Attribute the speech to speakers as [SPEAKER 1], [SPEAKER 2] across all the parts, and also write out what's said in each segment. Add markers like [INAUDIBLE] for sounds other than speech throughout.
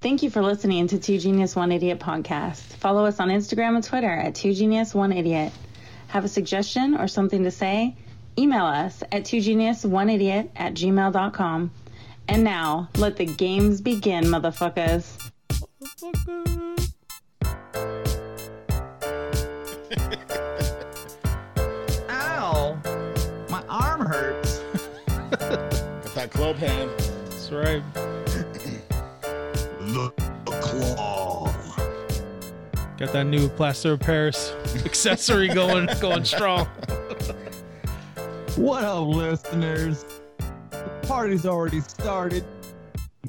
[SPEAKER 1] Thank you for listening to Two Genius One Idiot podcast. Follow us on Instagram and Twitter at Two Genius One Idiot. Have a suggestion or something to say? Email us at Two Genius One Idiot at gmail.com. And now, let the games begin, motherfuckers.
[SPEAKER 2] Ow! My arm hurts.
[SPEAKER 3] Got that club hand.
[SPEAKER 4] That's right.
[SPEAKER 5] The claw.
[SPEAKER 4] Got that new plaster of Paris [LAUGHS] accessory going going strong.
[SPEAKER 2] What up, listeners? The party's already started.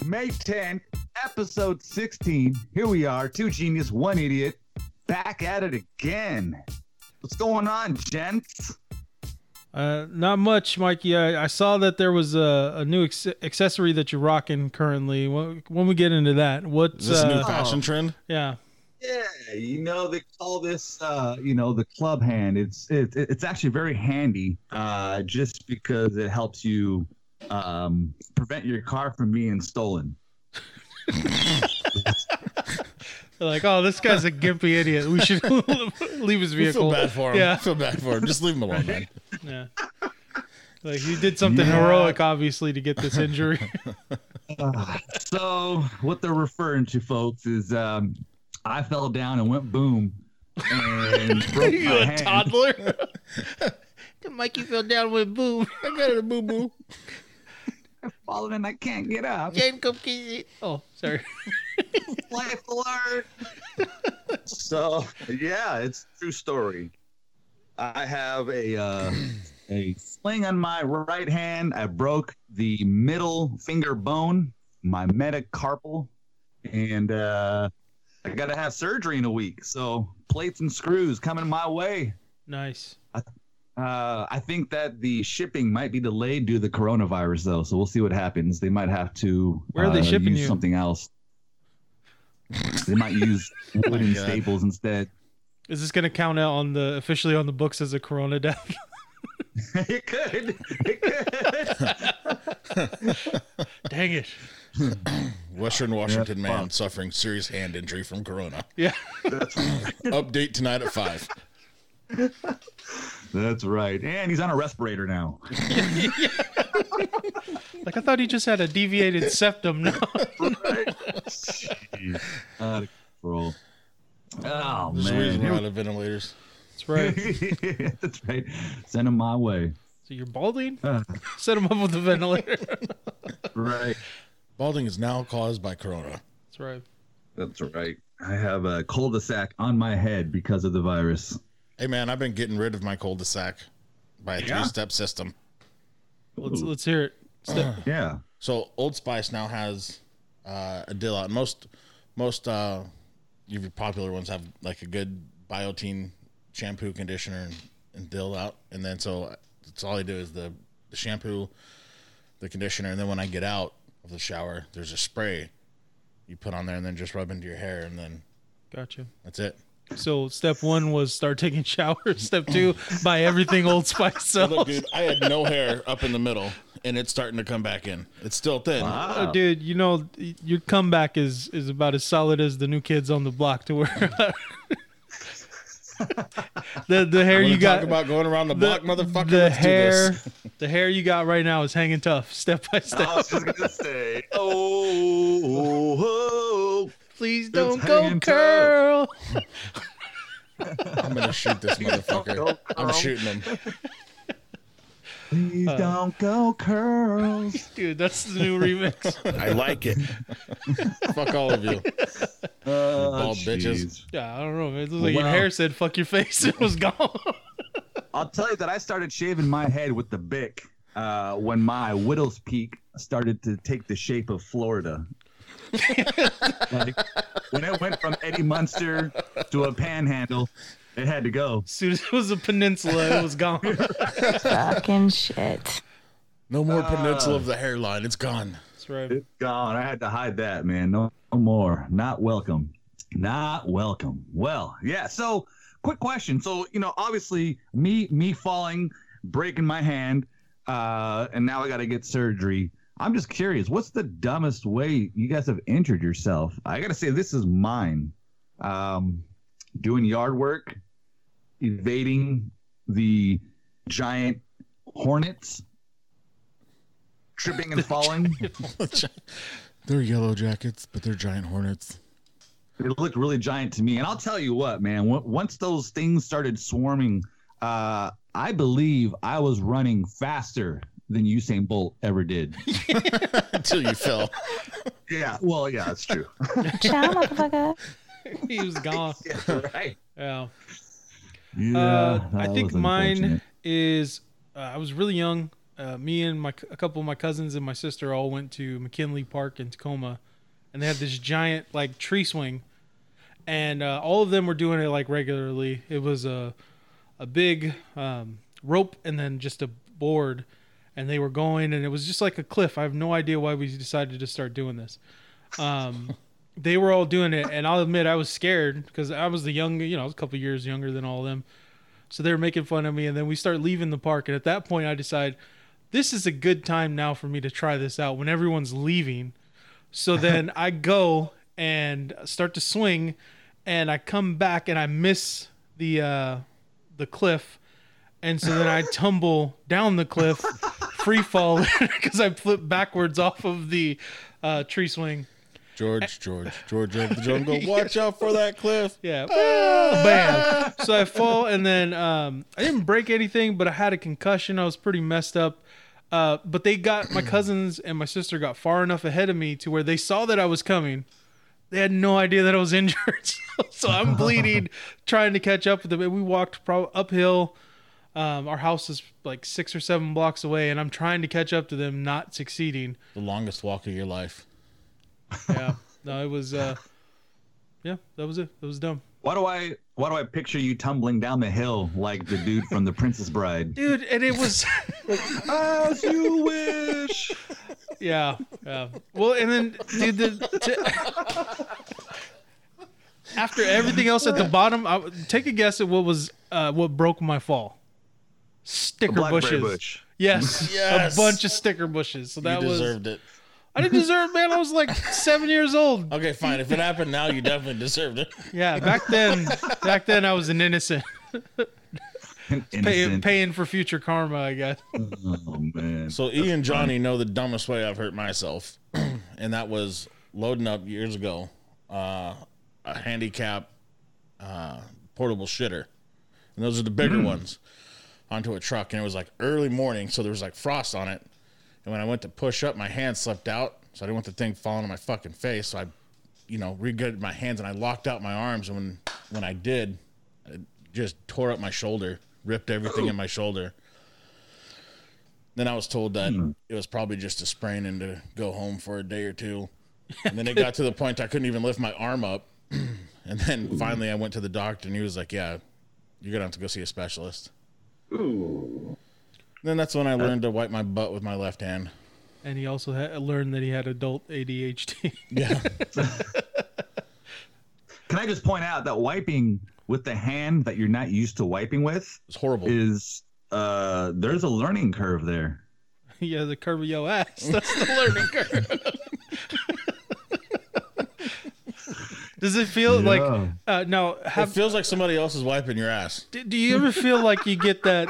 [SPEAKER 2] May 10th, episode 16. Here we are, two genius, one idiot, back at it again. What's going on, gents?
[SPEAKER 4] Uh, not much, Mikey. I, I saw that there was a, a new ex- accessory that you're rocking currently. When, when we get into that, what's
[SPEAKER 3] Is this a new
[SPEAKER 4] uh,
[SPEAKER 3] fashion trend?
[SPEAKER 4] yeah?
[SPEAKER 2] Yeah, you know they call this, uh, you know, the club hand. It's it, it's actually very handy, uh, just because it helps you um, prevent your car from being stolen.
[SPEAKER 4] They're like, oh, this guy's a gimpy idiot. We should [LAUGHS] leave his
[SPEAKER 3] I feel
[SPEAKER 4] vehicle.
[SPEAKER 3] bad for him.
[SPEAKER 4] Yeah.
[SPEAKER 3] I feel bad for him. Just leave him alone,
[SPEAKER 4] [LAUGHS]
[SPEAKER 3] man.
[SPEAKER 4] Yeah. Like he did something
[SPEAKER 2] Yeah.
[SPEAKER 4] heroic, obviously, to
[SPEAKER 3] [LAUGHS]
[SPEAKER 4] get this injury.
[SPEAKER 2] Uh, so what they're referring to, folks, is um, I fell down and went boom and
[SPEAKER 4] [LAUGHS]
[SPEAKER 2] broke my
[SPEAKER 4] you a
[SPEAKER 2] hand.
[SPEAKER 4] toddler? [LAUGHS] Mikey fell down with boom. I got a boo boo.
[SPEAKER 2] Falling and I can't get up.
[SPEAKER 4] Jane, come kiss it. Oh, sorry. [LAUGHS]
[SPEAKER 2] Life alert. so yeah, it's a true story. I have a uh, a sling on my right hand. I broke the middle finger bone, my metacarpal, and uh, I got to have surgery in a week. So plates and screws coming my way.
[SPEAKER 4] Nice.
[SPEAKER 2] Uh, I think that the shipping might be delayed due to the coronavirus, though. So we'll see what happens. They might have to.
[SPEAKER 4] Where are they
[SPEAKER 2] uh,
[SPEAKER 4] shipping
[SPEAKER 2] use
[SPEAKER 4] you?
[SPEAKER 2] Something else. they might use wooden
[SPEAKER 3] God.
[SPEAKER 2] staples instead. [LAUGHS]
[SPEAKER 4] Is this gonna count out on the officially on the books as a corona death?
[SPEAKER 2] it could. It could.
[SPEAKER 4] Dang it.
[SPEAKER 3] Western Washington
[SPEAKER 2] Yeah.
[SPEAKER 3] man suffering serious hand injury from corona.
[SPEAKER 4] Yeah. [LAUGHS]
[SPEAKER 3] Update tonight at five.
[SPEAKER 2] That's right. And he's on a respirator now.
[SPEAKER 4] Like I thought he just had a deviated [LAUGHS] septum now.
[SPEAKER 2] Jeez. Out of control. Oh
[SPEAKER 3] There's a
[SPEAKER 2] man.
[SPEAKER 3] reason
[SPEAKER 2] [LAUGHS]
[SPEAKER 3] we're
[SPEAKER 2] Here
[SPEAKER 3] out of ventilators.
[SPEAKER 4] That's right.
[SPEAKER 2] we- That's right. Send him my way.
[SPEAKER 4] [LAUGHS] So you're balding?
[SPEAKER 2] Uh,
[SPEAKER 4] [LAUGHS] Set him up with a ventilator. [LAUGHS]
[SPEAKER 2] right.
[SPEAKER 3] Balding is now caused by corona.
[SPEAKER 4] That's right.
[SPEAKER 2] That's right. I have a cul-de-sac on my head because of the virus.
[SPEAKER 3] Hey man, I've been getting rid of my cul-de-sac by a three-step system.
[SPEAKER 4] Let's let's hear it. [SIGHS] Step-
[SPEAKER 2] Yeah.
[SPEAKER 3] So Old Spice now has uh, a dill out. Most most uh, your popular ones have like a good biotin shampoo, conditioner, and, and dill out. And then so that's all I do is the, the shampoo, the conditioner, and then when I get out of the shower, there's a spray you put on there, and then just rub into your hair, and then
[SPEAKER 4] Gotcha.
[SPEAKER 3] that's it.
[SPEAKER 4] So step one was start taking showers. [LAUGHS] Step two, buy everything Old Spice
[SPEAKER 3] [LAUGHS]
[SPEAKER 4] sells.
[SPEAKER 3] Look, dude, I had no hair up in the middle, and it's starting to come back in. It's still thin.
[SPEAKER 4] [LAUGHS]
[SPEAKER 2] Ah,
[SPEAKER 4] Oh, dude, you know your comeback is is about as solid as the new kids on the block. To where [LAUGHS] the the hair
[SPEAKER 3] Wanna
[SPEAKER 4] you got,
[SPEAKER 3] talk about going around the, block, motherfucker.
[SPEAKER 4] the
[SPEAKER 3] Let's do
[SPEAKER 4] hair,
[SPEAKER 3] this.
[SPEAKER 4] the hair you got right now is hanging tough, step
[SPEAKER 3] [LAUGHS]
[SPEAKER 4] by step.
[SPEAKER 2] I was just gonna say, [LAUGHS] oh, oh, oh.
[SPEAKER 4] Please don't go
[SPEAKER 2] hanging tough.
[SPEAKER 4] curl.
[SPEAKER 3] I'm gonna shoot this
[SPEAKER 2] oh.
[SPEAKER 3] motherfucker.
[SPEAKER 4] Oh.
[SPEAKER 3] I'm shooting him.
[SPEAKER 2] please don't go [LAUGHS] curls.
[SPEAKER 4] [LAUGHS] Dude, that's the new [LAUGHS] remix.
[SPEAKER 3] [LAUGHS] I like it. [LAUGHS] Fuck all of you.
[SPEAKER 2] Oh,
[SPEAKER 3] Bald bitches.
[SPEAKER 2] jeez.
[SPEAKER 4] Yeah, I don't know, man. It looks like your
[SPEAKER 2] Wow.
[SPEAKER 4] hair said "fuck your face" [LAUGHS] and was gone.
[SPEAKER 2] I'll tell you that I started shaving my head with the Bic uh, when my widow's peak started to take the shape of Florida. [LAUGHS] like, when it went from Eddie Munster to a panhandle, it had to go.
[SPEAKER 4] As soon as it was a peninsula, it was gone. [LAUGHS]
[SPEAKER 1] Fucking shit.
[SPEAKER 3] No more
[SPEAKER 4] Ah.
[SPEAKER 3] peninsula of the hairline. It's gone.
[SPEAKER 4] That's right.
[SPEAKER 2] It's gone. I had to hide that, man. No, no more. Not welcome. Not welcome. Well, yeah. So, quick question. So, you know, obviously, me me falling, breaking my hand, uh, and now I got to get surgery. I'm just curious. What's the dumbest way you guys have injured yourself? I gotta say, this is mine. Um, doing yard work, evading the giant hornets, tripping and falling.
[SPEAKER 3] [LAUGHS] they're yellow jackets, but they're giant hornets.
[SPEAKER 2] they looked really giant to me. And I'll tell you what, man, w- once those things started swarming, uh, I believe I was running faster than Usain Bolt ever did.
[SPEAKER 3] [LAUGHS] Until you fell.
[SPEAKER 2] [LAUGHS] yeah, well, yeah, that's true.
[SPEAKER 1] Ciao, motherfucker.
[SPEAKER 4] he was [LAUGHS] gone.
[SPEAKER 2] yeah, [LAUGHS] right.
[SPEAKER 4] Yeah.
[SPEAKER 2] Yeah,
[SPEAKER 4] Uh, I
[SPEAKER 2] that
[SPEAKER 4] think
[SPEAKER 2] was
[SPEAKER 4] mine
[SPEAKER 2] unfortunate.
[SPEAKER 4] is uh, I was really young. Uh, me and my a couple of my cousins and my sister all went to McKinley Park in Tacoma, and they had this giant like tree swing, and uh, all of them were doing it like regularly. It was a a big um, rope and then just a board, and they were going, and it was just like a cliff. I have no idea why we decided to start doing this. Um, [LAUGHS] they were all doing it, and I'll admit I was scared because I was the young, you know, I was a couple years younger than all of them. So they were making fun of me, and then we start leaving the park. And at that point, I decide this is a good time now for me to try this out when everyone's leaving. So then I go and start to swing, and I come back and I miss the uh, the cliff, and so then I tumble down the cliff, free fall [LAUGHS] because I flip backwards off of the uh, tree swing.
[SPEAKER 3] George, George, George of the [LAUGHS] jungle. Watch out for that cliff.
[SPEAKER 4] Yeah. [LAUGHS] Bam. So I fall and then um, I didn't break anything, but I had a concussion. I was pretty messed up. Uh, but they got [CLEARS THROAT] my cousins and my sister got far enough ahead of me to where they saw that I was coming. They had no idea that I was [LAUGHS] injured, so, so I'm [LAUGHS] bleeding, trying to catch up with them. And we walked pro- uphill. Um, our house is like six or seven blocks away, and I'm trying to catch up to them, not succeeding.
[SPEAKER 3] The longest walk of your life.
[SPEAKER 4] Yeah, [LAUGHS] no, it was, uh, yeah, that was it. That was dumb.
[SPEAKER 2] Why do I why do I picture you tumbling down the hill like the dude from The Princess Bride?
[SPEAKER 4] dude and it [LAUGHS] was
[SPEAKER 2] [LAUGHS] As you wish.
[SPEAKER 4] yeah yeah well and then dude the t- after everything else at the bottom I, take a guess at what was uh, what broke my fall sticker bushes
[SPEAKER 2] bush.
[SPEAKER 4] yes,
[SPEAKER 3] Yes.
[SPEAKER 4] a bunch of sticker bushes so that
[SPEAKER 3] you
[SPEAKER 4] was
[SPEAKER 3] deserved it.
[SPEAKER 4] i didn't deserve man i was like seven years old
[SPEAKER 3] Okay, fine. If it happened now, you definitely deserved it.
[SPEAKER 4] yeah back then back then i was
[SPEAKER 2] [LAUGHS]
[SPEAKER 4] an innocent, Pay,
[SPEAKER 2] Innocent.
[SPEAKER 4] paying for future karma i guess
[SPEAKER 2] Oh man.
[SPEAKER 3] So E and Johnny know the dumbest way I've hurt myself, [CLEARS THROAT] and that was loading up years ago uh, a handicap uh, portable shitter, and those are the bigger ones onto a truck, and it was like early morning, so there was like frost on it, and when I went to push up, my hand slipped out, so I didn't want the thing falling on my fucking face, so I, you know, regutted my hands and I locked out my arms, and when when I did, it just tore up my shoulder, ripped everything in my shoulder. Then I was told that it was probably just a sprain and to go home for a day or two. And then it got to the point I couldn't even lift my arm up. [CLEARS THROAT] And then finally I went to the doctor and he was like, Yeah, you're going to have to go see a specialist. Then that's when I learned to wipe my butt with my left hand.
[SPEAKER 4] and he also had, learned that he had adult adhd
[SPEAKER 3] Yeah.
[SPEAKER 2] Can I just point out that wiping with the hand that you're not used to wiping with
[SPEAKER 3] It's horrible.
[SPEAKER 2] is uh there's a learning curve
[SPEAKER 4] [LAUGHS]
[SPEAKER 2] there.
[SPEAKER 4] [LAUGHS] yeah the curve of your ass [LAUGHS] that's the [LAUGHS] learning curve does it feel like
[SPEAKER 2] Yeah.
[SPEAKER 4] uh, now
[SPEAKER 3] it
[SPEAKER 4] have
[SPEAKER 3] feels like somebody else is wiping your ass.
[SPEAKER 4] d- do you ever feel like you get that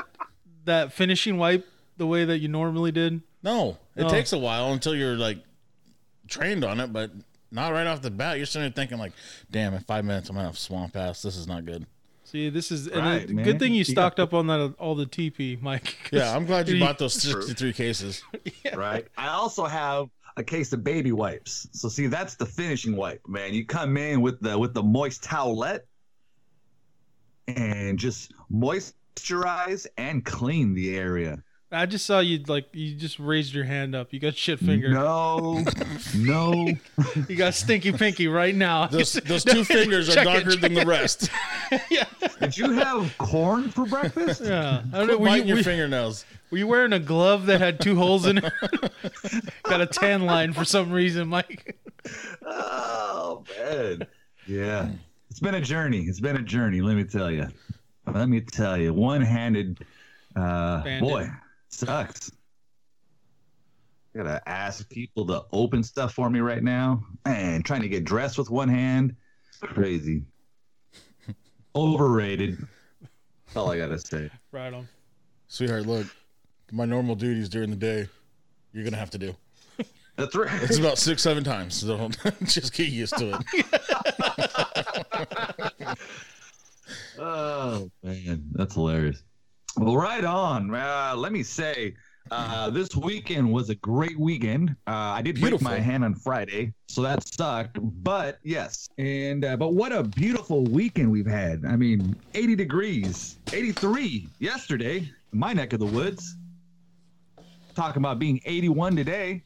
[SPEAKER 4] that finishing wipe the way that you normally did
[SPEAKER 3] No, it
[SPEAKER 4] No.
[SPEAKER 3] takes a while until you're like trained on it, but not right off the bat. You're sitting there thinking, like, damn, in five minutes I'm going to have swamp ass. This is not good.
[SPEAKER 4] see this is and
[SPEAKER 2] Right,
[SPEAKER 4] it-
[SPEAKER 2] man.
[SPEAKER 4] good thing you
[SPEAKER 2] You got-
[SPEAKER 4] stocked up on that all the tp mike 'cause-
[SPEAKER 3] Yeah, I'm glad you
[SPEAKER 4] You-
[SPEAKER 3] bought those 63 [LAUGHS] cases.
[SPEAKER 2] right? I also have a case of baby wipes. So see, that's the finishing wipe, man. You come in with the with the moist towelette and just moisturize and clean the area.
[SPEAKER 4] i just saw you like you just raised your hand up you got shit finger
[SPEAKER 2] No,
[SPEAKER 4] [LAUGHS]
[SPEAKER 2] no.
[SPEAKER 4] you got stinky pinky right now
[SPEAKER 3] Those, those two fingers are
[SPEAKER 4] Check it,
[SPEAKER 3] darker
[SPEAKER 4] check
[SPEAKER 3] than the [LAUGHS] rest.
[SPEAKER 2] Did you have corn for breakfast?
[SPEAKER 4] [LAUGHS]
[SPEAKER 3] [LAUGHS]
[SPEAKER 4] yeah i don't know
[SPEAKER 3] Quit
[SPEAKER 4] were you,
[SPEAKER 3] biting your
[SPEAKER 4] were-
[SPEAKER 3] fingernails.
[SPEAKER 4] Were you wearing a glove that had two holes in it? [LAUGHS] Got a tan line for some reason, Mike.
[SPEAKER 2] Oh man, yeah. It's been a journey. It's been a journey. Let me tell you. Let me tell you. One handed, uh,
[SPEAKER 4] Bandit.
[SPEAKER 2] boy, sucks. gotta ask people to open stuff for me right now. Man, trying to get dressed with one hand, crazy. Overrated. That's all I gotta say.
[SPEAKER 4] Right on.
[SPEAKER 3] Sweetheart, look, my normal duties during the day, you're gonna have to do.
[SPEAKER 2] That's right.
[SPEAKER 3] It's about six, seven times. So don't [LAUGHS] just get used to it.
[SPEAKER 2] Oh man, that's hilarious. Well, right on. Uh, let me say, uh, this weekend was a great weekend. Uh, I did break
[SPEAKER 3] Beautiful.
[SPEAKER 2] my hand on Friday, so that sucked. But yes, and uh, but what a beautiful weekend we've had. I mean, 80 degrees, 83 yesterday, in my neck of the woods. Talking about being 81 today.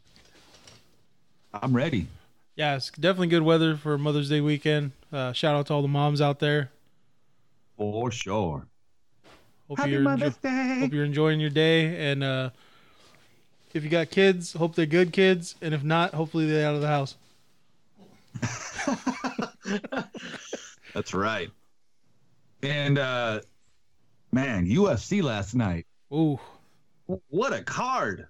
[SPEAKER 2] I'm ready.
[SPEAKER 4] Yeah, it's definitely good weather for Mother's Day weekend. Uh, shout out to all the moms out there.
[SPEAKER 2] For sure.
[SPEAKER 4] Hope
[SPEAKER 2] Happy
[SPEAKER 4] you're enjo-
[SPEAKER 2] Mother's Day.
[SPEAKER 4] hope you're enjoying your day, and uh, if you got kids, hope they're good kids, and if not, hopefully they're out of the house.
[SPEAKER 2] That's right. And uh man, UFC last night.
[SPEAKER 4] Ooh,
[SPEAKER 2] What a card.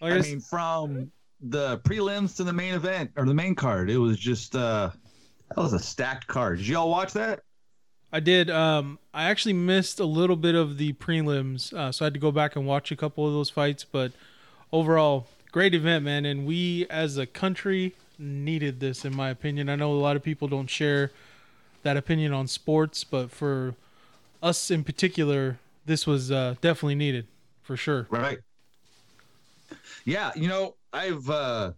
[SPEAKER 4] like I
[SPEAKER 2] I
[SPEAKER 4] s-
[SPEAKER 2] mean, from the prelims to the main event or the main card, it was just uh that was a stacked card. Did y'all watch that?
[SPEAKER 4] I did. Um, I actually missed a little bit of the prelims, uh, so I had to go back and watch a couple of those fights. But overall, great event, man. And we as a country needed this, in my opinion. I know a lot of people don't share that opinion on sports, but for us in particular, this was uh, definitely needed for sure.
[SPEAKER 2] Right. Yeah, you know, I've uh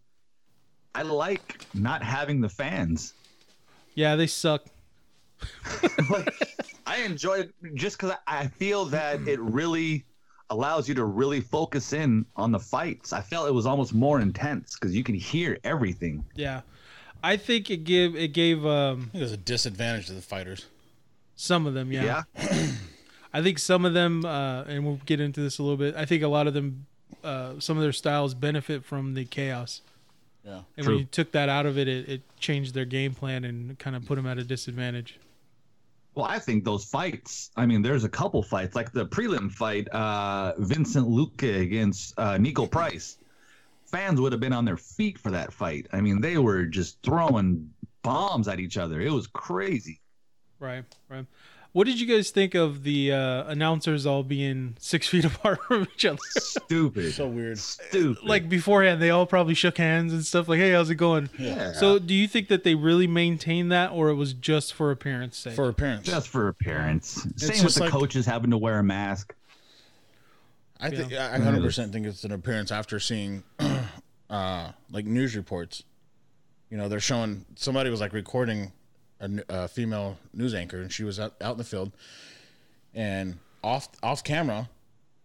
[SPEAKER 2] I like not having the fans.
[SPEAKER 4] Yeah, they suck.
[SPEAKER 2] like I enjoy it just because I, I feel that
[SPEAKER 3] Mm-hmm.
[SPEAKER 2] it really allows you to really focus in on the fights. I felt it was almost more intense because you can hear everything.
[SPEAKER 4] Yeah, I think it give it gave um,
[SPEAKER 3] There's a disadvantage to the fighters.
[SPEAKER 4] some of them.
[SPEAKER 2] Yeah,
[SPEAKER 4] I think some of them, uh, and we'll get into this a little bit. I think a lot of them, uh, some of their styles benefit from the chaos.
[SPEAKER 3] Yeah.
[SPEAKER 4] And
[SPEAKER 2] True.
[SPEAKER 4] when you took that out of it, it, it changed their game plan and kind of put them at a disadvantage.
[SPEAKER 2] Well, I think those fights. I mean, there's a couple fights like the prelim fight, uh, Vincent Luque against uh, Nico Price. Fans would have been on their feet for that fight. I mean, they were just throwing bombs at each other. It was
[SPEAKER 3] [LAUGHS]
[SPEAKER 2] crazy.
[SPEAKER 4] Right, right. What did you guys think of the uh, announcers all being six [LAUGHS] feet apart from each other?
[SPEAKER 2] Stupid.
[SPEAKER 3] So weird.
[SPEAKER 2] Stupid.
[SPEAKER 4] Like beforehand, they all probably shook hands and stuff. Like, hey, how's it going?
[SPEAKER 2] yeah.
[SPEAKER 4] So, do you think that they really maintained that, or it was just for appearance sake?
[SPEAKER 3] For appearance.
[SPEAKER 2] just for appearance. Same
[SPEAKER 3] just
[SPEAKER 2] with the
[SPEAKER 3] like-
[SPEAKER 2] coaches having to wear a mask.
[SPEAKER 3] I think I hundred percent think it's an appearance after seeing [CLEARS THROAT] uh like news reports. You know, they're showing somebody was like recording a, n- a female news anchor, and she was out, out in the field, and off off camera,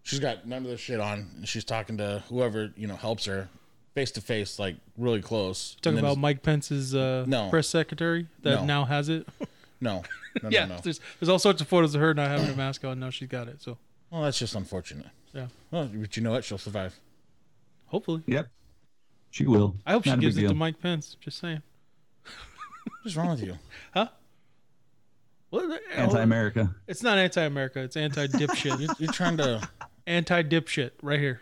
[SPEAKER 3] she's got none of this shit on, and she's talking to whoever you know helps her face to face, like really close. And
[SPEAKER 4] Talking
[SPEAKER 3] then
[SPEAKER 4] about Mike Pence's uh,
[SPEAKER 3] No.
[SPEAKER 4] press secretary that
[SPEAKER 3] No.
[SPEAKER 4] now has it. [LAUGHS]
[SPEAKER 3] no, no,
[SPEAKER 4] yeah,
[SPEAKER 3] no, no.
[SPEAKER 4] there's there's all sorts of photos of her not having a mask on. Now she's got it. So
[SPEAKER 3] Well, that's just unfortunate.
[SPEAKER 4] yeah,
[SPEAKER 3] Well, but you know what? She'll survive.
[SPEAKER 4] hopefully.
[SPEAKER 2] Yep. She will.
[SPEAKER 4] I hope she
[SPEAKER 2] Not a
[SPEAKER 4] gives
[SPEAKER 2] big
[SPEAKER 4] it to
[SPEAKER 2] deal.
[SPEAKER 4] Mike Pence. Just saying.
[SPEAKER 3] What's wrong with you?
[SPEAKER 4] What?
[SPEAKER 2] Anti-America.
[SPEAKER 4] uh, oh, It's not anti-America.
[SPEAKER 2] [LAUGHS]
[SPEAKER 4] It's anti-dipshit.
[SPEAKER 3] You're trying to
[SPEAKER 4] [LAUGHS] anti-dipshit right here.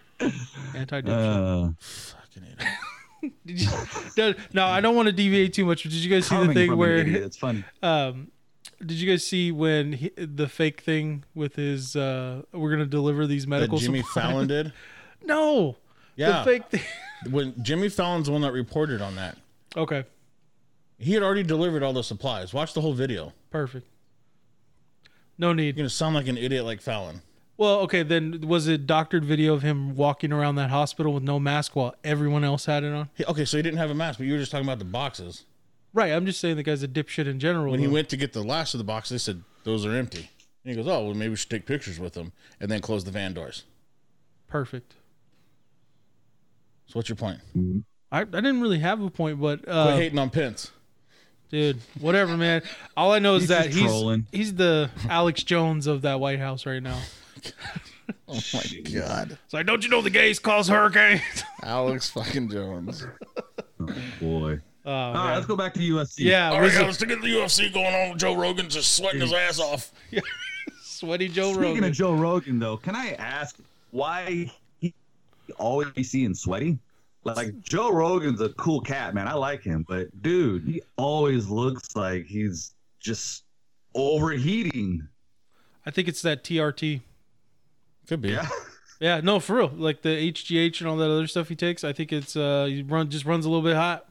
[SPEAKER 4] Anti-dipshit.
[SPEAKER 2] Uh,
[SPEAKER 3] fucking idiot.
[SPEAKER 4] Did you- no, no, I don't want to deviate too much. But did you guys see
[SPEAKER 2] coming
[SPEAKER 4] the thing
[SPEAKER 2] from
[SPEAKER 4] where?
[SPEAKER 2] an idiot, it's funny.
[SPEAKER 4] Um, did you guys see when he, the fake thing with his? Uh, we're gonna deliver these
[SPEAKER 3] That
[SPEAKER 4] medical.
[SPEAKER 3] Jimmy
[SPEAKER 4] supplies?
[SPEAKER 3] Fallon
[SPEAKER 4] [LAUGHS]
[SPEAKER 3] did.
[SPEAKER 4] No.
[SPEAKER 3] Yeah.
[SPEAKER 4] The fake thing.
[SPEAKER 3] when Jimmy Fallon's the one that reported on that.
[SPEAKER 4] [LAUGHS] Okay.
[SPEAKER 3] He had already delivered all the supplies. Watch the whole video.
[SPEAKER 4] Perfect. No need.
[SPEAKER 3] You're gonna sound like an idiot like Fallon.
[SPEAKER 4] Well, okay, then was it doctored video of him walking around that hospital with no mask while everyone else had it on?
[SPEAKER 3] He- okay, so he didn't have a mask, but you were just talking about the boxes.
[SPEAKER 4] Right, I'm just saying the guy's a dipshit in general.
[SPEAKER 3] When he
[SPEAKER 4] though.
[SPEAKER 3] went to get the last of the boxes, they said those are empty. And he goes, "Oh, well, maybe we should take pictures with them and then close the van doors."
[SPEAKER 4] Perfect.
[SPEAKER 3] So what's your point?
[SPEAKER 4] I, I didn't really have a point, but
[SPEAKER 3] Quit
[SPEAKER 4] uh,
[SPEAKER 3] hating on Pence.
[SPEAKER 4] dude, whatever, man. All I know is
[SPEAKER 2] He's
[SPEAKER 4] that
[SPEAKER 2] just
[SPEAKER 4] he's
[SPEAKER 2] trolling.
[SPEAKER 4] he's the Alex Jones of that White House right now.
[SPEAKER 3] [LAUGHS] Oh my god,
[SPEAKER 4] It's like, don't you know the gays cause hurricanes? [LAUGHS]
[SPEAKER 3] Alex fucking Jones.
[SPEAKER 2] Boy.
[SPEAKER 4] Oh,
[SPEAKER 2] All right, let's go back to UFC.
[SPEAKER 4] yeah,
[SPEAKER 3] All
[SPEAKER 4] was
[SPEAKER 3] right,
[SPEAKER 4] it
[SPEAKER 3] guys, to get the UFC going on, Joe Rogan's just sweating his ass off.
[SPEAKER 4] sweaty Joe
[SPEAKER 2] Speaking
[SPEAKER 4] Rogan.
[SPEAKER 2] of Joe Rogan, though, can I ask why he always be seeing sweaty. Like Joe Rogan's a cool cat, man. I like him, but dude, he always looks like he's just overheating.
[SPEAKER 4] I think it's that TRT.
[SPEAKER 3] Could be.
[SPEAKER 2] Yeah.
[SPEAKER 4] Yeah, no, for real. Like the HGH and all that other stuff he takes, I think it's uh he run just runs a little bit hot.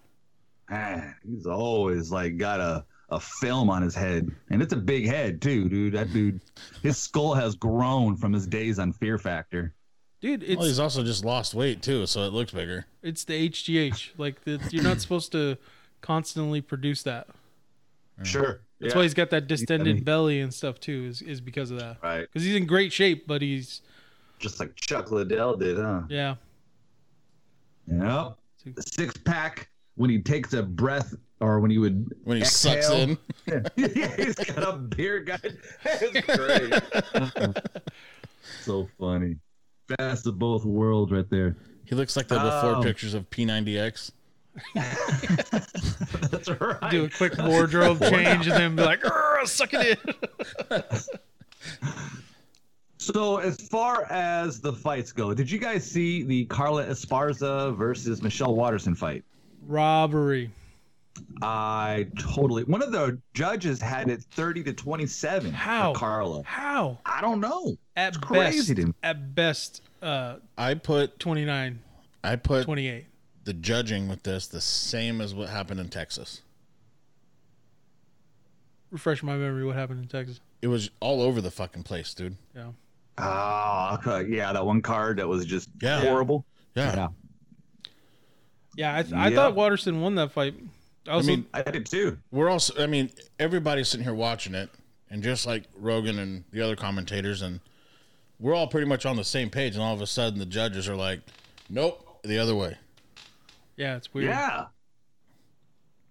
[SPEAKER 2] Ah, he's always like got a, a film on his head. And it's a big head too, dude. That dude his skull has grown from his days on Fear Factor.
[SPEAKER 4] Dude, it's
[SPEAKER 3] Well, he's also just lost weight too, so it looks bigger.
[SPEAKER 4] it's the HGH. Like the, you're not supposed to constantly produce that.
[SPEAKER 2] Sure.
[SPEAKER 4] That's
[SPEAKER 2] Yeah.
[SPEAKER 4] why he's got that distended
[SPEAKER 2] mean-
[SPEAKER 4] belly and stuff too. Is is because of that.
[SPEAKER 2] right.
[SPEAKER 4] Because he's in great shape, but he's
[SPEAKER 2] Just like Chuck Liddell did, huh?
[SPEAKER 4] yeah.
[SPEAKER 2] Yeah. The six pack when he takes a breath or when he would [LAUGHS]
[SPEAKER 3] When he
[SPEAKER 2] Exhale.
[SPEAKER 3] sucks in,
[SPEAKER 2] yeah, he's got a beer guy. That's great. so funny. Best of both worlds right there. [LAUGHS]
[SPEAKER 3] he looks like the before
[SPEAKER 2] Oh.
[SPEAKER 3] pictures of P90X.
[SPEAKER 2] That's right.
[SPEAKER 4] Do a quick
[SPEAKER 2] [LAUGHS]
[SPEAKER 4] wardrobe change and then be like, "Grr, suck it in.
[SPEAKER 2] So as far as the fights go, did you guys see the Carla Esparza versus Michelle Watterson fight?
[SPEAKER 4] Robbery.
[SPEAKER 2] I totally one of the judges had it thirty to twenty seven
[SPEAKER 4] How?
[SPEAKER 2] for Carla.
[SPEAKER 4] How?
[SPEAKER 2] I don't know.
[SPEAKER 4] At
[SPEAKER 2] It's
[SPEAKER 4] best
[SPEAKER 2] crazy to me.
[SPEAKER 4] at best uh
[SPEAKER 3] I put
[SPEAKER 4] 29,
[SPEAKER 3] I put
[SPEAKER 4] 28.
[SPEAKER 3] the judging with this the same as what happened in Texas.
[SPEAKER 4] Refresh my memory what happened in Texas.
[SPEAKER 3] It was all over the fucking place, dude.
[SPEAKER 4] Yeah.
[SPEAKER 2] Oh, okay. yeah, that one card that was just
[SPEAKER 3] Yeah.
[SPEAKER 2] horrible.
[SPEAKER 3] Yeah.
[SPEAKER 2] Yeah.
[SPEAKER 4] Yeah, I, th- I
[SPEAKER 2] Yeah.
[SPEAKER 4] thought Watterson won that fight. I
[SPEAKER 3] I
[SPEAKER 4] also,
[SPEAKER 3] mean,
[SPEAKER 2] I did too.
[SPEAKER 3] we're also I mean, everybody's sitting here watching it and just like Rogan and the other commentators and we're all pretty much on the same page and all of a sudden the judges are like, Nope, the other way.
[SPEAKER 4] yeah, it's weird.
[SPEAKER 2] Yeah.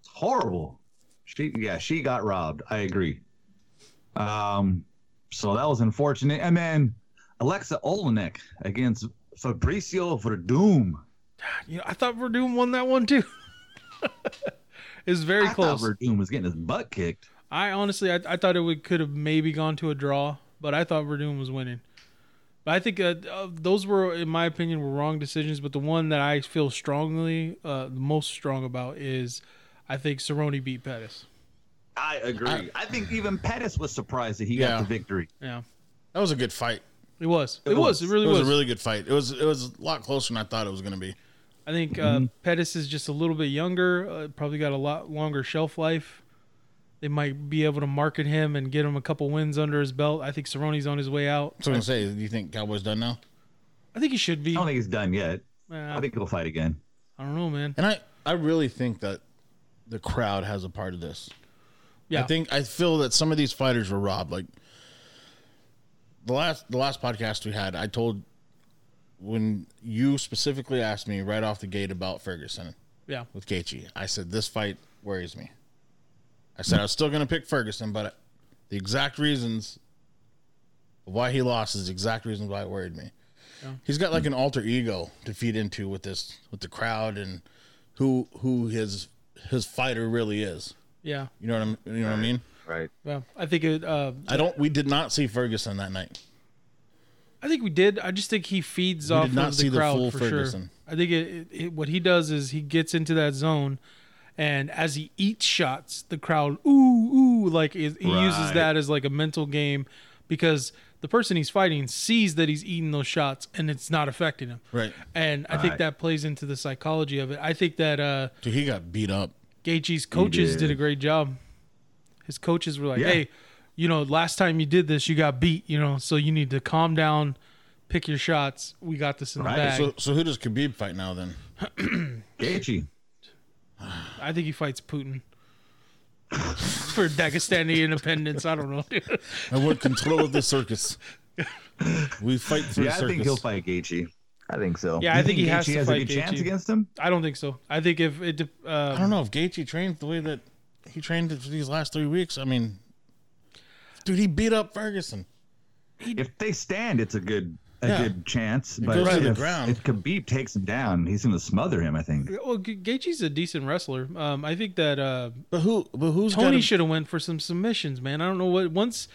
[SPEAKER 2] It's horrible. She yeah, she got robbed. I agree. Um so that was unfortunate. And then Alexa Olenek against Fabricio Verdum.
[SPEAKER 4] You know, I thought Verdum won that one too. [LAUGHS] it was very
[SPEAKER 2] I
[SPEAKER 4] close.
[SPEAKER 2] thought Verdum was getting his butt kicked.
[SPEAKER 4] I honestly, I, I thought it would could have maybe gone to a draw, but I thought Verdum was winning. But I think uh, uh, those were, in my opinion, were wrong decisions. But the one that I feel strongly, uh, the most strong about is, I think Cerrone beat Pettis.
[SPEAKER 2] I agree. I, think even Pettis was surprised that he
[SPEAKER 3] Yeah.
[SPEAKER 2] got the victory.
[SPEAKER 4] Yeah,
[SPEAKER 3] That was a good fight.
[SPEAKER 4] it was. It, was.
[SPEAKER 2] was.
[SPEAKER 4] It really
[SPEAKER 3] It was,
[SPEAKER 4] was.
[SPEAKER 3] a really good fight. It was it was a lot closer than I thought it was gonna be.
[SPEAKER 4] I think uh, Pettis is just a little bit younger. Uh, probably got a lot longer shelf life. They might be able to market him and get him a couple wins under his belt. I think Cerrone's on his way out.
[SPEAKER 3] So I'm gonna say, do you think Cowboys done now?
[SPEAKER 4] I think he should be.
[SPEAKER 2] I don't think he's done yet.
[SPEAKER 4] Uh,
[SPEAKER 2] I think he'll fight again.
[SPEAKER 4] I don't know, man.
[SPEAKER 3] And I, I really think that the crowd has a part of this.
[SPEAKER 4] Yeah.
[SPEAKER 3] I think I feel that some of these fighters were robbed. Like the last the last podcast we had, I told when you specifically asked me right off the gate about Ferguson
[SPEAKER 4] Yeah.
[SPEAKER 3] with Gaethje, I said this fight worries me. I said I was still going to pick Ferguson, but the exact reasons why he lost is the exact reasons why it worried me. He's got like an alter ego to feed into with this with the crowd and who who his his fighter really is.
[SPEAKER 4] Yeah.
[SPEAKER 3] You know what I'm you know what I mean?
[SPEAKER 2] Right.
[SPEAKER 4] Well, I think it. Uh,
[SPEAKER 3] I don't we did not see Ferguson that night.
[SPEAKER 4] I think we did. I just think he feeds
[SPEAKER 3] We
[SPEAKER 4] off
[SPEAKER 3] did not
[SPEAKER 4] of
[SPEAKER 3] see
[SPEAKER 4] the
[SPEAKER 3] the
[SPEAKER 4] crowd
[SPEAKER 3] full
[SPEAKER 4] for
[SPEAKER 3] Ferguson.
[SPEAKER 4] sure. I think it, it, it- what he does is he gets into that zone, and as he eats shots, the crowd ooh ooh like is, he uses
[SPEAKER 2] Right.
[SPEAKER 4] that as like a mental game because the person he's fighting sees that he's eating those shots and it's not affecting him.
[SPEAKER 3] Right.
[SPEAKER 4] And I think
[SPEAKER 2] Right.
[SPEAKER 4] that plays into the psychology of it. I think that uh,
[SPEAKER 3] Dude, he got beat up.
[SPEAKER 4] Gaethje's coaches
[SPEAKER 2] did.
[SPEAKER 4] did. a great job. His coaches were like,
[SPEAKER 2] Yeah.
[SPEAKER 4] "Hey, you know, last time you did this, you got beat. You know, so you need to calm down, pick your shots. We got this in the
[SPEAKER 2] Right.
[SPEAKER 4] bag."
[SPEAKER 3] So so who does Khabib fight now then?
[SPEAKER 2] Gaethje.
[SPEAKER 4] I think he fights Putin [LAUGHS] for Dagestani [LAUGHS] independence. I don't know. [LAUGHS] dude.
[SPEAKER 3] I would control the circus. We fight for
[SPEAKER 2] Yeah, I
[SPEAKER 3] circus.
[SPEAKER 2] think he'll fight Gaethje. I think so.
[SPEAKER 4] Yeah, I
[SPEAKER 2] You
[SPEAKER 4] think he has
[SPEAKER 2] Gaethje
[SPEAKER 4] to
[SPEAKER 2] has
[SPEAKER 4] fight
[SPEAKER 2] a good chance
[SPEAKER 4] Gaethje.
[SPEAKER 2] against him.
[SPEAKER 4] I don't think so. I think if it, de-
[SPEAKER 3] I
[SPEAKER 4] uh,
[SPEAKER 3] don't know if Gaethje trained the way that he trained for these last three weeks. I mean, dude, he beat up Ferguson.
[SPEAKER 2] if they stand, it's a good a
[SPEAKER 3] Yeah.
[SPEAKER 2] good chance. But
[SPEAKER 3] goes to the
[SPEAKER 2] if,
[SPEAKER 3] ground.
[SPEAKER 2] if Khabib takes him down, he's going to smother him. I think.
[SPEAKER 4] well, Ga- Gaethje's a decent wrestler. Um, I think that uh,
[SPEAKER 3] But who? But who's
[SPEAKER 4] Tony
[SPEAKER 3] gotta-
[SPEAKER 4] should have went for some submissions, man. I don't know what once.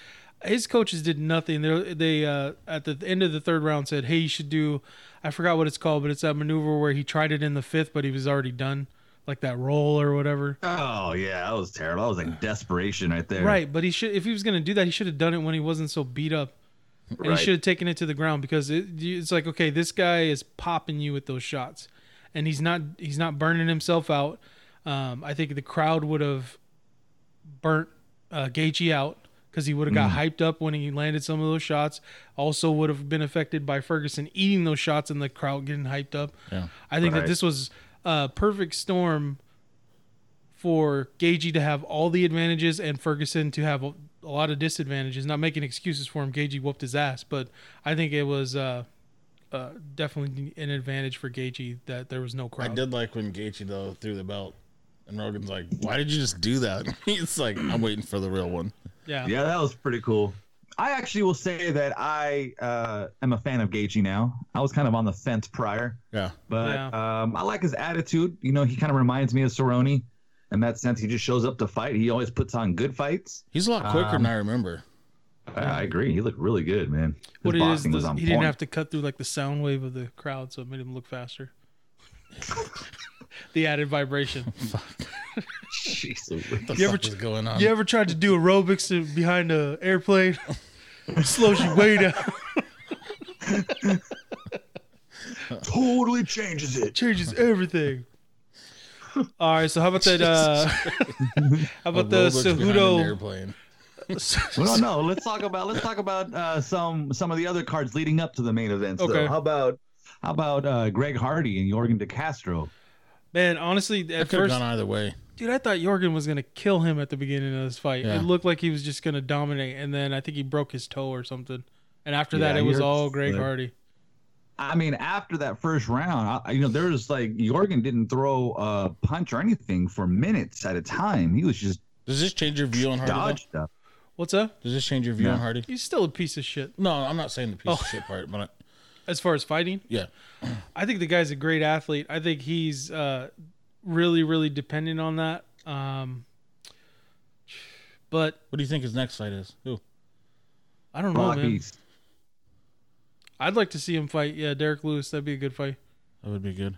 [SPEAKER 4] his coaches did nothing. They they uh, at the end of the third round said, "Hey, you should do." I forgot what it's called, but it's that maneuver where he tried it in the fifth, but he was already done, like that roll or whatever.
[SPEAKER 2] Oh yeah, that was terrible. That was like desperation right there.
[SPEAKER 4] Right, but he should if he was gonna do that, he should have done it when he wasn't so beat up, and
[SPEAKER 2] Right.
[SPEAKER 4] he should have taken it to the ground because it, it's like okay, this guy is popping you with those shots, and he's not he's not burning himself out. Um, I think the crowd would have burnt uh, Gaethje out because he would have
[SPEAKER 2] Mm.
[SPEAKER 4] got hyped up when he landed some of those shots. Also, would have been affected by Ferguson eating those shots and the crowd getting hyped up.
[SPEAKER 3] Yeah.
[SPEAKER 4] I think that
[SPEAKER 2] Right.
[SPEAKER 4] this was a perfect storm for Gagey to have all the advantages and Ferguson to have a, a lot of disadvantages. Not making excuses for him, Gagey whooped his ass, but I think it was uh, uh, definitely an advantage for Gagey that there was no
[SPEAKER 3] I
[SPEAKER 4] crowd.
[SPEAKER 3] did like when Gaethje though threw the belt, and Rogan's like, "Why did you just do that?" [LAUGHS] It's like, "I'm waiting for the real one."
[SPEAKER 4] Yeah.
[SPEAKER 2] Yeah, that was pretty cool. I actually will say that I uh, am a fan of Gaethje now. I was kind of on the fence prior,
[SPEAKER 3] Yeah,
[SPEAKER 2] but
[SPEAKER 4] Yeah.
[SPEAKER 2] um, I like his attitude. You know, he kind of reminds me of Cerrone. In that sense, he just shows up to fight. He always puts on good fights.
[SPEAKER 3] he's a lot quicker
[SPEAKER 2] Um,
[SPEAKER 3] than I remember.
[SPEAKER 2] I, I agree. He looked really good, man. His
[SPEAKER 4] What it is,
[SPEAKER 2] boxing was
[SPEAKER 4] the-
[SPEAKER 2] on
[SPEAKER 4] he didn't
[SPEAKER 2] point.
[SPEAKER 4] have to cut through like the sound wave of the crowd, so it made him look faster. [LAUGHS] the added
[SPEAKER 2] [LAUGHS]
[SPEAKER 4] vibration.
[SPEAKER 2] [LAUGHS] Jeez.
[SPEAKER 3] What the
[SPEAKER 4] you ever
[SPEAKER 3] fuck
[SPEAKER 4] tr-
[SPEAKER 3] is going on?
[SPEAKER 4] You ever tried to do aerobics to- behind an airplane? [LAUGHS] It slows you way down.
[SPEAKER 5] Totally changes it.
[SPEAKER 4] changes everything. All right, so how about
[SPEAKER 3] [LAUGHS]
[SPEAKER 4] that? Uh, how
[SPEAKER 3] A
[SPEAKER 4] about the
[SPEAKER 3] Rolex behind an
[SPEAKER 4] Cejudo?
[SPEAKER 3] airplane.
[SPEAKER 2] Well, no, let's talk about let's talk about uh, some some of the other cards leading up to the main event. So
[SPEAKER 4] Okay.
[SPEAKER 2] how about how about uh, Greg Hardy and Jorgen De Castro?
[SPEAKER 4] [LAUGHS] Man, honestly,
[SPEAKER 3] It
[SPEAKER 4] at
[SPEAKER 3] could have
[SPEAKER 4] first,
[SPEAKER 3] gone either way.
[SPEAKER 4] dude, I thought Jorgen was gonna kill him at the beginning of this fight.
[SPEAKER 3] Yeah.
[SPEAKER 4] It looked like he was just gonna dominate, and then I think he broke his toe or something. And after that,
[SPEAKER 2] Yeah,
[SPEAKER 4] it was
[SPEAKER 2] you're-
[SPEAKER 4] all Greg
[SPEAKER 2] like-
[SPEAKER 4] Hardy.
[SPEAKER 2] I mean, after that first round, I, you know, there was like Jorgen didn't throw a punch or anything for minutes at a time. He was just
[SPEAKER 3] Does this change your view on Hardy? though?
[SPEAKER 2] dodged stuff.
[SPEAKER 4] What's up?
[SPEAKER 3] Does this change your view
[SPEAKER 2] No.
[SPEAKER 3] on Hardy?
[SPEAKER 4] He's still a piece of shit
[SPEAKER 3] No, I'm not saying the piece
[SPEAKER 4] Oh.
[SPEAKER 3] of shit part, but I,
[SPEAKER 4] as far as fighting.
[SPEAKER 3] yeah,
[SPEAKER 4] I think the guy's a great athlete. I think he's uh, really, really dependent on that. Um, but
[SPEAKER 3] What do you think his next fight is? Who?
[SPEAKER 4] I don't know,
[SPEAKER 2] Rocky.
[SPEAKER 4] man. I'd like to see him fight. Yeah, Derek Lewis. That'd be a good fight.
[SPEAKER 3] That would be good.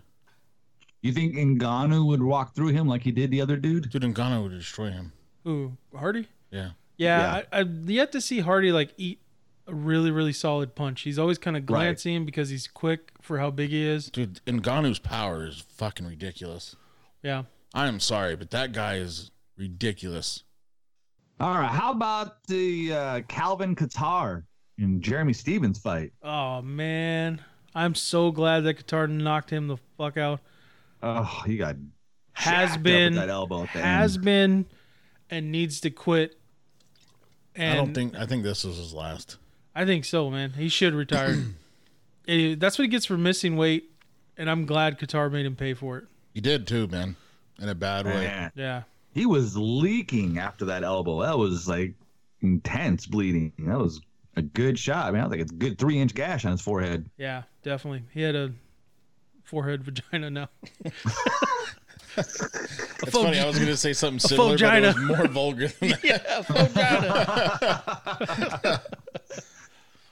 [SPEAKER 2] You think Ngannou would walk through him like he did the other dude?
[SPEAKER 3] Dude, Ngannou would destroy him.
[SPEAKER 4] Ooh, Hardy.
[SPEAKER 3] Yeah.
[SPEAKER 4] Yeah,
[SPEAKER 2] Yeah.
[SPEAKER 4] I, I've yet to see Hardy like eat a really, really solid punch. He's always kind of
[SPEAKER 2] Right.
[SPEAKER 4] glancing because he's quick for how big he is.
[SPEAKER 3] Dude, Ngannou's power is fucking ridiculous.
[SPEAKER 4] Yeah,
[SPEAKER 3] I am sorry, but that guy is ridiculous.
[SPEAKER 2] All right. How about the uh, Calvin Qatar and Jeremy Stevens fight?
[SPEAKER 4] Oh man, I'm so glad that Qatar knocked him the fuck out. Uh,
[SPEAKER 2] Oh, he got jacked
[SPEAKER 4] Has
[SPEAKER 2] up with
[SPEAKER 4] been,
[SPEAKER 2] that elbow at the
[SPEAKER 4] has
[SPEAKER 2] end.
[SPEAKER 4] been, and needs to quit. And
[SPEAKER 3] I don't think I think this is his last.
[SPEAKER 4] I think so, man. He should retire.
[SPEAKER 3] [CLEARS THROAT]
[SPEAKER 4] Eh, that's what he gets for missing weight, and I'm glad Qatar made him pay for it.
[SPEAKER 3] He did too, man. In a bad way.
[SPEAKER 2] Man,
[SPEAKER 4] Yeah,
[SPEAKER 2] he was leaking after that elbow. That was like intense bleeding. That was a good shot. I mean, I think it's a good three inch gash on his forehead.
[SPEAKER 4] yeah, definitely. He had a forehead [LAUGHS] vagina now.
[SPEAKER 3] It's funny, I was gonna say something similar, but
[SPEAKER 4] vagina.
[SPEAKER 3] it was more vulgar than that.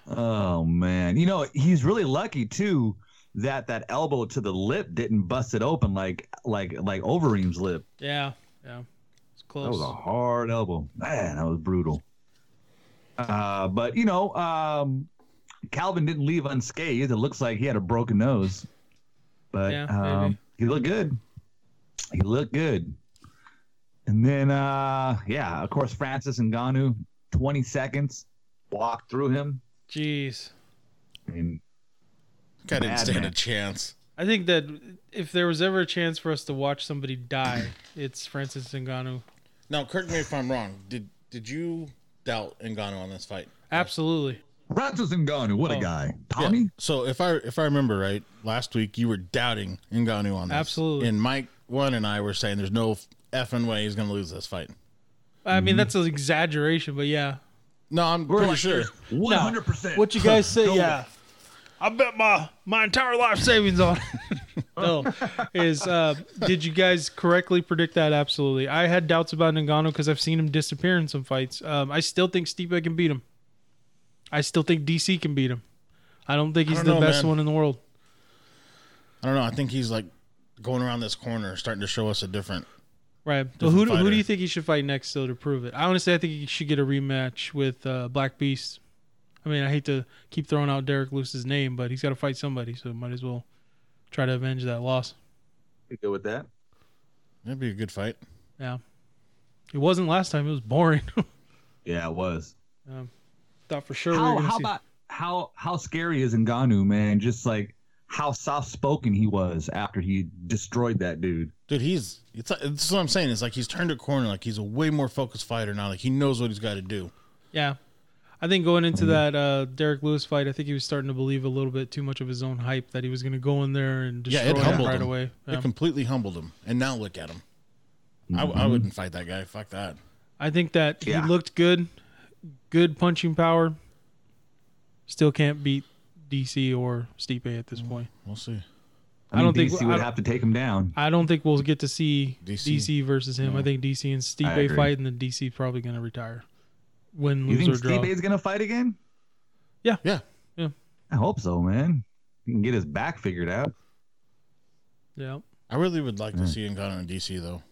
[SPEAKER 2] Oh man, you know he's really lucky too that that elbow to the lip didn't bust it open like like like Overeem's lip.
[SPEAKER 4] Yeah, yeah, it's
[SPEAKER 2] That
[SPEAKER 4] close.
[SPEAKER 2] was a hard elbow. Man, that was brutal. Uh, but you know, um, Calvin didn't leave unscathed. It looks like he had a broken nose, but
[SPEAKER 4] Yeah, maybe.
[SPEAKER 2] um, he looked good. He looked good. And then, uh, yeah, of course, Francis Ngannou, 20 seconds, walked through him.
[SPEAKER 4] Jeez,
[SPEAKER 2] And
[SPEAKER 3] Guy
[SPEAKER 2] [LAUGHS]
[SPEAKER 3] didn't
[SPEAKER 2] Bad
[SPEAKER 3] stand a
[SPEAKER 2] man.
[SPEAKER 3] chance.
[SPEAKER 4] I think that if there was ever a chance for us to watch somebody die, it's Francis Ngannou.
[SPEAKER 3] Now correct me if I'm wrong. Did did you doubt Ngannou on this fight?
[SPEAKER 4] Absolutely.
[SPEAKER 2] Francis Ngannou, what
[SPEAKER 4] Oh.
[SPEAKER 2] a guy. Tommy?
[SPEAKER 3] So if I if I remember right, last week you were doubting Ngannou on this.
[SPEAKER 4] Absolutely.
[SPEAKER 3] And Mike one and I were saying there's no effing way he's gonna lose this fight.
[SPEAKER 4] I
[SPEAKER 2] Mm-hmm.
[SPEAKER 4] mean, that's an exaggeration, but yeah.
[SPEAKER 3] No, I'm pretty sure.
[SPEAKER 5] 100%.
[SPEAKER 4] What you guys say? yeah. I bet my my entire life savings on it. [LAUGHS] no, is uh, did you guys correctly predict that? Absolutely. I had doubts about Ngannou because I've seen him disappear in some fights. Um, I still think Stipe can beat him. I still think DC can beat him. I don't think he's
[SPEAKER 3] don't
[SPEAKER 4] the
[SPEAKER 3] know,
[SPEAKER 4] best
[SPEAKER 3] man.
[SPEAKER 4] one in the world.
[SPEAKER 3] I don't know. I think he's like going around this corner, starting to show us a different.
[SPEAKER 4] Right. So who, do-
[SPEAKER 3] Different
[SPEAKER 4] who do
[SPEAKER 3] fighter.
[SPEAKER 4] you think he should fight next still to prove it? I honestly I think he should get a rematch with uh, Black Beast. I mean, I hate to keep throwing out Derek Lewis's name, but he's got to fight somebody, so might as well try to avenge that loss.
[SPEAKER 2] You good with that?
[SPEAKER 3] That'd be a good fight.
[SPEAKER 4] Yeah. It wasn't last time. It was boring. [LAUGHS]
[SPEAKER 2] Yeah, it was.
[SPEAKER 4] Thought for sure we were
[SPEAKER 2] How
[SPEAKER 4] going to
[SPEAKER 2] how
[SPEAKER 4] see.
[SPEAKER 2] about how how scary is Ngannou, man? Just like how soft spoken he was after he destroyed that dude.
[SPEAKER 3] Dude, he's it's like, this is what I'm saying. It's like he's turned a corner. Like he's a way more focused fighter now. Like he knows what he's got to do.
[SPEAKER 4] Yeah. I think going into that uh, Derek Lewis fight, I think he was starting to believe a little bit too much of his own hype that he was going to go in there and
[SPEAKER 3] Yeah,
[SPEAKER 4] destroy
[SPEAKER 3] it
[SPEAKER 4] him
[SPEAKER 3] humbled
[SPEAKER 4] right
[SPEAKER 3] him.
[SPEAKER 4] away. Yeah.
[SPEAKER 3] It completely humbled him. And now look at him. I,
[SPEAKER 2] Mm-hmm.
[SPEAKER 3] I wouldn't fight that guy. Fuck that.
[SPEAKER 4] I think that
[SPEAKER 2] Yeah.
[SPEAKER 4] he looked good, good punching power. Still can't beat DC or Stipe at this point.
[SPEAKER 3] We'll see.
[SPEAKER 2] I,
[SPEAKER 4] I
[SPEAKER 2] mean,
[SPEAKER 4] don't think-
[SPEAKER 2] DC would
[SPEAKER 4] I-
[SPEAKER 2] have to take him down.
[SPEAKER 4] I don't think we'll get to see DC,
[SPEAKER 3] DC.
[SPEAKER 4] versus him. I think DC and
[SPEAKER 2] I agree.
[SPEAKER 4] Stipe fight, and then DC probably going to retire. Win,
[SPEAKER 2] You
[SPEAKER 4] lose,
[SPEAKER 2] think
[SPEAKER 4] or draw.
[SPEAKER 2] Steve is gonna fight again?
[SPEAKER 3] Yeah.
[SPEAKER 2] I hope so, man. He can get his back figured out.
[SPEAKER 4] yeah,
[SPEAKER 3] I really would like to see Ngannou in DC though.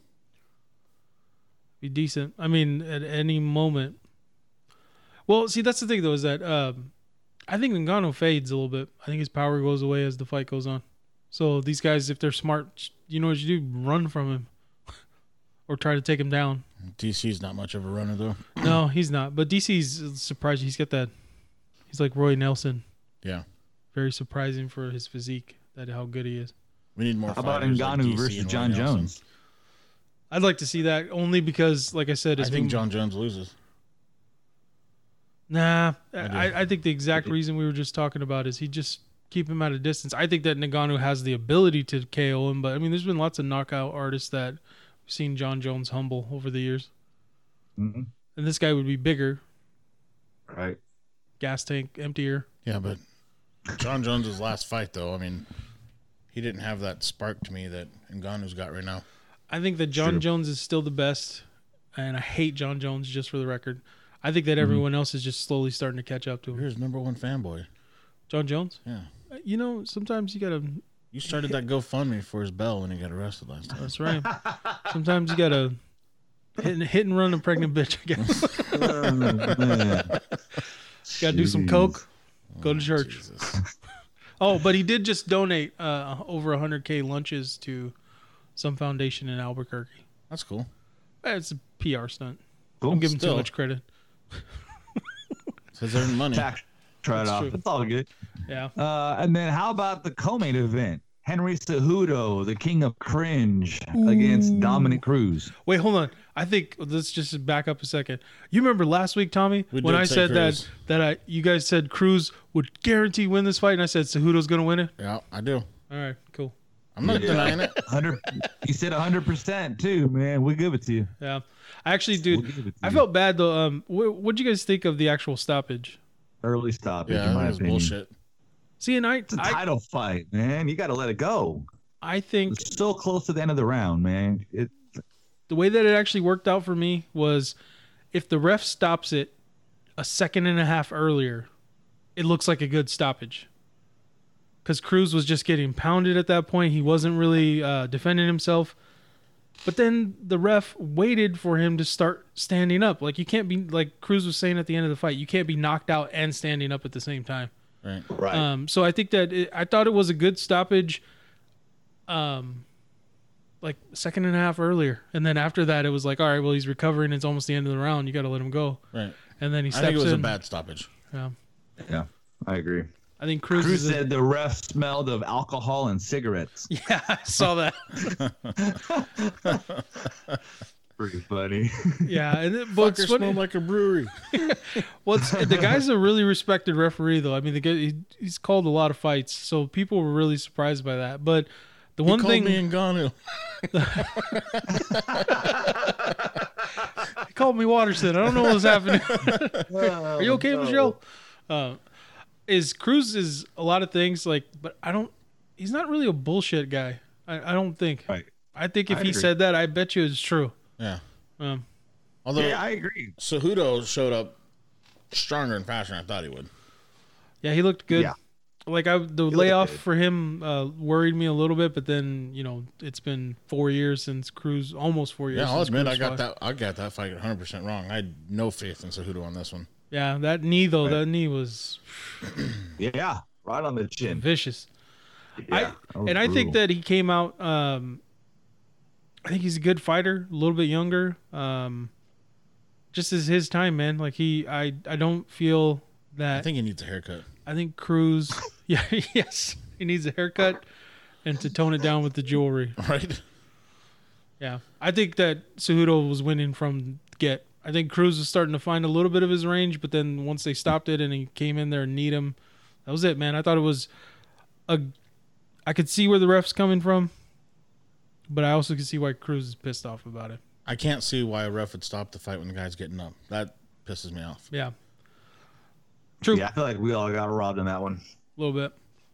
[SPEAKER 4] be decent. I mean, at any moment. Well, see, that's the thing though is that um, I think Ngannou fades a little bit. I think his power goes away as the fight goes on. So these guys, if they're smart, you know what you do: run from him, [LAUGHS] or try to take him down. [CLEARS THROAT]
[SPEAKER 3] DC's not much of a runner though.
[SPEAKER 4] No, he's not. But DC's surprising. He's got that. He's like Roy Nelson.
[SPEAKER 3] Yeah.
[SPEAKER 4] Very surprising for his physique. That how good he is.
[SPEAKER 3] We need more.
[SPEAKER 2] How about
[SPEAKER 3] fighters like
[SPEAKER 2] Ngannou
[SPEAKER 3] DC
[SPEAKER 2] versus
[SPEAKER 3] and Roy
[SPEAKER 2] John
[SPEAKER 3] Nelson.
[SPEAKER 2] Jones?
[SPEAKER 4] I'd like to see that only because, like I said,
[SPEAKER 3] I
[SPEAKER 4] his
[SPEAKER 3] think
[SPEAKER 4] mov-
[SPEAKER 3] John Jones loses.
[SPEAKER 4] Nah, I,
[SPEAKER 3] do.
[SPEAKER 4] I, I think the exact reason we were just talking about is he just keep him at a distance. I think that Nagano has the ability to KO him, but I mean, there's been lots of knockout artists that we've seen John Jones humble over the years,
[SPEAKER 2] hmm
[SPEAKER 4] and this guy would be bigger,
[SPEAKER 3] [LAUGHS]
[SPEAKER 2] Right.
[SPEAKER 4] gas tank, emptier.
[SPEAKER 3] Yeah, but John Jones's last fight though. I mean, he didn't have that spark to me that Ngannou's got right now.
[SPEAKER 4] I think that John
[SPEAKER 2] Sure.
[SPEAKER 4] Jones is still the best, and I hate John Jones just for the record. I think that
[SPEAKER 3] Mm-hmm.
[SPEAKER 4] everyone else is just slowly starting to catch up to him.
[SPEAKER 3] Here's number one fanboy.
[SPEAKER 4] John Jones, Uh,
[SPEAKER 3] Yeah.
[SPEAKER 4] you know, sometimes you gotta.
[SPEAKER 3] You started that GoFundMe for his bell when he got arrested last time.
[SPEAKER 4] That's right. uh, sometimes
[SPEAKER 3] [LAUGHS]
[SPEAKER 4] you gotta hit, and- hit and run a pregnant bitch. I guess.
[SPEAKER 2] Oh, [LAUGHS] man.
[SPEAKER 4] Got to do some
[SPEAKER 2] Jeez.
[SPEAKER 4] coke. Go to church.
[SPEAKER 3] Jesus.
[SPEAKER 4] Oh, but he did just donate uh, over 100k lunches to some foundation in Albuquerque.
[SPEAKER 3] That's cool.
[SPEAKER 4] Eh, It's a PR stunt.
[SPEAKER 2] Cool.
[SPEAKER 4] Don't give him too
[SPEAKER 3] Still.
[SPEAKER 4] much credit.
[SPEAKER 3] Says earned money.
[SPEAKER 2] Tax trade off.
[SPEAKER 4] true.
[SPEAKER 2] It's all good.
[SPEAKER 4] Yeah,
[SPEAKER 2] Uh, and then how about the co-main event? Henry Cejudo, the king of cringe, against Dominic Cruz.
[SPEAKER 4] Wait, hold on. I think let's just back up a second. You remember last week, Tommy,
[SPEAKER 3] We
[SPEAKER 4] when
[SPEAKER 3] did
[SPEAKER 4] I
[SPEAKER 3] say
[SPEAKER 4] said
[SPEAKER 3] Cruz.
[SPEAKER 4] that that I you guys said Cruz would guarantee win this fight, and I said Cejudo's gonna win it.
[SPEAKER 3] Yeah, I do.
[SPEAKER 4] All right, cool.
[SPEAKER 3] I'm not denying
[SPEAKER 4] [LAUGHS]
[SPEAKER 3] it.
[SPEAKER 2] Hundred. he said hundred percent too, man. We give it to you.
[SPEAKER 4] Yeah, I actually,
[SPEAKER 2] We'll
[SPEAKER 4] dude,
[SPEAKER 2] give it to
[SPEAKER 4] I
[SPEAKER 2] you.
[SPEAKER 4] felt bad though. Um, what what'd you guys think of the actual stoppage?
[SPEAKER 2] Early stoppage,
[SPEAKER 3] Yeah,
[SPEAKER 2] in
[SPEAKER 3] that
[SPEAKER 2] my
[SPEAKER 3] was
[SPEAKER 2] opinion.
[SPEAKER 3] bullshit.
[SPEAKER 4] See, and I,
[SPEAKER 2] It's a
[SPEAKER 4] I,
[SPEAKER 2] title fight, man. You got to let it go.
[SPEAKER 4] I think
[SPEAKER 2] It's so close to the end of the round, man. It,
[SPEAKER 4] the way that it actually worked out for me was if the ref stops it a second and a half earlier, it looks like a good stoppage. Because Cruz was just getting pounded at that point. He wasn't really uh, defending himself. But then the ref waited for him to start standing up. Like, you can't be, like Cruz was saying at the end of the fight, you can't be knocked out and standing up at the same time.
[SPEAKER 3] Right.
[SPEAKER 2] right.
[SPEAKER 4] Um, so I think that it, I thought it was a good stoppage, um, like second and a half earlier, and then after that it was like, all right, well he's recovering. It's almost the end of the round. You got to let him go.
[SPEAKER 3] Right.
[SPEAKER 4] And then he
[SPEAKER 3] I
[SPEAKER 4] steps
[SPEAKER 3] think it was a
[SPEAKER 4] in.
[SPEAKER 3] bad stoppage.
[SPEAKER 4] yeah.
[SPEAKER 2] yeah, I agree.
[SPEAKER 4] I think Cruz,
[SPEAKER 2] Cruz
[SPEAKER 4] is a-
[SPEAKER 2] said the ref smelled of alcohol and cigarettes.
[SPEAKER 4] [LAUGHS] yeah, I saw that.
[SPEAKER 2] Pretty funny.
[SPEAKER 4] Yeah, and it, but
[SPEAKER 3] Fucker
[SPEAKER 4] it's funny-
[SPEAKER 3] smelled like a brewery.
[SPEAKER 4] well, it's, the guy's a really respected referee, though. I mean, the guy he, he's called a lot of fights, so people were really surprised by that. But the one
[SPEAKER 3] One called me
[SPEAKER 4] thing
[SPEAKER 3] Ngannou.
[SPEAKER 4] he called me Waterson. I don't know what was happening. Are you okay, Michelle? Uh, is Cruz is a lot of things like, but I don't. He's not really a bullshit guy. I, I don't think.
[SPEAKER 2] [LAUGHS] Right.
[SPEAKER 4] I think if
[SPEAKER 2] I
[SPEAKER 4] he
[SPEAKER 2] agree.
[SPEAKER 4] said that, I bet you it's true.
[SPEAKER 3] Yeah.
[SPEAKER 4] Um,
[SPEAKER 3] Although
[SPEAKER 2] Yeah, I agree.
[SPEAKER 3] Cejudo showed up stronger and faster than I thought he would.
[SPEAKER 4] Yeah, he looked good.
[SPEAKER 2] Yeah.
[SPEAKER 4] Like I, the
[SPEAKER 2] looked
[SPEAKER 4] layoff
[SPEAKER 2] good.
[SPEAKER 4] for him uh, worried me a little bit, but then you know it's been four years since Cruz, almost four years.
[SPEAKER 3] Yeah, I'll
[SPEAKER 4] since
[SPEAKER 3] admit I
[SPEAKER 4] Cruz
[SPEAKER 3] got
[SPEAKER 4] fought.
[SPEAKER 3] that. I got that fight 100 percent wrong. I had no faith in Cejudo on this one.
[SPEAKER 4] Yeah, that knee though, that knee was
[SPEAKER 2] Yeah, right on the chin.
[SPEAKER 4] vicious.
[SPEAKER 2] Yeah,
[SPEAKER 4] I-
[SPEAKER 2] that was
[SPEAKER 4] and I
[SPEAKER 2] brutal.
[SPEAKER 4] think that he came out. Um, I think he's a good fighter, a little bit younger. Um, just as his time, man. Like he, I, I don't feel that.
[SPEAKER 3] I think he needs a haircut. [LAUGHS]
[SPEAKER 4] I think Cruz. [LAUGHS] Yeah, yes, he needs a haircut and to tone it down with the jewelry.
[SPEAKER 3] Right?
[SPEAKER 4] Yeah, I think that Cejudo was winning from get. I think Cruz was starting to find a little bit of his range, but then once they stopped it and he came in there and need him, that was it, man. I thought it was a. I could see where the refs coming from, but I also could see why Cruz is pissed off about it.
[SPEAKER 3] I can't see why a ref would stop the fight when the guy's getting up. That pisses me off.
[SPEAKER 4] Yeah, that-
[SPEAKER 2] Yeah, I feel like we all got robbed in that one.
[SPEAKER 4] a little bit.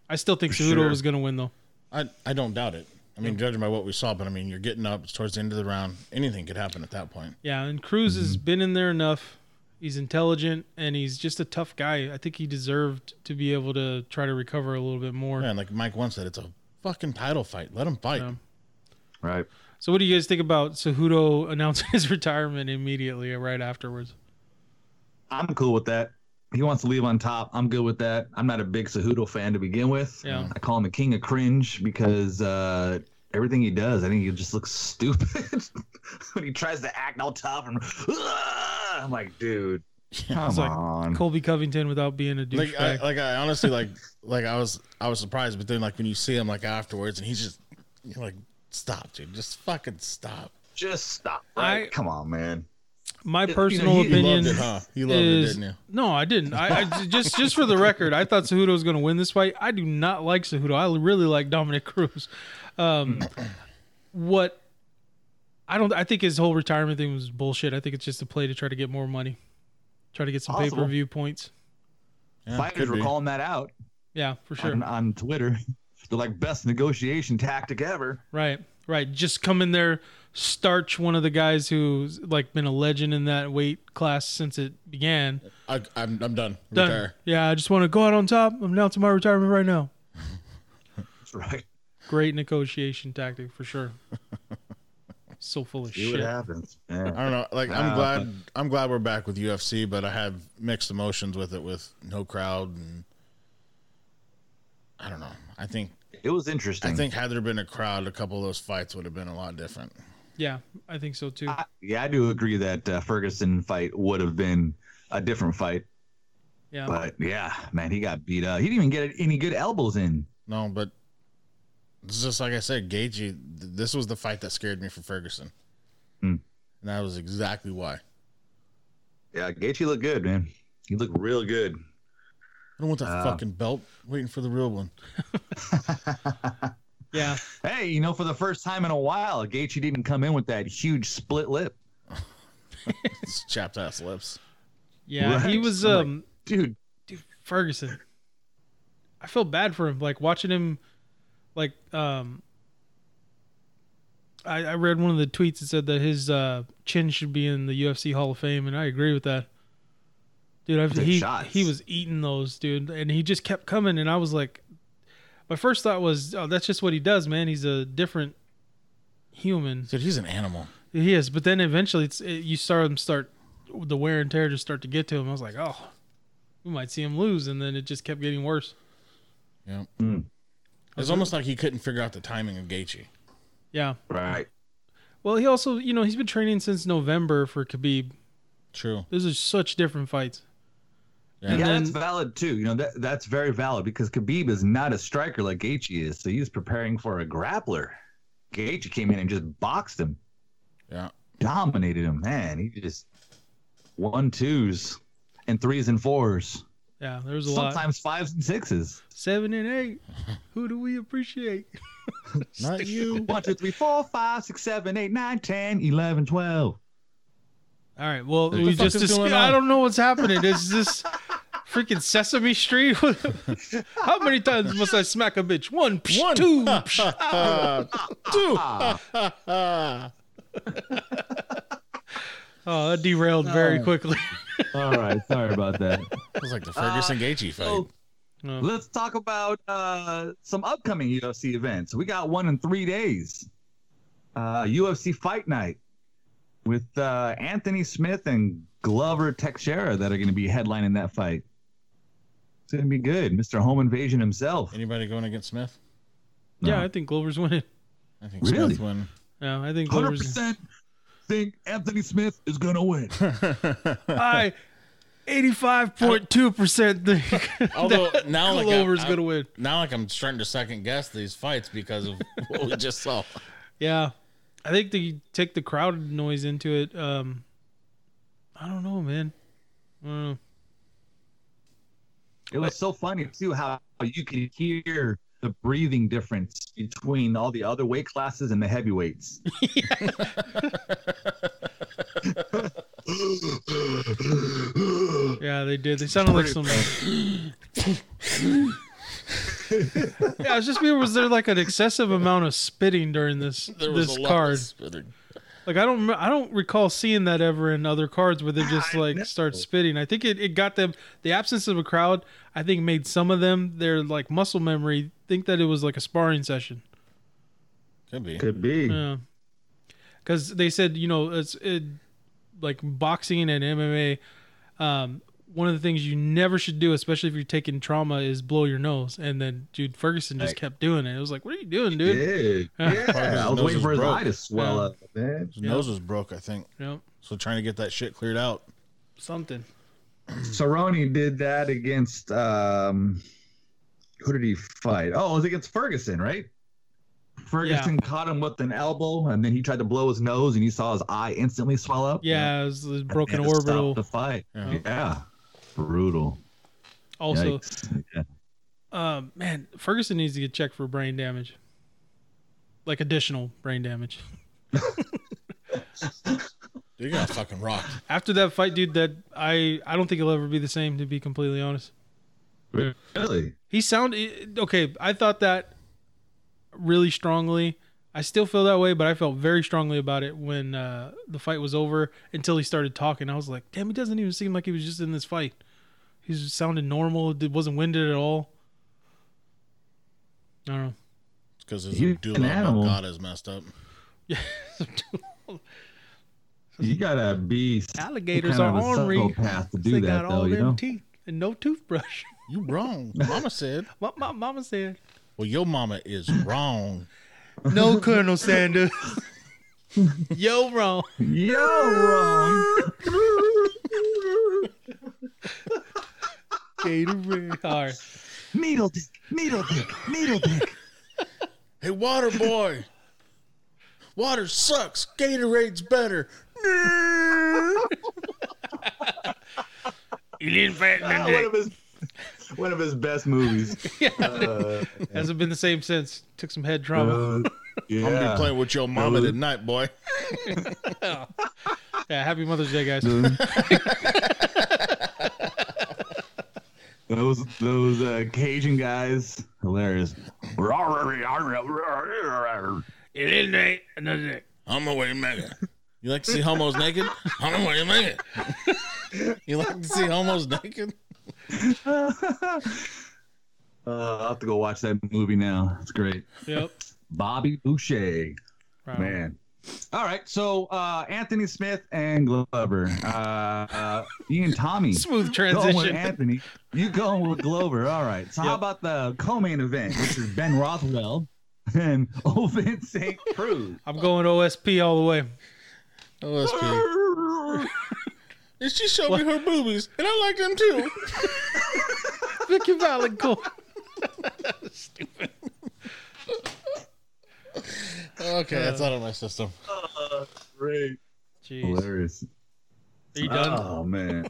[SPEAKER 4] I still think
[SPEAKER 2] For
[SPEAKER 4] Cejudo
[SPEAKER 2] sure.
[SPEAKER 4] was gonna win though.
[SPEAKER 3] I I don't doubt it. I mean, judging by what we saw, but I mean, you're getting up. It's towards the end of the round. Anything could happen at that point.
[SPEAKER 4] Yeah, and Cruz
[SPEAKER 2] Mm-hmm.
[SPEAKER 4] has been in there enough. He's intelligent and he's just a tough guy. I think he deserved to be able to try to recover a little bit more.
[SPEAKER 3] Man, like Mike once said, it's a fucking title fight. Let him fight.
[SPEAKER 4] Yeah.
[SPEAKER 2] Right.
[SPEAKER 4] So, what do you guys think about Cejudo [LAUGHS] announcing his retirement immediately or right afterwards?
[SPEAKER 2] I'm cool with that. He wants to leave on top. I'm good with that. I'm not a big Cejudo fan to begin with.
[SPEAKER 4] Yeah.
[SPEAKER 2] I call him the king of cringe because uh, everything he does, I think he just looks [LAUGHS] stupid when he tries to act all tough. And "Ugh!" I'm like,
[SPEAKER 4] [LAUGHS]
[SPEAKER 2] dude, come
[SPEAKER 4] It's like
[SPEAKER 2] on.
[SPEAKER 4] Colby Covington without being a
[SPEAKER 3] Like
[SPEAKER 4] douchebag.
[SPEAKER 3] I, uh, like I honestly
[SPEAKER 4] [LAUGHS]
[SPEAKER 3] like like I was I was surprised, but then like when you see him like afterwards, and he's just you're like, stop, dude, just fucking stop.
[SPEAKER 2] Just stop. Right?
[SPEAKER 4] I-
[SPEAKER 2] come on, man.
[SPEAKER 4] My
[SPEAKER 2] know,
[SPEAKER 4] personal
[SPEAKER 2] he- he
[SPEAKER 3] You
[SPEAKER 4] opinion
[SPEAKER 3] loved it, huh? You loved
[SPEAKER 4] is
[SPEAKER 3] it, didn't you?
[SPEAKER 4] no, I didn't. I, I just just for the record, I thought Cejudo was going to win this fight. I do not like Cejudo. I really like Dominic Cruz. Um, what I don't, I think his whole retirement thing was bullshit. I think it's just a play to try to get more money, try to get some pay
[SPEAKER 2] Possible.
[SPEAKER 4] per view points.
[SPEAKER 3] Yeah,
[SPEAKER 2] Fighters
[SPEAKER 3] could
[SPEAKER 2] were
[SPEAKER 3] be.
[SPEAKER 2] calling that out
[SPEAKER 4] Yeah, for sure.
[SPEAKER 2] on, on Twitter. [LAUGHS] They're like, best negotiation tactic ever. [LAUGHS]
[SPEAKER 4] Right, right. Just come in there, starch one of the guys who's like been a legend in that weight class since it began.
[SPEAKER 3] I, I'm I'm done.
[SPEAKER 4] Done.
[SPEAKER 3] Retire.
[SPEAKER 4] Yeah, I just want to go out on top. I'm announcing my retirement right now.
[SPEAKER 2] That's right.
[SPEAKER 4] Great negotiation tactic for sure. [LAUGHS] so full of
[SPEAKER 2] See
[SPEAKER 4] shit.
[SPEAKER 2] what happens. Yeah.
[SPEAKER 3] I don't know. Like I'm
[SPEAKER 2] Nah,
[SPEAKER 3] glad I'm glad we're back with UFC, but I have mixed emotions with it with no crowd and I don't know. I think
[SPEAKER 2] It was interesting.
[SPEAKER 3] I think had there been a crowd, a couple of those fights would have been a lot different.
[SPEAKER 4] Yeah, I think so too.
[SPEAKER 2] I, yeah, I do agree that uh, Ferguson fight would have been a different fight,
[SPEAKER 4] Yeah,
[SPEAKER 2] but yeah, man, he got beat up. He didn't even get any good elbows in.
[SPEAKER 3] No, but it's just like I said, Gaethje. th- This was the fight that scared me for Ferguson,
[SPEAKER 2] Hmm.
[SPEAKER 3] and that was exactly why. I
[SPEAKER 2] Yeah, Gaethje looked good, man. He looked real good.
[SPEAKER 3] don't want that
[SPEAKER 2] Ah.
[SPEAKER 3] fucking belt. Waiting for the real one.
[SPEAKER 4] yeah,
[SPEAKER 2] Hey, you know, for the first time in a while, Gaethje didn't come in with that huge split lip,
[SPEAKER 3] It's [LAUGHS] chapped ass lips.
[SPEAKER 4] yeah. He
[SPEAKER 2] Right.
[SPEAKER 4] was
[SPEAKER 2] I'm like-
[SPEAKER 4] um
[SPEAKER 2] dude.
[SPEAKER 4] Ferguson. I feel bad for him. Like watching him, like um. I, I read one of the tweets that said that his uh, chin should be in the UFC Hall of Fame, and I agree with that. Dude, I've,
[SPEAKER 2] Good
[SPEAKER 4] he
[SPEAKER 2] shots.
[SPEAKER 4] he was eating those, dude, and he just kept coming, and I was like, my first thought was, oh, that's just what he does, man. He's a different human.
[SPEAKER 3] Dude, he's an animal.
[SPEAKER 4] He is, but then eventually it's it, you saw him start the wear and tear just start to get to him. I was like, oh, we might see him lose, and then it just kept getting worse.
[SPEAKER 3] Yeah.
[SPEAKER 2] Hmm.
[SPEAKER 3] It's almost like he couldn't figure out the timing of Gaethje.
[SPEAKER 4] Yeah.
[SPEAKER 2] Right.
[SPEAKER 4] Well, he also, you know, he's been training since November for Khabib.
[SPEAKER 3] True.
[SPEAKER 4] Those are such different fights.
[SPEAKER 3] Yeah.
[SPEAKER 2] yeah,
[SPEAKER 4] And then,
[SPEAKER 2] that's valid too. You know, that that's very valid because Khabib is not a striker like Gaethje is, so he's preparing for a grappler. Gaethje came in and just boxed him.
[SPEAKER 3] Yeah.
[SPEAKER 2] dominated him, man. He just one twos and threes and fours.
[SPEAKER 4] yeah, there was a lot.
[SPEAKER 2] Sometimes fives and sixes.
[SPEAKER 4] Seven and eight. [LAUGHS] Who do we appreciate?
[SPEAKER 3] Not you.
[SPEAKER 2] One, two, three, four, five, six, seven, eight, nine, ten, eleven, twelve.
[SPEAKER 4] All right. Well,
[SPEAKER 3] What the
[SPEAKER 4] we
[SPEAKER 3] fuck
[SPEAKER 4] just
[SPEAKER 3] is
[SPEAKER 4] dis-
[SPEAKER 3] going
[SPEAKER 4] I
[SPEAKER 3] on?
[SPEAKER 4] don't know what's happening. Is this freaking Sesame Street? [LAUGHS] How many times must I smack a bitch? One, psh,
[SPEAKER 3] One. [LAUGHS]
[SPEAKER 4] two. psh. ah.
[SPEAKER 3] Two.
[SPEAKER 2] Ah.
[SPEAKER 3] [LAUGHS]
[SPEAKER 4] Oh, that derailed very
[SPEAKER 2] Oh.
[SPEAKER 4] quickly.
[SPEAKER 2] All right, sorry about that.
[SPEAKER 3] It was like the
[SPEAKER 4] Ah.
[SPEAKER 3] Ferguson Gaethje fight.
[SPEAKER 4] Oh.
[SPEAKER 2] So
[SPEAKER 4] No.
[SPEAKER 2] let's talk about uh, some upcoming UFC events. We got one in three days. Uh, UFC Fight Night with uh, Anthony Smith and Glover Teixeira that are going to be headlining that fight. It's going to be good. Mr. Home Invasion himself.
[SPEAKER 3] Anybody going against Smith?
[SPEAKER 4] Yeah, I think Glover's winning.
[SPEAKER 3] I think
[SPEAKER 2] Really?
[SPEAKER 3] Smith won.
[SPEAKER 4] Yeah, I think
[SPEAKER 2] Hundred
[SPEAKER 4] Glover's. [LAUGHS]
[SPEAKER 2] percent think Anthony Smith is going to win.
[SPEAKER 4] I 85.2% think [LAUGHS]
[SPEAKER 3] Although now like
[SPEAKER 4] Glover's
[SPEAKER 3] I- I-
[SPEAKER 4] going to win.
[SPEAKER 3] [LAUGHS] Now like I'm starting to second guess these fights because of [LAUGHS] what we just saw.
[SPEAKER 4] Yeah. I think they take the crowd noise into it. Um, I don't know, man. I don't know.
[SPEAKER 2] It was so funny too how you could hear the breathing difference between all the other weight classes and the heavyweights.
[SPEAKER 4] Yeah, they did. They sounded [LAUGHS] like some. yeah, I was just mean, was there like an excessive amount of spitting during this
[SPEAKER 3] There was
[SPEAKER 4] this
[SPEAKER 3] a lot
[SPEAKER 4] card?
[SPEAKER 3] of spitting.
[SPEAKER 4] Like I don't rem- I don't recall seeing that ever in other cards where they
[SPEAKER 2] Ah,
[SPEAKER 4] just like start spitting. I think it, it got them the absence of a crowd. I think made some of them their like muscle memory think that it was like a sparring session.
[SPEAKER 3] Could be.
[SPEAKER 2] Could be.
[SPEAKER 4] Yeah, because they said you know it's it, like boxing and MMA. Um, one of the things you never should do, especially if you're taking trauma, is blow your nose. And then dude Ferguson just
[SPEAKER 2] Right.
[SPEAKER 4] kept doing it. It was like, what are you doing, dude?
[SPEAKER 2] Yeah, yeah. I was
[SPEAKER 3] nose
[SPEAKER 2] waiting
[SPEAKER 3] is
[SPEAKER 2] for his
[SPEAKER 3] broke.
[SPEAKER 2] eye to swell up, man.
[SPEAKER 3] His nose was broke, I think.
[SPEAKER 4] You know,
[SPEAKER 3] So trying to get that shit cleared out.
[SPEAKER 4] something.
[SPEAKER 2] Cerrone did that against um, who did he fight? Oh, it was against Ferguson, right? Ferguson caught him with an elbow, and then he tried to blow his nose, and you saw his eye instantly swell up.
[SPEAKER 4] Yeah, it was the broken
[SPEAKER 2] Had to stop
[SPEAKER 4] orbital.
[SPEAKER 2] The fight.
[SPEAKER 3] Yeah.
[SPEAKER 2] Yeah. Brutal.
[SPEAKER 4] Also,
[SPEAKER 2] Yikes. Yeah.
[SPEAKER 4] um, man, Ferguson needs to get checked for brain damage, like additional brain damage.
[SPEAKER 3] Dude, you got fucking rocked.
[SPEAKER 4] After that fight, dude, that I I don't think he'll ever be the same. To be completely honest.
[SPEAKER 2] Really?
[SPEAKER 4] He sounded okay. I thought that really strongly. I still feel that way, but I felt very strongly about it when uh, the fight was over until he started talking. I was like, damn, he doesn't even seem like he was just in this fight. He just sounded normal. It wasn't winded at all. I don't know. [LAUGHS]
[SPEAKER 3] Because his
[SPEAKER 2] He's an
[SPEAKER 3] doula
[SPEAKER 2] animal.
[SPEAKER 3] God is messed up.
[SPEAKER 2] You gotta be some
[SPEAKER 4] Alligators
[SPEAKER 2] kind of
[SPEAKER 4] are
[SPEAKER 2] a
[SPEAKER 4] ornery.
[SPEAKER 2] psychopath to
[SPEAKER 4] they
[SPEAKER 2] do
[SPEAKER 4] got
[SPEAKER 2] that,
[SPEAKER 4] all
[SPEAKER 2] though. You
[SPEAKER 4] them
[SPEAKER 2] know.
[SPEAKER 4] teeth and no toothbrush. [LAUGHS]
[SPEAKER 3] You wrong. Mama said.
[SPEAKER 4] what my mama said.
[SPEAKER 3] Well, your mama is wrong.
[SPEAKER 4] No,
[SPEAKER 2] [LAUGHS]
[SPEAKER 4] Colonel Sanders. Yo, wrong.
[SPEAKER 2] You're
[SPEAKER 4] [LAUGHS]
[SPEAKER 2] wrong.
[SPEAKER 4] Gatorade. All right.
[SPEAKER 2] needle dick, needle dick, needle dick.
[SPEAKER 3] Hey, water boy. Water sucks. Gatorade's better.
[SPEAKER 2] one of his, one of his best movies. Uh,
[SPEAKER 4] [LAUGHS] Hasn't been the same since. Took some head trauma.
[SPEAKER 2] uh,
[SPEAKER 3] I'm gonna be
[SPEAKER 2] yeah.
[SPEAKER 3] playing with your mama
[SPEAKER 2] Dude.
[SPEAKER 3] tonight, boy.
[SPEAKER 4] yeah, happy Mother's Day, guys.
[SPEAKER 2] those those uh, Cajun guys, hilarious. [LAUGHS] Uh,
[SPEAKER 4] It is Nate. Another day.
[SPEAKER 3] I'm gonna wait a minute. You like to see homos naked? I'm gonna wait a minute. You like to see homos naked?
[SPEAKER 2] uh, I'll have to go watch that movie now. It's great.
[SPEAKER 4] [LAUGHS] Yep.
[SPEAKER 2] Bobby Boucher.
[SPEAKER 4] Right.
[SPEAKER 2] Man. All right. So uh, Anthony Smith and Glover. Uh, uh, Ian Tommy.
[SPEAKER 4] Smooth
[SPEAKER 2] Going with
[SPEAKER 4] transition.
[SPEAKER 2] Anthony. You going with Glover. All right. So how about the co-main event, which is Ben Rothwell and [LAUGHS] Ovid St. Cruz.
[SPEAKER 4] I'm going OSP all the way.
[SPEAKER 3] OSP. Oh, And she showed me her boobies, and I like them too.
[SPEAKER 4] Vicky Valid Cole.
[SPEAKER 3] Okay,
[SPEAKER 2] Uh.
[SPEAKER 3] that's out of my system.
[SPEAKER 2] Great.
[SPEAKER 4] Jeez.
[SPEAKER 2] Hilarious.
[SPEAKER 4] Are you done?
[SPEAKER 2] Oh man.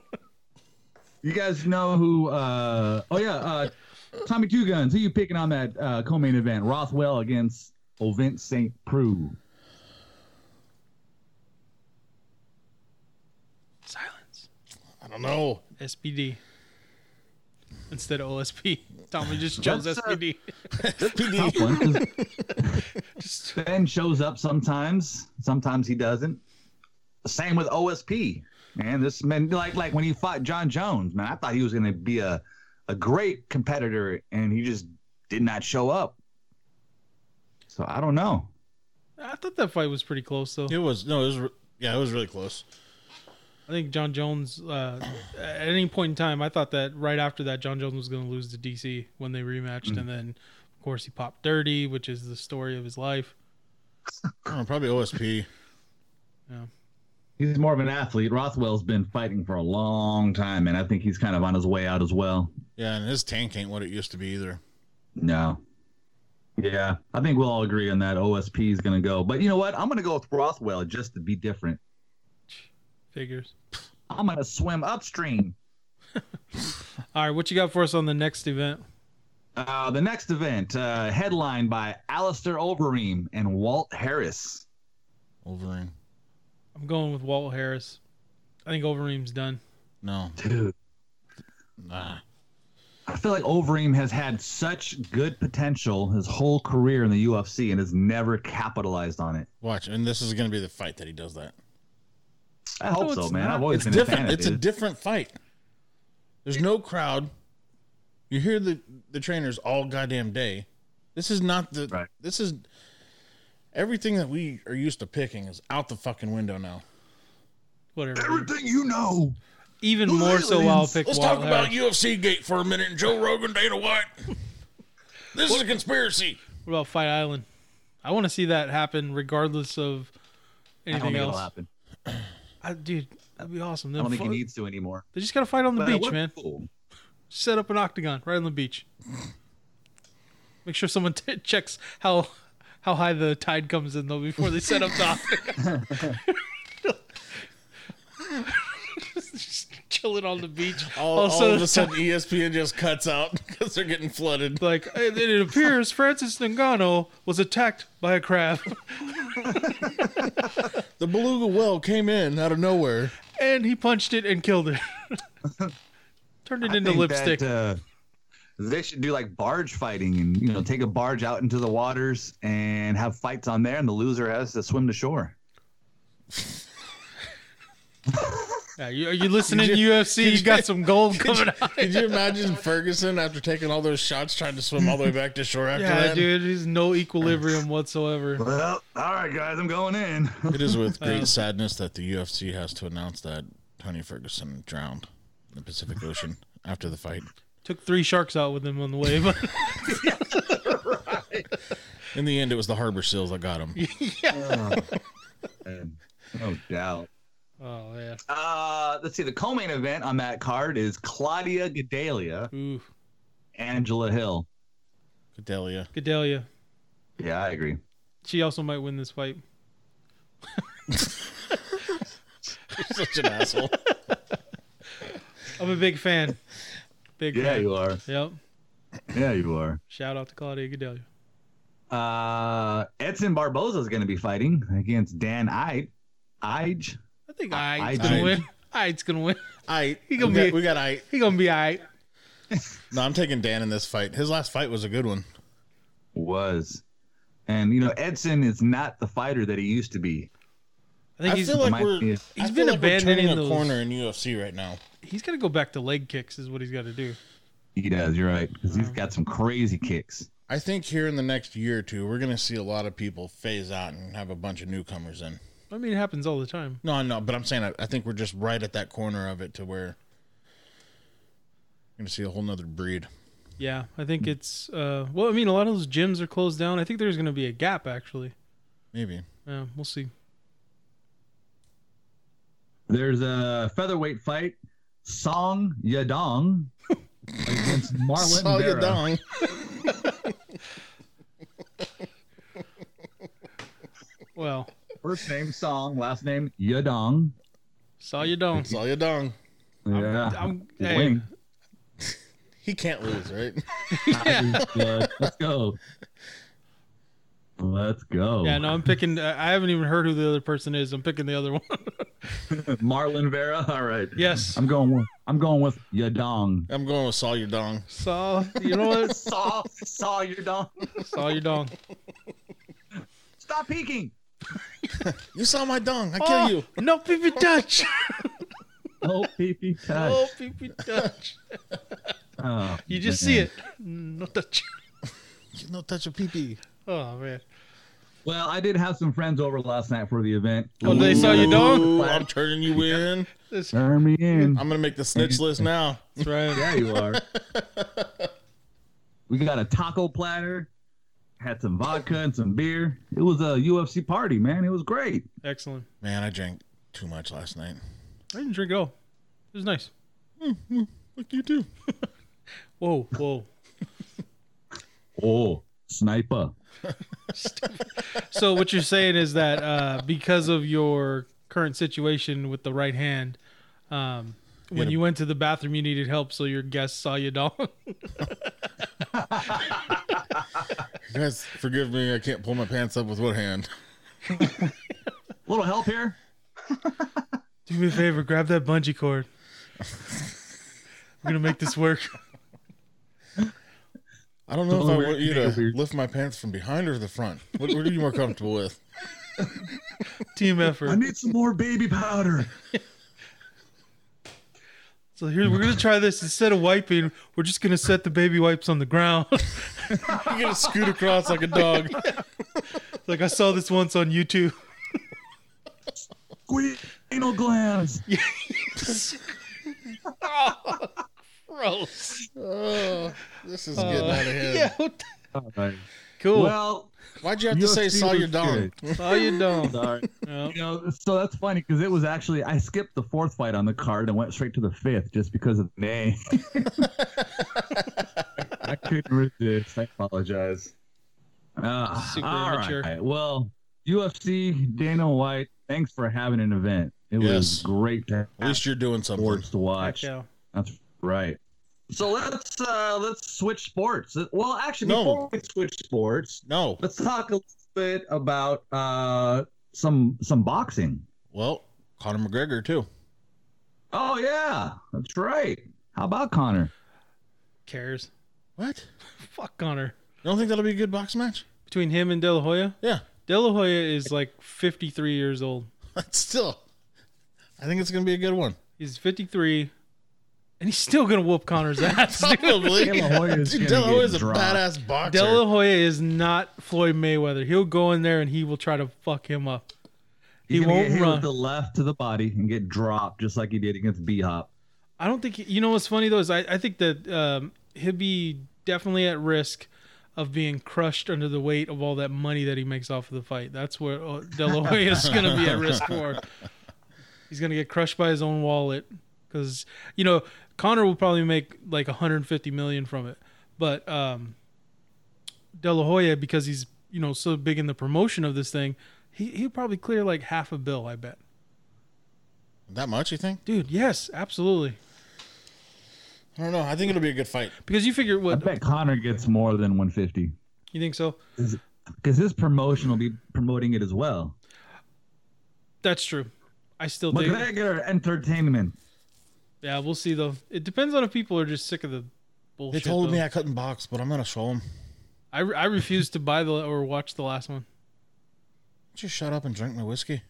[SPEAKER 2] you guys know who uh oh yeah, uh Tommy Two Guns, who you picking on that uh co main event? Rothwell against Ovent St. Preux.
[SPEAKER 4] Silence.
[SPEAKER 3] I don't know.
[SPEAKER 4] SPD. Instead of OSP. Tommy just chose
[SPEAKER 2] That's, uh,
[SPEAKER 4] SPD.
[SPEAKER 2] Tough one, 'cause [LAUGHS] ben shows up sometimes, sometimes he doesn't. Same with OSP. man. This man, like like when he fought John Jones, man, I thought he was going to be a a great competitor, and he just did not show up. So I don't know.
[SPEAKER 4] I thought that fight was pretty close though.
[SPEAKER 3] It was no, it was re- yeah, it was really close.
[SPEAKER 4] I think John Jones. Uh, at any point in time, I thought that right after that, John Jones was going to lose to DC when they rematched,
[SPEAKER 2] Mm-hmm.
[SPEAKER 4] and then of course he popped dirty, which is the story of his life.
[SPEAKER 3] I don't know, Uh, probably OSP.
[SPEAKER 2] He's more of an athlete. Rothwell's been fighting for a long time, and I think he's kind of on his way out as well.
[SPEAKER 3] Yeah, and his tank ain't what it used to be either.
[SPEAKER 2] No. Yeah, I think we'll all agree on that. OSP is going to go, but you know what? I'm going to go with Rothwell just to be different.
[SPEAKER 4] Figures.
[SPEAKER 2] I'm going to swim upstream.
[SPEAKER 4] All right, what you got for us on the next event?
[SPEAKER 2] Uh, the next event, uh, headlined by Alistair Overeem and Walt Harris.
[SPEAKER 3] Wolverine.
[SPEAKER 4] I'm going with Walt Harris. I think Overeem's done.
[SPEAKER 3] No.
[SPEAKER 2] Dude,
[SPEAKER 3] Nah.
[SPEAKER 2] I feel like Overeem has had such good potential his whole career in the UFC and has never capitalized on it.
[SPEAKER 3] Watch, and this is gonna be the fight that he does that.
[SPEAKER 2] I hope
[SPEAKER 4] No,
[SPEAKER 2] so,
[SPEAKER 4] it's
[SPEAKER 2] man.
[SPEAKER 4] not.
[SPEAKER 2] I've always been
[SPEAKER 3] It's
[SPEAKER 2] a fan
[SPEAKER 3] different.
[SPEAKER 2] of
[SPEAKER 3] It's a
[SPEAKER 2] dude.
[SPEAKER 3] different fight. There's no crowd. You hear the the trainers all goddamn day. This is not the.
[SPEAKER 2] Right.
[SPEAKER 3] This is everything that we are used to picking is out the fucking window now.
[SPEAKER 4] Whatever. dude.
[SPEAKER 5] Everything you know.
[SPEAKER 4] Even more so, I'll pick
[SPEAKER 3] Let's
[SPEAKER 4] Walt
[SPEAKER 3] talk about
[SPEAKER 4] Harris.
[SPEAKER 3] UFC Gate for a minute and Joe Rogan, Dana White. This is a conspiracy.
[SPEAKER 4] What about Fight Island? I want to see that happen, regardless of
[SPEAKER 2] I don't
[SPEAKER 4] anything
[SPEAKER 2] think it'll
[SPEAKER 4] else.
[SPEAKER 2] happen.
[SPEAKER 4] I, dude, that'd be awesome.
[SPEAKER 2] I don't think
[SPEAKER 4] Them
[SPEAKER 2] he
[SPEAKER 4] fu-
[SPEAKER 2] needs to anymore.
[SPEAKER 4] They just got to fight on the
[SPEAKER 2] But it
[SPEAKER 4] beach,
[SPEAKER 2] would be
[SPEAKER 4] man.
[SPEAKER 2] cool.
[SPEAKER 4] set up an octagon right on the beach. Make sure someone [LAUGHS] t- checks how how high the tide comes in though before they set up the octagon. [LAUGHS] just chilling on the beach.
[SPEAKER 3] All,
[SPEAKER 4] All of a
[SPEAKER 3] all of a
[SPEAKER 4] sudden-
[SPEAKER 3] sudden, E ESPN just cuts out [LAUGHS] because they're getting flooded.
[SPEAKER 4] Like it, it appears Francis Ngannou was attacked by a crab [LAUGHS]
[SPEAKER 3] The beluga well came in out of nowhere.
[SPEAKER 4] and he punched it and killed it. [LAUGHS] Turned it
[SPEAKER 2] I
[SPEAKER 4] into
[SPEAKER 2] think
[SPEAKER 4] lipstick.
[SPEAKER 2] That, uh, they should do like barge fighting and you know take a barge out into the waters and have fights on there, and the loser has to swim to shore.
[SPEAKER 4] Yeah, you, are you
[SPEAKER 2] [LAUGHS]
[SPEAKER 4] listening to UFC? You got some gold coming out.
[SPEAKER 3] Could you imagine
[SPEAKER 4] [LAUGHS]
[SPEAKER 3] Ferguson after taking all those shots trying to swim all the way back to shore after
[SPEAKER 4] Yeah,
[SPEAKER 3] that?
[SPEAKER 4] dude, there's no equilibrium whatsoever.
[SPEAKER 2] Well, all right, guys, I'm going in.
[SPEAKER 3] It is with great sadness that the UFC has to announce that Tony Ferguson drowned in the
[SPEAKER 4] [LAUGHS]
[SPEAKER 3] Pacific Ocean after the fight.
[SPEAKER 4] Took three sharks out with him on the way,
[SPEAKER 3] [LAUGHS]
[SPEAKER 4] but
[SPEAKER 3] In the end, it was the harbor seals that got him.
[SPEAKER 2] And no doubt.
[SPEAKER 4] oh yeah,
[SPEAKER 2] Uh, let's see. The co-main event on that card is Claudia Gadelia,
[SPEAKER 4] ooh,
[SPEAKER 2] Angela Hill.
[SPEAKER 3] Delia.
[SPEAKER 4] Gedalia.
[SPEAKER 2] Yeah, I agree.
[SPEAKER 4] She also might win this fight.
[SPEAKER 3] [LAUGHS] Such an asshole.
[SPEAKER 4] I'm a big fan. Big
[SPEAKER 2] Yeah,
[SPEAKER 4] fan.
[SPEAKER 2] you are.
[SPEAKER 4] Yep.
[SPEAKER 2] Yeah, you are.
[SPEAKER 4] Shout out to Claudia Gedalia.
[SPEAKER 2] Uh, Edson Barboza is going to be fighting against Dan Ide. Ige.
[SPEAKER 4] I think
[SPEAKER 2] I-
[SPEAKER 4] Ide's
[SPEAKER 2] I-
[SPEAKER 4] gonna win. Ide's gonna win.
[SPEAKER 3] [LAUGHS]
[SPEAKER 4] [LAUGHS]
[SPEAKER 3] I we
[SPEAKER 4] He gonna
[SPEAKER 3] got,
[SPEAKER 4] be-
[SPEAKER 3] we got I.
[SPEAKER 4] He gonna be I.
[SPEAKER 3] No, I'm taking Dan in this fight. His last fight was a good one.
[SPEAKER 2] was. And you know, Edson is not the fighter that he used to be.
[SPEAKER 4] I think
[SPEAKER 3] I
[SPEAKER 4] he's
[SPEAKER 3] feel like
[SPEAKER 2] my-
[SPEAKER 3] we're
[SPEAKER 2] he's
[SPEAKER 3] I feel
[SPEAKER 4] been
[SPEAKER 3] like we're turning
[SPEAKER 4] abandoning
[SPEAKER 3] a
[SPEAKER 4] those-
[SPEAKER 3] corner in UFC right now.
[SPEAKER 4] he's gotta go back to leg kicks is what he's gotta do.
[SPEAKER 2] He does, you're right, because he's got some crazy kicks.
[SPEAKER 3] I think here in the next year or two, we're gonna see a lot of people phase out and have a bunch of newcomers in.
[SPEAKER 4] I mean, it happens all the time.
[SPEAKER 3] No, no, but I'm saying I, I think we're just right at that corner of it to where we're gonna see a whole nother breed.
[SPEAKER 4] Yeah, I
[SPEAKER 3] Hmm.
[SPEAKER 4] think it's. uh Well, I mean, a lot of those gyms are closed down. I think there's gonna be a gap actually.
[SPEAKER 3] Maybe.
[SPEAKER 4] Yeah, we'll see.
[SPEAKER 2] There's a featherweight fight, Song Yadong
[SPEAKER 4] [LAUGHS]
[SPEAKER 2] against Marlon
[SPEAKER 3] Saw you
[SPEAKER 2] Vera.
[SPEAKER 3] dong.
[SPEAKER 4] Well,
[SPEAKER 2] First name Song, last name Yadong.
[SPEAKER 4] saw
[SPEAKER 2] [LAUGHS]
[SPEAKER 4] you don't.
[SPEAKER 3] Saw you dong.
[SPEAKER 2] Yeah,
[SPEAKER 4] I'm-
[SPEAKER 2] He's
[SPEAKER 4] hey.
[SPEAKER 2] winning.
[SPEAKER 3] He can't lose, right?
[SPEAKER 4] [LAUGHS]
[SPEAKER 2] Yeah, let's go. Let's go.
[SPEAKER 4] Yeah, no, I'm picking. I I haven't even heard who the other person is. I'm picking the other one. [LAUGHS]
[SPEAKER 2] Marlon Vera. All right.
[SPEAKER 4] yes.
[SPEAKER 2] I'm going. With, I'm going with
[SPEAKER 4] [LAUGHS]
[SPEAKER 2] Yadong.
[SPEAKER 3] I'm going with saw you dong.
[SPEAKER 4] Saw. You know what?
[SPEAKER 2] Saw Saw Yadong.
[SPEAKER 4] Saw your dong.
[SPEAKER 2] Stop peeking. Ah.
[SPEAKER 3] You saw my dong. I [LAUGHS] kill you. [LAUGHS]
[SPEAKER 4] No, baby, Ah, touch. [LAUGHS]
[SPEAKER 2] Oh, pee pee touch.
[SPEAKER 4] Oh, pee pee touch.
[SPEAKER 2] Oh,
[SPEAKER 4] You just
[SPEAKER 2] man.
[SPEAKER 4] see it. No touch. [LAUGHS]
[SPEAKER 3] You no touch of pee pee.
[SPEAKER 4] Oh man.
[SPEAKER 2] Well, I did have some friends over last night for the event.
[SPEAKER 4] Oh, they saw you dog?
[SPEAKER 3] Ooh, I'm turning you in.
[SPEAKER 4] That's
[SPEAKER 2] Turn me in.
[SPEAKER 3] I'm gonna make the snitch list now.
[SPEAKER 4] right.
[SPEAKER 2] Yeah, you are. [LAUGHS] we got a taco platter, had some vodka and some beer. It was a UFC party, man. It was great.
[SPEAKER 4] Excellent.
[SPEAKER 3] Man, I drank too much last night.
[SPEAKER 4] I didn't drink at all. It was nice.
[SPEAKER 3] Look, you Mm, do. [LAUGHS]
[SPEAKER 4] Whoa, whoa.
[SPEAKER 2] Oh, sniper.
[SPEAKER 4] so what you're saying is that uh, because of your current situation with the right hand, um, when
[SPEAKER 3] Yeah.
[SPEAKER 4] you went to the bathroom, you needed help, so your guest saw you [LAUGHS] dog.
[SPEAKER 3] You guys, forgive me. I can't pull my pants up with one hand.
[SPEAKER 2] Little help here.
[SPEAKER 4] Do me a favor, grab that bungee cord. We're gonna make this work. [LAUGHS]
[SPEAKER 3] I don't know
[SPEAKER 2] Don't
[SPEAKER 3] if I
[SPEAKER 2] worry,
[SPEAKER 3] want you
[SPEAKER 2] you're
[SPEAKER 3] to
[SPEAKER 2] weird.
[SPEAKER 3] lift my pants from behind or the front. What, what are you more comfortable with?
[SPEAKER 4] Team effort.
[SPEAKER 2] I need some more baby powder.
[SPEAKER 4] So here we're gonna try this instead of wiping, we're just gonna set the baby wipes on the ground. [LAUGHS]
[SPEAKER 3] You're gonna scoot across like a dog.
[SPEAKER 4] like I saw this once on YouTube.
[SPEAKER 2] Anal glands.
[SPEAKER 4] Gross. Uh,
[SPEAKER 3] Oh, this is getting out of hand.
[SPEAKER 4] Yeah. what the-
[SPEAKER 2] All right.
[SPEAKER 4] Cool.
[SPEAKER 2] Well,
[SPEAKER 3] Why'd you have to say
[SPEAKER 2] UFC
[SPEAKER 3] saw your
[SPEAKER 2] was
[SPEAKER 3] dog?
[SPEAKER 4] saw
[SPEAKER 2] [LAUGHS]
[SPEAKER 4] you dog.
[SPEAKER 2] sorry.
[SPEAKER 4] Yeah.
[SPEAKER 2] You know, so that's funny because it was actually I skipped the fourth fight on the card and went straight to the fifth just because of the name. [LAUGHS] I couldn't resist. I apologize. Uh,
[SPEAKER 4] Super
[SPEAKER 2] all
[SPEAKER 4] immature.
[SPEAKER 2] right. Well, UFC Dana White, thanks for having an event. It was
[SPEAKER 3] Yes.
[SPEAKER 2] great to
[SPEAKER 3] At
[SPEAKER 2] have
[SPEAKER 3] least you're doing something.
[SPEAKER 2] sports to watch.
[SPEAKER 4] Heck yeah.
[SPEAKER 2] That's right. So let's uh let's switch sports. Well, actually,
[SPEAKER 3] No.
[SPEAKER 2] before we switch sports,
[SPEAKER 3] No.
[SPEAKER 2] let's talk a little bit about uh some some boxing.
[SPEAKER 3] Well, Conor McGregor too.
[SPEAKER 2] Oh yeah, that's right. How about Connor?
[SPEAKER 4] Cares.
[SPEAKER 3] What?
[SPEAKER 4] Fuck Connor.
[SPEAKER 3] You don't think that'll be a good box match?
[SPEAKER 4] Between him and De La Hoya?
[SPEAKER 3] Yeah. [LAUGHS]
[SPEAKER 4] De La Hoya is like 53 years old.
[SPEAKER 3] Still, I think it's gonna be a good one.
[SPEAKER 4] He's 53, and he's still gonna whoop Connor's [LAUGHS] ass. [LAUGHS] dude.
[SPEAKER 2] De La Hoya is
[SPEAKER 3] Dude,
[SPEAKER 2] gonna
[SPEAKER 3] De La Hoya
[SPEAKER 2] get
[SPEAKER 3] is a
[SPEAKER 2] dropped.
[SPEAKER 3] badass boxer.
[SPEAKER 4] De La Hoya is not Floyd Mayweather. He'll go in there and he will try to fuck him up. He
[SPEAKER 2] He's gonna
[SPEAKER 4] won't
[SPEAKER 2] get hit
[SPEAKER 4] run.
[SPEAKER 2] with the left to the body and get dropped just like he did against B Hop.
[SPEAKER 4] I don't think you know what's funny though is I, I think that um, he'd be definitely at risk of being crushed under the weight of all that money that he makes off of the fight. That's what uh, De La Hoya is going to be at risk for. He's going to get crushed by his own wallet because you know Connor will probably make like 150 million from it, but um, De La Hoya because he's you know so big in the promotion of this thing, he he'll probably clear like half a bill. I bet,
[SPEAKER 3] that much? You think?
[SPEAKER 4] dude. Yes, absolutely.
[SPEAKER 3] I don't know. I think it'll be a good fight.
[SPEAKER 4] Because you figure
[SPEAKER 2] I
[SPEAKER 4] what
[SPEAKER 2] bet Connor gets more than 150
[SPEAKER 4] you think so.
[SPEAKER 2] because his promotion will be promoting it as well.
[SPEAKER 4] That's true. I still think.
[SPEAKER 2] McGregor Entertainment.
[SPEAKER 4] Yeah, we'll see though. It depends on if people are just sick of the
[SPEAKER 3] They
[SPEAKER 4] bullshit.
[SPEAKER 3] told
[SPEAKER 4] though.
[SPEAKER 3] me I couldn't box, but I'm gonna show them.
[SPEAKER 4] I, re- I refused to buy the or watch the last one.
[SPEAKER 3] Just shut up and drink my whiskey.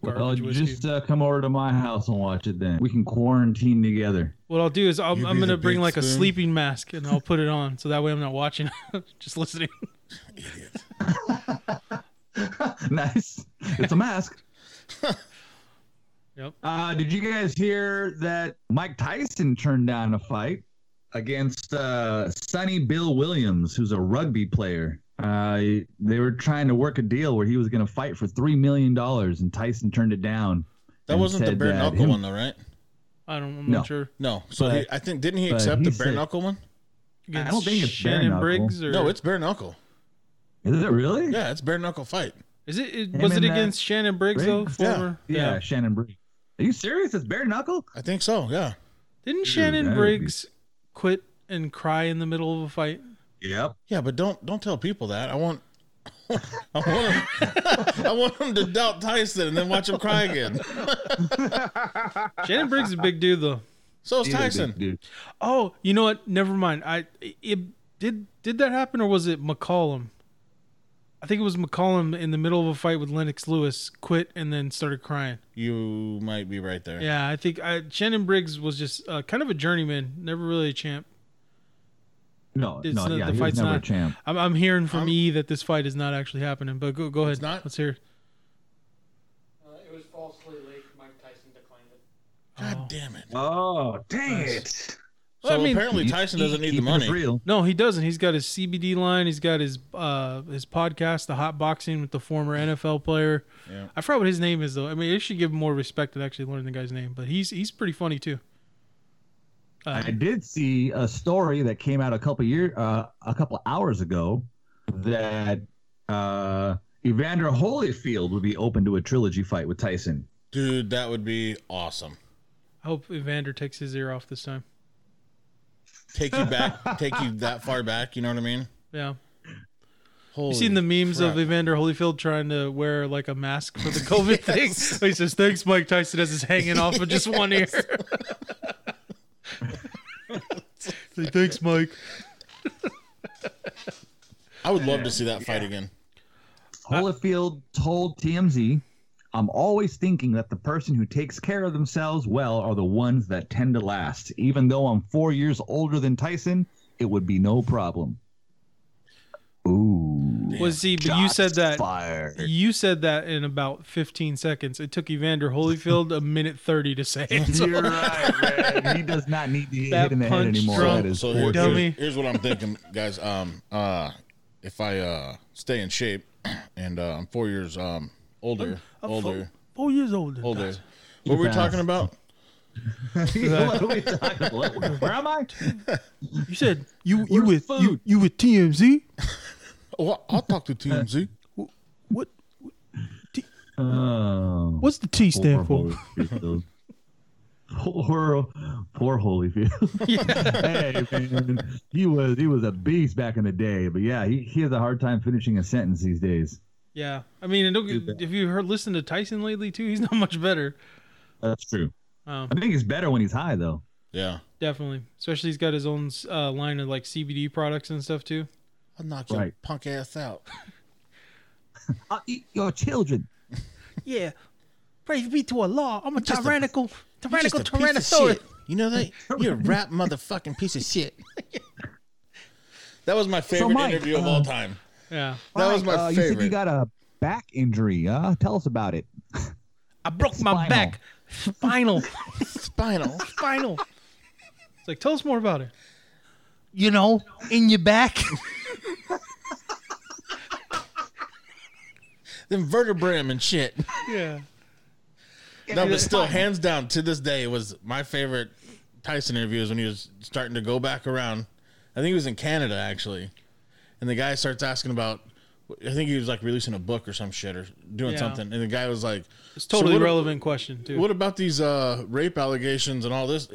[SPEAKER 2] Well,
[SPEAKER 4] Garbage whiskey.
[SPEAKER 2] just uh, come over to my house and watch it then. We can quarantine together.
[SPEAKER 4] What I'll do is I'll,
[SPEAKER 3] You
[SPEAKER 4] I'm
[SPEAKER 3] be
[SPEAKER 4] gonna
[SPEAKER 3] the
[SPEAKER 4] bring
[SPEAKER 3] big
[SPEAKER 4] like a
[SPEAKER 3] spoon.
[SPEAKER 4] sleeping mask and I'll put it on so that way I'm not watching, [LAUGHS] just listening.
[SPEAKER 2] [LAUGHS] nice. It's a mask.
[SPEAKER 4] Yep.
[SPEAKER 2] Uh, did you guys hear that Mike Tyson turned down a fight against uh, Sonny Bill Williams, who's a rugby player? Uh, they were trying to work a deal where he was going to fight for $3 million, and Tyson turned it down.
[SPEAKER 3] That
[SPEAKER 2] and
[SPEAKER 3] wasn't the
[SPEAKER 2] said
[SPEAKER 3] bare
[SPEAKER 2] that
[SPEAKER 3] knuckle
[SPEAKER 2] him-
[SPEAKER 3] one though, right?
[SPEAKER 4] I don't. I'm
[SPEAKER 2] No.
[SPEAKER 4] not sure.
[SPEAKER 3] No. So
[SPEAKER 2] But-
[SPEAKER 3] he, I think didn't he
[SPEAKER 2] but
[SPEAKER 3] accept
[SPEAKER 2] he
[SPEAKER 3] the bare
[SPEAKER 2] said-
[SPEAKER 3] knuckle one?
[SPEAKER 2] I don't think it's bare
[SPEAKER 4] Shannon
[SPEAKER 2] knuckle.
[SPEAKER 4] Briggs or
[SPEAKER 3] No, it's bare knuckle.
[SPEAKER 2] Is it really?
[SPEAKER 3] Yeah, it's bare knuckle fight.
[SPEAKER 4] is it, it
[SPEAKER 2] Him
[SPEAKER 4] was it
[SPEAKER 2] and, uh,
[SPEAKER 4] against Shannon Briggs, though?
[SPEAKER 2] Briggs?
[SPEAKER 3] Yeah.
[SPEAKER 4] Former.
[SPEAKER 2] Yeah, Shannon Briggs. Are you serious? It's bare knuckle?
[SPEAKER 3] I think so. Yeah.
[SPEAKER 4] Didn't Shannon
[SPEAKER 2] that would be-
[SPEAKER 4] Briggs quit and cry in the middle of a fight?
[SPEAKER 2] Yep.
[SPEAKER 3] Yeah, but don't don't tell people that. I want [LAUGHS] I want him, [LAUGHS] I want him to doubt Tyson and then watch him cry again.
[SPEAKER 4] Shannon Briggs is a big dude though.
[SPEAKER 3] So is Tyson.
[SPEAKER 2] Dude.
[SPEAKER 4] Oh, you know what? Never mind. I it did did that happen or was it McCollum? I think it was McCollum in the middle of a fight with Lennox Lewis quit and then started crying.
[SPEAKER 3] You might be right there.
[SPEAKER 4] Yeah, I think I, Shannon Briggs was just uh, kind of a journeyman, never really a champ.
[SPEAKER 2] No,
[SPEAKER 4] It's
[SPEAKER 2] no,
[SPEAKER 4] not-
[SPEAKER 2] yeah,
[SPEAKER 4] the
[SPEAKER 2] he was
[SPEAKER 4] fight's
[SPEAKER 2] never a
[SPEAKER 4] not-
[SPEAKER 2] champ.
[SPEAKER 4] I'm, I'm hearing from
[SPEAKER 3] Um,
[SPEAKER 4] E that this fight is not actually happening, but go go ahead.
[SPEAKER 3] It's not?
[SPEAKER 4] Let's hear. it.
[SPEAKER 6] Uh, it was falsely leaked. Mike Tyson declined it.
[SPEAKER 3] God
[SPEAKER 4] Oh.
[SPEAKER 3] damn it.
[SPEAKER 2] Oh, dang
[SPEAKER 4] Nice.
[SPEAKER 2] it!
[SPEAKER 3] So
[SPEAKER 4] Well, I mean-
[SPEAKER 3] apparently Tyson doesn't need the
[SPEAKER 2] Ethan is
[SPEAKER 3] money.
[SPEAKER 2] Real.
[SPEAKER 4] No, he doesn't. He's got his CBD line. He's got his uh his podcast, the Hot Boxing with the former NFL player.
[SPEAKER 3] Yeah.
[SPEAKER 4] I forgot what his name is though. I mean, they should give him more respect to actually learning the guy's name, but he's he's pretty funny too. Uh,
[SPEAKER 2] I did see a story that came out a couple year, uh, a couple hours ago, that uh, Evander Holyfield would be open to a trilogy fight with Tyson.
[SPEAKER 3] Dude, that would be awesome.
[SPEAKER 4] I hope Evander takes his ear off this time.
[SPEAKER 3] Take you back, take you that far back, you know what I mean?
[SPEAKER 4] Yeah,
[SPEAKER 3] Holy
[SPEAKER 4] you seen the memes of
[SPEAKER 3] crap.
[SPEAKER 4] Evander Holyfield trying to wear like a mask for the
[SPEAKER 3] [LAUGHS]
[SPEAKER 4] COVID thing? He says, "Thanks, Mike Tyson," as it's hanging off of just one ear. [LAUGHS] Say, Thanks, Mike.
[SPEAKER 3] I would love to see that fight again.
[SPEAKER 2] Holyfield told TMZ, "I'm always thinking that the person who takes care of themselves well are the ones that tend to last. Even though I'm four years older than Tyson, it would be no problem." Ooh,
[SPEAKER 4] Was he? But you said that
[SPEAKER 2] fire.
[SPEAKER 4] You said that in about 15 seconds. It took Evander Holyfield a minute 30 to say
[SPEAKER 3] [LAUGHS]
[SPEAKER 4] it. So-
[SPEAKER 2] You're right, man. He does not need to get
[SPEAKER 4] That
[SPEAKER 2] hit in the head
[SPEAKER 4] punch
[SPEAKER 2] anymore.
[SPEAKER 4] drunk.
[SPEAKER 2] That is
[SPEAKER 3] So here-
[SPEAKER 2] for
[SPEAKER 4] Dummy.
[SPEAKER 3] here's, here's what I'm thinking, guys. Um, uh, if I uh stay in shape, [CLEARS THROAT] and uh, I'm four years um older, older,
[SPEAKER 4] Four years older.
[SPEAKER 3] older. What were we
[SPEAKER 2] fast.
[SPEAKER 3] talking about?
[SPEAKER 2] [LAUGHS] what are we talking about? Where am I?
[SPEAKER 4] You said you you
[SPEAKER 2] Where's
[SPEAKER 4] with you,
[SPEAKER 2] food?
[SPEAKER 4] you with TMZ?
[SPEAKER 3] Well, Oh, I'll talk
[SPEAKER 2] [LAUGHS]
[SPEAKER 3] to TMZ.
[SPEAKER 4] What
[SPEAKER 2] Oh,
[SPEAKER 4] what's the T stand for? [LAUGHS]
[SPEAKER 2] Holyfield. Poor, poor Holyfield. [LAUGHS] hey man, he was he was a beast back in the day, but yeah, he, he has a hard time finishing a sentence these days.
[SPEAKER 4] Yeah, I mean, and don't, get- if you heard listen to Tyson lately too, he's [LAUGHS] not much better.
[SPEAKER 2] That's true.
[SPEAKER 4] Um,
[SPEAKER 2] I think he's better when he's high though.
[SPEAKER 3] Yeah,
[SPEAKER 4] definitely, especially he's got his own uh, line of like CBD products and stuff too.
[SPEAKER 3] I'll knock your
[SPEAKER 2] Right.
[SPEAKER 3] punk ass out.
[SPEAKER 2] I'll eat Uh, your children.
[SPEAKER 4] Yeah, praise be to Allah. I'm a
[SPEAKER 3] just a-
[SPEAKER 4] tyrannical,
[SPEAKER 3] You're just
[SPEAKER 4] tyrannical
[SPEAKER 3] a piece of
[SPEAKER 4] tyrannosaurus.
[SPEAKER 3] shit. You know that you're
[SPEAKER 2] [LAUGHS]
[SPEAKER 3] a rap motherfucking piece of shit. that was my favorite
[SPEAKER 2] Mike,
[SPEAKER 3] interview of
[SPEAKER 2] uh,
[SPEAKER 3] all time.
[SPEAKER 4] Yeah,
[SPEAKER 3] That was my
[SPEAKER 2] Mike, uh, You said
[SPEAKER 3] favorite.
[SPEAKER 2] you got a back injury. Uh, tell us about it.
[SPEAKER 4] I broke my
[SPEAKER 2] Spinal.
[SPEAKER 4] back, spinal.
[SPEAKER 3] Spinal.
[SPEAKER 4] spinal. It's like, tell us more about it.
[SPEAKER 7] you know, in your back.
[SPEAKER 3] Then vertebrum and shit.
[SPEAKER 4] Yeah.
[SPEAKER 3] No, but still, hands down, to this day, it was my favorite Tyson interview is when he was starting to go back around. I think he was in Canada, actually. And the guy starts asking about, I think he was like releasing a book or some shit or doing
[SPEAKER 4] Yeah.
[SPEAKER 3] something. And the guy was like,
[SPEAKER 4] It's totally
[SPEAKER 3] So what-
[SPEAKER 4] relevant question, too.
[SPEAKER 3] What about these uh, rape allegations and all this?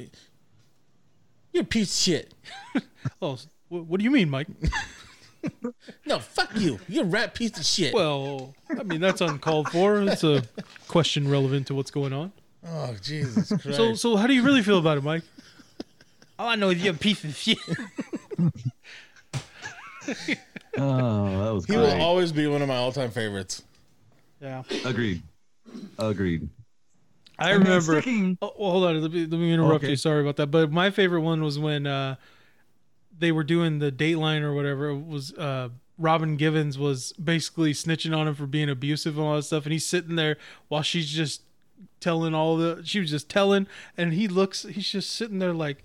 [SPEAKER 3] You're a piece of shit.
[SPEAKER 4] oh, wh- what do you mean, Mike?
[SPEAKER 3] No, fuck you. You're a rat piece of shit.
[SPEAKER 4] Well, I mean, that's uncalled for. It's a question relevant to what's going on.
[SPEAKER 3] oh, Jesus Christ.
[SPEAKER 4] So, so how do you really feel about it, Mike?
[SPEAKER 7] All I know is you're a piece of shit.
[SPEAKER 2] Oh, that was
[SPEAKER 3] he
[SPEAKER 2] great.
[SPEAKER 3] will always be one of my all time favorites.
[SPEAKER 4] Yeah.
[SPEAKER 2] Agreed. Agreed.
[SPEAKER 4] I
[SPEAKER 2] And then
[SPEAKER 4] remember.
[SPEAKER 2] sticking-
[SPEAKER 4] Oh, well, hold on. Let me, let me interrupt
[SPEAKER 2] Okay.
[SPEAKER 4] you. Sorry about that. But my favorite one was when uh, they were doing the Dateline or whatever. It was uh, Robin Givens was basically snitching on him for being abusive and all that stuff, and he's sitting there while she's just telling all the. She was just telling, and he looks. He's just sitting there like,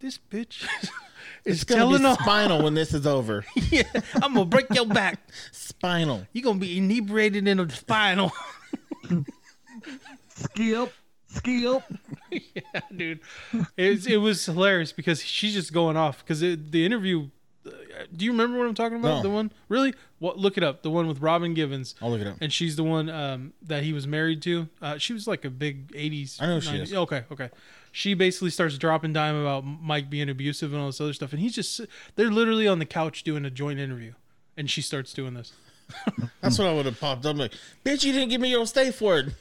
[SPEAKER 4] this bitch [LAUGHS] is
[SPEAKER 3] It's going to
[SPEAKER 4] telling
[SPEAKER 3] be
[SPEAKER 4] all. [LAUGHS]
[SPEAKER 3] spinal when this is over. [LAUGHS]
[SPEAKER 7] yeah, I'm gonna break your back.
[SPEAKER 3] spinal.
[SPEAKER 7] You're gonna be inebriated in the spinal.
[SPEAKER 2] Skip. Skip.
[SPEAKER 4] dude. It was, it was hilarious because she's just going off because the interview. uh, Do you remember what I'm talking about?
[SPEAKER 3] No.
[SPEAKER 4] The one really? What? Look it up. The one with Robin Givens,
[SPEAKER 3] I'll look it up.
[SPEAKER 4] and she's the one um, that he was married to. Uh, she was like a big '80s.
[SPEAKER 3] I know who she
[SPEAKER 4] 90s
[SPEAKER 3] is.
[SPEAKER 4] Okay, okay. She basically starts dropping dime about Mike being abusive and all this other stuff, and he's just they're literally on the couch doing a joint interview, and she starts doing this.
[SPEAKER 3] That's what I would have popped up like, bitch, you didn't give me your stay for it.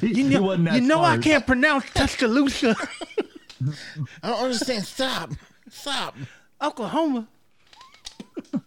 [SPEAKER 2] You know, wasn't that
[SPEAKER 7] you know I
[SPEAKER 2] smart.
[SPEAKER 7] can't pronounce Tuscaloosa, [LAUGHS]
[SPEAKER 3] I don't understand. Stop. Stop.
[SPEAKER 7] Oklahoma.
[SPEAKER 4] [LAUGHS]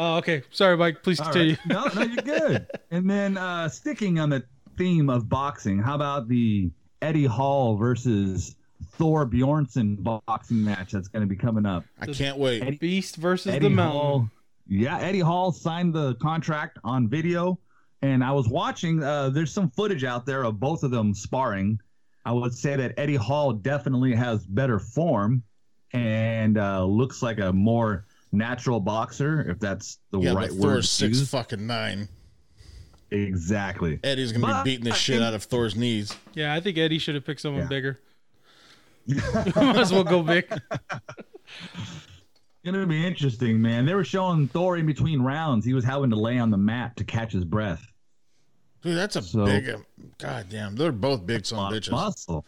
[SPEAKER 4] Oh, okay. Sorry, Mike. Please
[SPEAKER 2] All
[SPEAKER 7] [LAUGHS]
[SPEAKER 4] continue.
[SPEAKER 2] right. No, no, you're good. and then uh, sticking on the theme of boxing, how about the Eddie Hall versus Thor Bjornson boxing match that's going to be coming up?
[SPEAKER 3] I can't wait.
[SPEAKER 4] [LAUGHS] Beast versus
[SPEAKER 2] Eddie
[SPEAKER 4] the mountain.
[SPEAKER 2] Hall. Yeah, Eddie Hall signed the contract on video, and I was watching. Uh, there's some footage out there of both of them sparring. I would say that Eddie Hall definitely has better form, and uh, looks like a more natural boxer, if that's the
[SPEAKER 3] Yeah,
[SPEAKER 2] right
[SPEAKER 3] but
[SPEAKER 2] word.
[SPEAKER 3] Thor's
[SPEAKER 2] to
[SPEAKER 3] six
[SPEAKER 2] use.
[SPEAKER 3] fucking nine.
[SPEAKER 2] Exactly.
[SPEAKER 3] Eddie's gonna
[SPEAKER 2] But-
[SPEAKER 3] be beating the shit out of Thor's knees.
[SPEAKER 4] Yeah, I think Eddie should have picked someone
[SPEAKER 2] Yeah. [LAUGHS]
[SPEAKER 4] bigger. [LAUGHS] Might as well go big.
[SPEAKER 2] Gonna be interesting, man. They were showing Thor in between rounds. He was having to lay on the mat to catch his breath.
[SPEAKER 3] Dude, that's a
[SPEAKER 2] So-
[SPEAKER 3] big. God damn, they're both big son of bitches.
[SPEAKER 2] Muscle.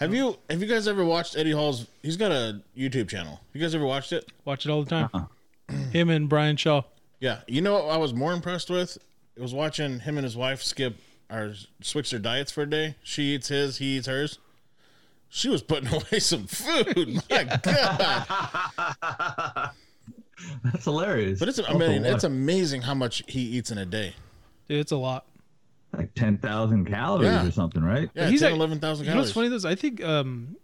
[SPEAKER 3] Have you have you guys ever watched Eddie Hall's? He's got a YouTube channel. You guys ever watched it?
[SPEAKER 4] Watch it all the time.
[SPEAKER 2] Uh-huh.
[SPEAKER 4] [CLEARS THROAT] Him and Brian Shaw.
[SPEAKER 3] Yeah. You know what I was more impressed with? It was watching him and his wife skip or switch their diets for a day. She eats his, he eats hers. She was putting [LAUGHS] away some food. My God.
[SPEAKER 2] That's hilarious.
[SPEAKER 3] But it's I
[SPEAKER 2] Uncle
[SPEAKER 3] mean,
[SPEAKER 2] Wa-
[SPEAKER 3] it's amazing how much he eats in a day.
[SPEAKER 4] Dude, it's a lot.
[SPEAKER 2] like ten thousand calories
[SPEAKER 3] Yeah.
[SPEAKER 2] or something, right?
[SPEAKER 3] Yeah,
[SPEAKER 4] He's
[SPEAKER 3] he's 10,
[SPEAKER 4] like-
[SPEAKER 3] 11,000
[SPEAKER 4] You know
[SPEAKER 3] calories.
[SPEAKER 4] what's funny though? is I think um,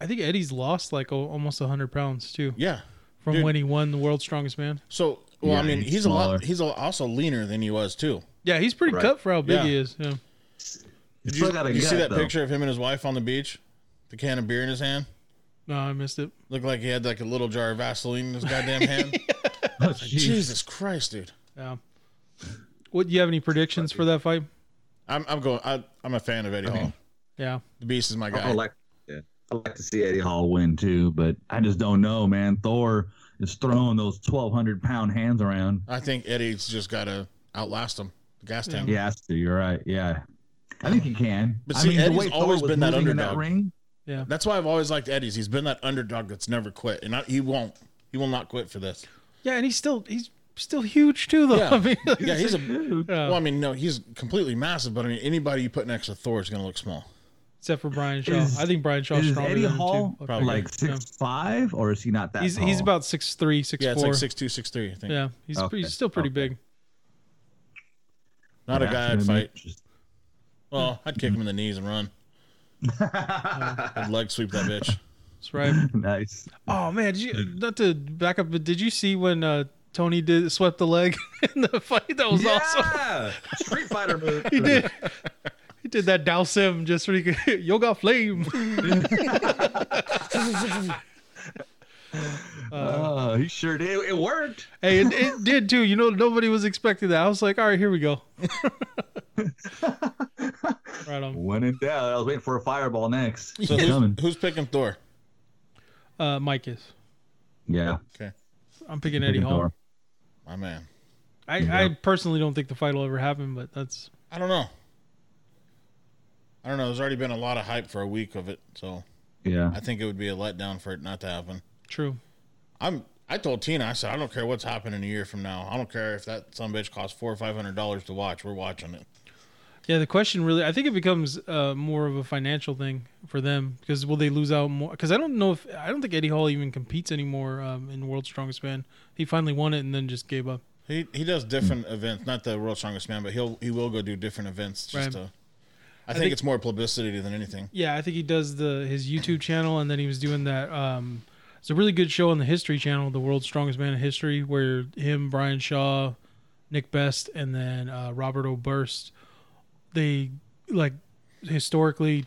[SPEAKER 4] I think Eddie's lost like o- almost hundred pounds too
[SPEAKER 3] Yeah.
[SPEAKER 4] from
[SPEAKER 3] dude.
[SPEAKER 4] when he won the World's Strongest Man.
[SPEAKER 3] So, well, I
[SPEAKER 2] Yeah,
[SPEAKER 3] mean,
[SPEAKER 2] he's
[SPEAKER 3] he's a
[SPEAKER 2] smaller.
[SPEAKER 3] lot. He's a, also leaner than he was too.
[SPEAKER 4] Yeah, he's pretty cut for how big
[SPEAKER 3] Yeah.
[SPEAKER 4] he is. Yeah.
[SPEAKER 3] Did
[SPEAKER 2] still
[SPEAKER 3] you,
[SPEAKER 2] got a
[SPEAKER 3] did you see
[SPEAKER 2] gut,
[SPEAKER 3] that
[SPEAKER 2] though.
[SPEAKER 3] picture of him and his wife on the beach? The can of beer in his hand.
[SPEAKER 4] No, I missed it.
[SPEAKER 3] Looked like he had like a little jar of Vaseline in his goddamn
[SPEAKER 4] [LAUGHS]
[SPEAKER 3] hand.
[SPEAKER 2] [LAUGHS] Oh, jeez.
[SPEAKER 3] Jesus Christ, dude.
[SPEAKER 4] Yeah. What do you have any predictions for that fight?
[SPEAKER 3] I'm, I'm going. I, I'm a fan of Eddie Hall.
[SPEAKER 4] Yeah.
[SPEAKER 3] The Beast is my guy.
[SPEAKER 2] I like, yeah. I like to see Eddie Hall win too, but I just don't know, man. Thor is throwing those twelve hundred pound hands around.
[SPEAKER 3] I think Eddie's just got to outlast him, gas tank.
[SPEAKER 2] He has to. You're right. Yeah, I think he can.
[SPEAKER 3] But
[SPEAKER 2] I
[SPEAKER 3] see,
[SPEAKER 2] mean, the
[SPEAKER 3] Eddie's
[SPEAKER 2] way Thor
[SPEAKER 3] always
[SPEAKER 2] was
[SPEAKER 3] been that
[SPEAKER 2] moving in
[SPEAKER 3] underdog.
[SPEAKER 2] ring,
[SPEAKER 3] That's why I've always liked Eddie's. He's been that underdog that's never quit, and I, he won't. He will not quit for this.
[SPEAKER 4] Yeah, and he's still he's still huge too though.
[SPEAKER 3] Yeah.
[SPEAKER 4] [LAUGHS] I mean,
[SPEAKER 3] Yeah, he's a.
[SPEAKER 4] Yeah.
[SPEAKER 3] Well, I mean, no, he's completely massive, but I mean, anybody you put next to Thor is going to look small.
[SPEAKER 4] except for Brian Shaw.
[SPEAKER 2] Is-
[SPEAKER 4] I think Brian Shaw's
[SPEAKER 2] is
[SPEAKER 4] stronger
[SPEAKER 2] Eddie
[SPEAKER 4] than him,
[SPEAKER 2] Hall
[SPEAKER 4] too.
[SPEAKER 3] Probably.
[SPEAKER 2] like
[SPEAKER 4] Yeah.
[SPEAKER 2] six five, or is he not that?
[SPEAKER 4] He's he's
[SPEAKER 2] tall?
[SPEAKER 4] about six three, six four.
[SPEAKER 3] Yeah, it's like six two, six three. I think.
[SPEAKER 4] Yeah, he's
[SPEAKER 2] Okay.
[SPEAKER 4] pretty, he's still pretty
[SPEAKER 2] Okay.
[SPEAKER 4] big.
[SPEAKER 3] Not a
[SPEAKER 2] That's
[SPEAKER 3] guy
[SPEAKER 2] gonna
[SPEAKER 3] I'd
[SPEAKER 2] be
[SPEAKER 3] fight.
[SPEAKER 2] interesting. [LAUGHS]
[SPEAKER 3] Well, I'd kick him in the knees and run. I'd leg sweep that bitch.
[SPEAKER 4] That's right.
[SPEAKER 2] [LAUGHS] Nice.
[SPEAKER 4] Oh man, did you not to back up, but did you see when uh, Tony did swept the leg [LAUGHS] in the fight? That was awesome.
[SPEAKER 2] Street
[SPEAKER 3] [LAUGHS]
[SPEAKER 2] Fighter move.
[SPEAKER 4] He did. He did that douse him just so he could [LAUGHS] yoga flame.
[SPEAKER 2] Oh, he sure did. It worked.
[SPEAKER 4] hey, it, it did too. You know, nobody was expecting that. I was like, all right, here we go. right on.
[SPEAKER 2] When in doubt, I was waiting for a fireball next.
[SPEAKER 3] So
[SPEAKER 2] It's coming.
[SPEAKER 3] who's, who's picking Thor?
[SPEAKER 4] Uh, Mike is.
[SPEAKER 2] Yeah.
[SPEAKER 3] Okay,
[SPEAKER 4] I'm picking Eddie Hall.
[SPEAKER 2] Thor.
[SPEAKER 3] my man.
[SPEAKER 4] I, I personally don't think the fight will ever happen, but that's
[SPEAKER 3] I don't know. I don't know. There's already been a lot of hype for a week of it, so
[SPEAKER 2] Yeah.
[SPEAKER 3] I think it would be a letdown for it not to happen.
[SPEAKER 4] true.
[SPEAKER 3] I'm. I told Tina. I said I don't care what's happening a year from now. I don't care if that some bitch costs four or five hundred dollars to watch. We're watching it.
[SPEAKER 4] Yeah, the question really, I think it becomes uh, more of a financial thing for them because will they lose out more? Because I don't know if I don't think Eddie Hall even competes anymore um, in World's Strongest Man. He finally won it and then just gave up.
[SPEAKER 3] He he does different events, not the world's strongest man, but he'll he will go do different events just
[SPEAKER 4] Right.
[SPEAKER 3] to. I, think,
[SPEAKER 4] think-
[SPEAKER 3] it's more publicity than anything.
[SPEAKER 4] Yeah, I think he does the his YouTube channel and then he was doing that. Um, it's a really good show on the History Channel, the World's Strongest Man in History, where him, Brian Shaw, Nick Best, and then uh, Robert O'Burst, they like historically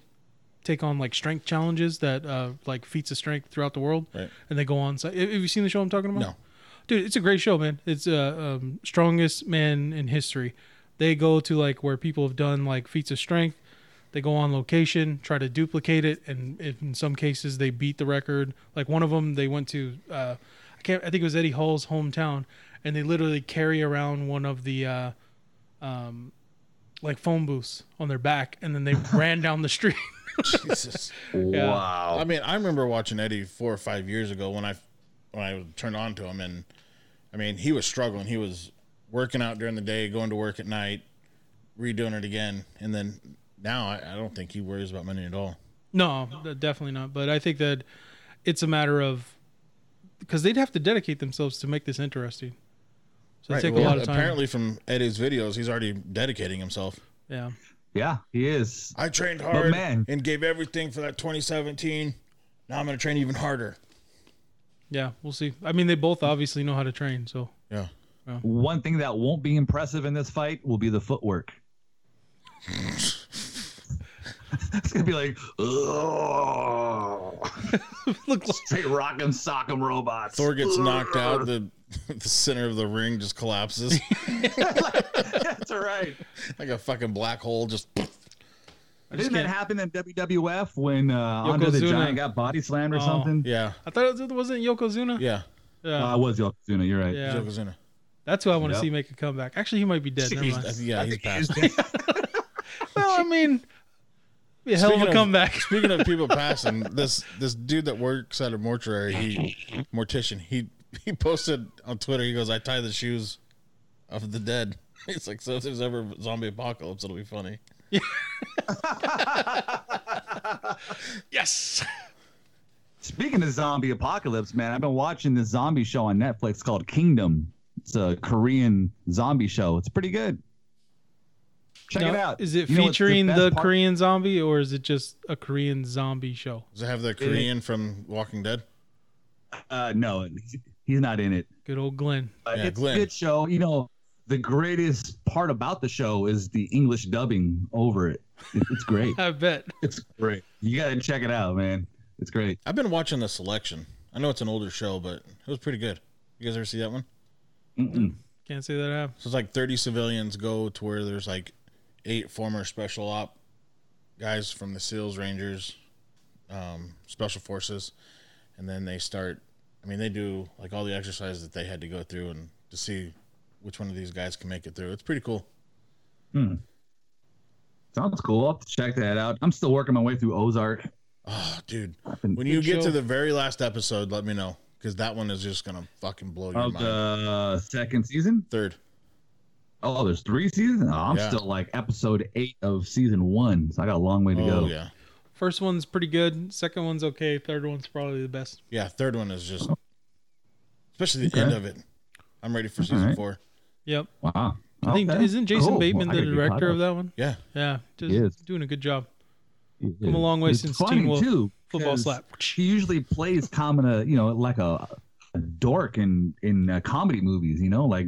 [SPEAKER 4] take on like strength challenges that uh, like feats of strength throughout the world,
[SPEAKER 3] Right.
[SPEAKER 4] and they go on. So, have have you seen the show I'm talking about?
[SPEAKER 3] No.
[SPEAKER 4] dude, it's a great show, man. It's uh, um, strongest man in history. They go to like where people have done like feats of strength. They go on location, try to duplicate it, and if in some cases they beat the record. Like one of them, they went to uh, I can't, I think it was Eddie Hall's hometown, and they literally carry around one of the uh, um, like phone booths on their back, and then they ran down the street. [LAUGHS]
[SPEAKER 3] Jesus.
[SPEAKER 2] Wow.
[SPEAKER 3] I mean, I remember watching Eddie four or five years ago when I when I turned on to him, and I mean, he was struggling. He was working out during the day, going to work at night, redoing it again, and then now I, I don't think he worries about money at all.
[SPEAKER 4] No, th- definitely not. But I think that it's a matter of because they'd have to dedicate themselves to make this interesting. So it
[SPEAKER 2] Right,
[SPEAKER 4] take
[SPEAKER 2] well,
[SPEAKER 4] a lot of time.
[SPEAKER 3] Apparently, from Eddie's videos, he's already dedicating himself.
[SPEAKER 4] Yeah.
[SPEAKER 2] Yeah, he is.
[SPEAKER 3] I trained hard
[SPEAKER 2] man.
[SPEAKER 3] and gave everything for that 2017. Now I'm going to train even harder.
[SPEAKER 4] Yeah. We'll see. I mean, they both obviously know how to train. So
[SPEAKER 3] Yeah.
[SPEAKER 2] One thing that won't be impressive in this fight will be the footwork. [LAUGHS] it's gonna be like, oh,
[SPEAKER 4] look, like,
[SPEAKER 2] straight rock 'em, sock 'em robots.
[SPEAKER 3] Thor gets knocked out. The [LAUGHS] the center of the ring just
[SPEAKER 4] [LAUGHS]
[SPEAKER 3] collapses
[SPEAKER 2] [LAUGHS] That's right.
[SPEAKER 3] like a fucking black hole. Just
[SPEAKER 2] Didn't that
[SPEAKER 4] can't-
[SPEAKER 2] happen in WWF when uh, Andre the
[SPEAKER 4] Yokozuna.
[SPEAKER 2] Giant got body slammed or
[SPEAKER 4] Oh.
[SPEAKER 2] something?
[SPEAKER 3] yeah,
[SPEAKER 4] I thought it was- wasn't it Yokozuna.
[SPEAKER 3] yeah.
[SPEAKER 4] Yeah.
[SPEAKER 2] Uh, it was Yokozuna. You're right.
[SPEAKER 4] yeah.
[SPEAKER 3] Yokozuna.
[SPEAKER 4] That's who I want to
[SPEAKER 2] Yep.
[SPEAKER 4] see make a comeback. Actually, he might be dead. Never
[SPEAKER 2] Jeez,
[SPEAKER 4] mind.
[SPEAKER 3] I think- yeah, he's passed.
[SPEAKER 4] Well, I mean, be a hell of
[SPEAKER 3] Speaking
[SPEAKER 4] a
[SPEAKER 3] of-
[SPEAKER 4] comeback.
[SPEAKER 3] Speaking of people passing, this this dude that works at a mortuary, he mortician, he he posted on Twitter. He goes, "I tie the shoes of the dead." [LAUGHS] It's like so. If there's ever a zombie apocalypse, it'll be funny.
[SPEAKER 4] yes.
[SPEAKER 2] Speaking of zombie apocalypse, man, I've been watching this zombie show on Netflix called Kingdom. It's a Korean zombie show. It's pretty good. [LAUGHS] Check it out.
[SPEAKER 4] Is it
[SPEAKER 2] You know what's
[SPEAKER 4] featuring
[SPEAKER 2] best
[SPEAKER 4] the
[SPEAKER 2] part?
[SPEAKER 4] Korean zombie or is it just a Korean zombie show?
[SPEAKER 3] Does it have the Korean from Walking Dead?
[SPEAKER 2] Uh, no, he's not in it.
[SPEAKER 4] Good old Glenn. [LAUGHS]
[SPEAKER 2] But
[SPEAKER 3] Yeah,
[SPEAKER 2] it's
[SPEAKER 3] Glenn.
[SPEAKER 2] a good show. You know, the greatest part about the show is the English dubbing over it. It- It's
[SPEAKER 4] [LAUGHS]
[SPEAKER 2] great.
[SPEAKER 4] I bet.
[SPEAKER 2] it's great. You got to check it out, man. It's great.
[SPEAKER 3] I've been watching the selection. I know it's an older show, but it was pretty good. You guys ever see that one?
[SPEAKER 2] Mm-mm.
[SPEAKER 4] Can't say that I have.
[SPEAKER 3] So it's like 30 civilians go to where there's like eight former special op guys from the SEALs, Rangers, um, Special Forces, and then they start. I mean, they do like all the exercises that they had to go through and to see which one of these guys can make it through. It's pretty cool.
[SPEAKER 2] Sounds cool. I'll have to check that out. I'm still working my way through Ozark.
[SPEAKER 3] Oh, dude.
[SPEAKER 2] been-
[SPEAKER 3] When you
[SPEAKER 4] Good
[SPEAKER 3] get
[SPEAKER 4] show.
[SPEAKER 3] to the very last episode, let me know because that one is just going to fucking blow your
[SPEAKER 2] Of
[SPEAKER 3] mind.
[SPEAKER 2] the second season?
[SPEAKER 3] Third.
[SPEAKER 2] Oh, there's three seasons? Oh, I'm
[SPEAKER 3] Yeah.
[SPEAKER 2] still like episode eight of season one. So I got a long way to
[SPEAKER 3] Oh,
[SPEAKER 2] go.
[SPEAKER 3] yeah.
[SPEAKER 4] First one's pretty good. Second one's okay. Third one's probably the best.
[SPEAKER 3] Yeah, third one is just, especially the
[SPEAKER 2] Okay.
[SPEAKER 3] end of it. I'm ready for season
[SPEAKER 2] right.
[SPEAKER 3] four.
[SPEAKER 4] Yep.
[SPEAKER 2] Wow.
[SPEAKER 4] I think
[SPEAKER 2] Okay.
[SPEAKER 4] isn't Jason
[SPEAKER 2] Cool.
[SPEAKER 4] Bateman
[SPEAKER 2] Well, I
[SPEAKER 4] the
[SPEAKER 2] gotta get
[SPEAKER 4] director
[SPEAKER 2] caught
[SPEAKER 4] of that one?
[SPEAKER 3] Yeah,
[SPEAKER 4] Yeah, just
[SPEAKER 2] He is.
[SPEAKER 4] doing a good job.
[SPEAKER 2] up.
[SPEAKER 4] Come a long way
[SPEAKER 2] It's
[SPEAKER 4] since
[SPEAKER 2] funny,
[SPEAKER 4] Teen Wolf
[SPEAKER 2] too,
[SPEAKER 4] Football
[SPEAKER 2] because
[SPEAKER 4] slap.
[SPEAKER 2] She usually plays common, uh, you know, like a, a dork in in uh, comedy movies. You know, like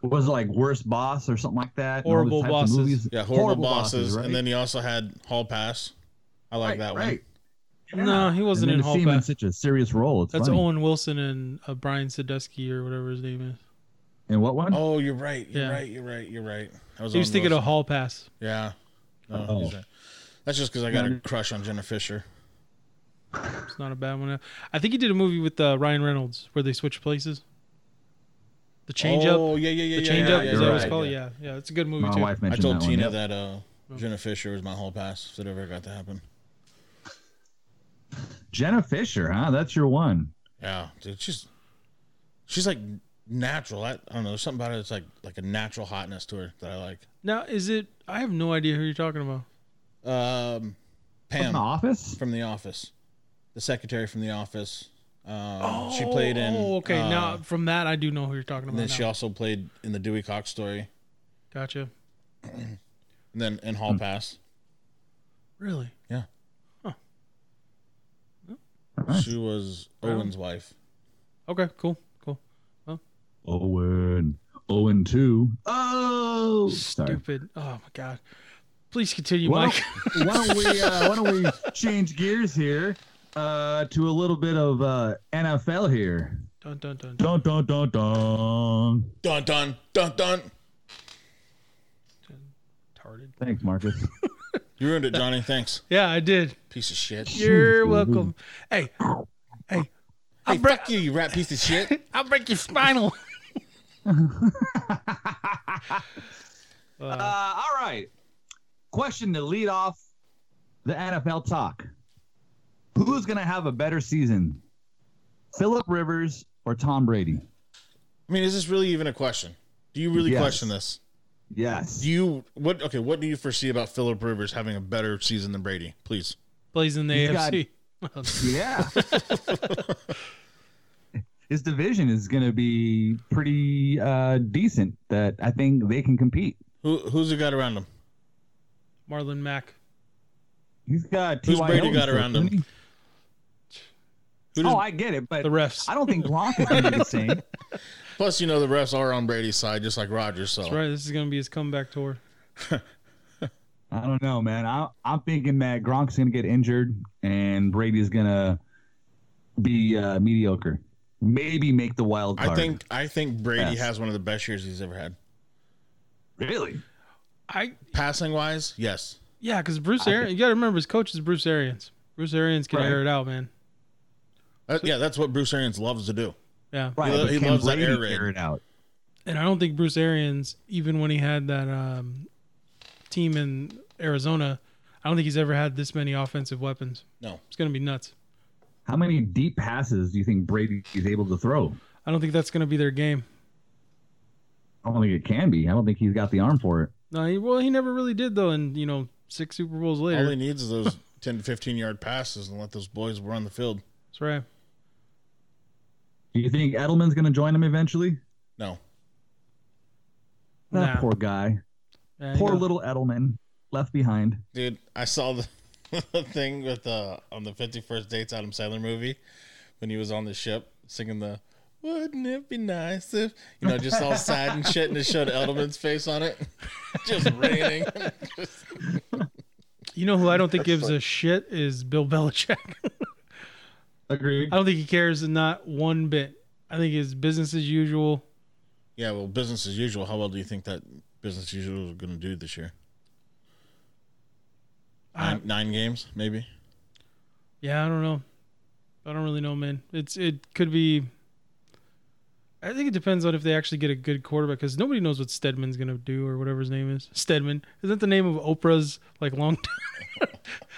[SPEAKER 2] what was it like worst boss or something like that. and all these
[SPEAKER 4] Horrible
[SPEAKER 2] types of
[SPEAKER 4] Bosses.
[SPEAKER 2] movies.
[SPEAKER 3] yeah, horrible, bosses.
[SPEAKER 2] right?
[SPEAKER 3] And then he also had Hall Pass. I like
[SPEAKER 2] Right,
[SPEAKER 3] that one.
[SPEAKER 2] right.
[SPEAKER 4] No, he
[SPEAKER 2] and
[SPEAKER 4] wasn't
[SPEAKER 2] then
[SPEAKER 4] in
[SPEAKER 2] to
[SPEAKER 4] Hall
[SPEAKER 2] see him in
[SPEAKER 4] Pass.
[SPEAKER 2] such a serious role. It's
[SPEAKER 4] That's
[SPEAKER 2] funny.
[SPEAKER 4] Owen Wilson and uh, Brian Sadusky or whatever his name is.
[SPEAKER 2] And what one?
[SPEAKER 3] Oh, you're right. You're
[SPEAKER 4] Yeah.
[SPEAKER 3] right. You're right. You're right. I was,
[SPEAKER 4] He was
[SPEAKER 3] on
[SPEAKER 4] thinking
[SPEAKER 3] those.
[SPEAKER 4] of Hall Pass.
[SPEAKER 3] Yeah. No,
[SPEAKER 2] Oh.
[SPEAKER 3] he's right. That's just because I got
[SPEAKER 2] Yeah.
[SPEAKER 3] a crush on Jenna Fisher.
[SPEAKER 4] It's not a bad one. I think he did a movie with uh, Ryan Reynolds where they switch places. The change up.
[SPEAKER 3] Oh, yeah, yeah, yeah.
[SPEAKER 4] The
[SPEAKER 3] yeah,
[SPEAKER 4] change
[SPEAKER 3] yeah,
[SPEAKER 4] up
[SPEAKER 3] yeah,
[SPEAKER 4] is that
[SPEAKER 2] you're
[SPEAKER 4] what it's
[SPEAKER 2] right,
[SPEAKER 4] called? Yeah. yeah, it's a good movie
[SPEAKER 2] My
[SPEAKER 4] too.
[SPEAKER 2] wife
[SPEAKER 3] I
[SPEAKER 2] mentioned
[SPEAKER 3] told
[SPEAKER 2] that
[SPEAKER 3] Tina
[SPEAKER 2] one.
[SPEAKER 3] that uh, Jenna Fisher was my Hall Pass if it ever got to happen.
[SPEAKER 2] Jenna Fisher, huh? That's your one.
[SPEAKER 3] Yeah, dude, she's she's like natural. I, I don't know. There's something about her that's like like a natural hotness to her that I like.
[SPEAKER 4] Now, is it? I have no idea who you're talking about.
[SPEAKER 3] Um,
[SPEAKER 2] From
[SPEAKER 3] Pam
[SPEAKER 2] The Office.
[SPEAKER 3] from The Office, the secretary from The Office. Um, she played in.
[SPEAKER 4] Oh, okay.
[SPEAKER 3] uh,
[SPEAKER 4] now, from that, I do know who you're talking
[SPEAKER 3] and
[SPEAKER 4] about.
[SPEAKER 3] then
[SPEAKER 4] now.
[SPEAKER 3] she also played in the Dewey Cox story,
[SPEAKER 4] gotcha.
[SPEAKER 3] and then in Hall Pass.
[SPEAKER 4] Really?
[SPEAKER 3] She was Owen's wife.
[SPEAKER 4] Okay. Cool. Cool.
[SPEAKER 2] Owen. Owen two. Oh, sorry.
[SPEAKER 4] Stupid. Oh my god. Please continue,
[SPEAKER 2] Why
[SPEAKER 4] Mike. [LAUGHS]
[SPEAKER 2] don't, [LAUGHS] why don't we uh, why don't we change gears here uh, to a little bit of uh, NFL here?
[SPEAKER 4] dun dun dun. dun.
[SPEAKER 2] Dun dun dun dun.
[SPEAKER 3] Dun dun dun dun.
[SPEAKER 4] Retarded.
[SPEAKER 2] Thanks, [LAUGHS] Marcus.
[SPEAKER 3] You ruined it, Johnny. Thanks,
[SPEAKER 4] Yeah, I did.
[SPEAKER 3] piece of shit.
[SPEAKER 4] [LAUGHS] You're welcome. Hey,
[SPEAKER 3] Hey, fuck you, you rat piece of shit.
[SPEAKER 7] I'll break
[SPEAKER 4] [LAUGHS]
[SPEAKER 7] your spinal.
[SPEAKER 4] uh,
[SPEAKER 2] Uh, all right. Question to lead off the NFL talk: Who's gonna have a better season, Philip Rivers or Tom Brady?
[SPEAKER 3] I mean, is this really even a question? Do you really
[SPEAKER 2] Yes.
[SPEAKER 3] question this?
[SPEAKER 2] Yes.
[SPEAKER 3] Do you what? Okay, what do you foresee about Philip Rivers having a better season than Brady? Please.
[SPEAKER 4] plays in
[SPEAKER 3] [LAUGHS]
[SPEAKER 4] the
[SPEAKER 2] You got-
[SPEAKER 4] AFC.
[SPEAKER 2] Yeah. his division is going to be pretty uh, decent. That I think they can compete.
[SPEAKER 3] Who who's the guy around him?
[SPEAKER 4] [LAUGHS] Marlon Mack.
[SPEAKER 2] He's got
[SPEAKER 3] Who's
[SPEAKER 2] T.Y.
[SPEAKER 3] Brady
[SPEAKER 2] Hilton
[SPEAKER 3] got
[SPEAKER 2] still,
[SPEAKER 3] around
[SPEAKER 2] doesn't
[SPEAKER 3] him?
[SPEAKER 2] he?
[SPEAKER 3] Who does,
[SPEAKER 2] Oh, I get it, but
[SPEAKER 4] The refs.
[SPEAKER 2] I don't think Gronk is going to be the same.
[SPEAKER 3] plus, you know the refs are on Brady's side, just like Rogers. So
[SPEAKER 2] Oh.
[SPEAKER 4] That's right. This is gonna be his comeback tour.
[SPEAKER 2] I don't know, man. I, I'm thinking that Gronk's going to get injured and Brady's going to be uh, mediocre. Maybe make the wild card.
[SPEAKER 3] I think I think Brady
[SPEAKER 2] Yes.
[SPEAKER 3] has one of the best years he's ever had.
[SPEAKER 2] really.
[SPEAKER 4] I
[SPEAKER 3] Passing wise, yes.
[SPEAKER 4] yeah, because Bruce Arians. You gotta remember his coach is Bruce Arians. Bruce Arians can
[SPEAKER 2] Right.
[SPEAKER 4] air it out, man.
[SPEAKER 3] Uh, yeah, that's what Bruce Arians loves to do.
[SPEAKER 4] Yeah,
[SPEAKER 2] Right,
[SPEAKER 3] lo-
[SPEAKER 2] but
[SPEAKER 3] he
[SPEAKER 2] can
[SPEAKER 3] loves that
[SPEAKER 2] Brady
[SPEAKER 3] air raid.
[SPEAKER 2] air it out.
[SPEAKER 4] and I don't think Bruce Arians, even when he had that um, team in Arizona, I don't think he's ever had this many offensive weapons.
[SPEAKER 3] No.
[SPEAKER 4] It's gonna be nuts.
[SPEAKER 2] How many deep passes do you think Brady is able to throw?
[SPEAKER 4] I don't think that's gonna be their game.
[SPEAKER 2] I don't think it can be. I don't think he's got the arm for it.
[SPEAKER 4] No, he, well, he never really did though, and you know, six Super Bowls
[SPEAKER 3] All
[SPEAKER 4] later.
[SPEAKER 3] he needs is those [LAUGHS] 10 to 15 yard passes and let those boys run the field.
[SPEAKER 4] That's right.
[SPEAKER 2] Do you think Edelman's going to join him eventually?
[SPEAKER 3] No.
[SPEAKER 2] That
[SPEAKER 4] Nah.
[SPEAKER 2] poor guy.
[SPEAKER 4] Yeah, you
[SPEAKER 2] Poor
[SPEAKER 4] know.
[SPEAKER 2] little Edelman left behind.
[SPEAKER 3] Dude, I saw the, [LAUGHS] the thing with uh on the 51st Dates Adam Sandler movie when he was on the ship singing the wouldn't it be nice if you know just all sad and shit and it showed Edelman's face on it [LAUGHS] just raining [LAUGHS] Just-
[SPEAKER 4] You know who I don't think gives a shit is Bill Belichick. [LAUGHS]
[SPEAKER 2] Agreed.
[SPEAKER 4] I don't think he cares not one bit. I think it's business as usual.
[SPEAKER 3] yeah well business as usual how well do you think that business as usual is going to do this year
[SPEAKER 4] I-
[SPEAKER 3] nine, nine games maybe
[SPEAKER 4] Yeah, I don't know. I don't really know, man. It's it could be. I think it depends on if they actually get a good quarterback because nobody knows what Stedman's gonna do or whatever his name is. Stedman isn't that the name of Oprah's like long [LAUGHS] time.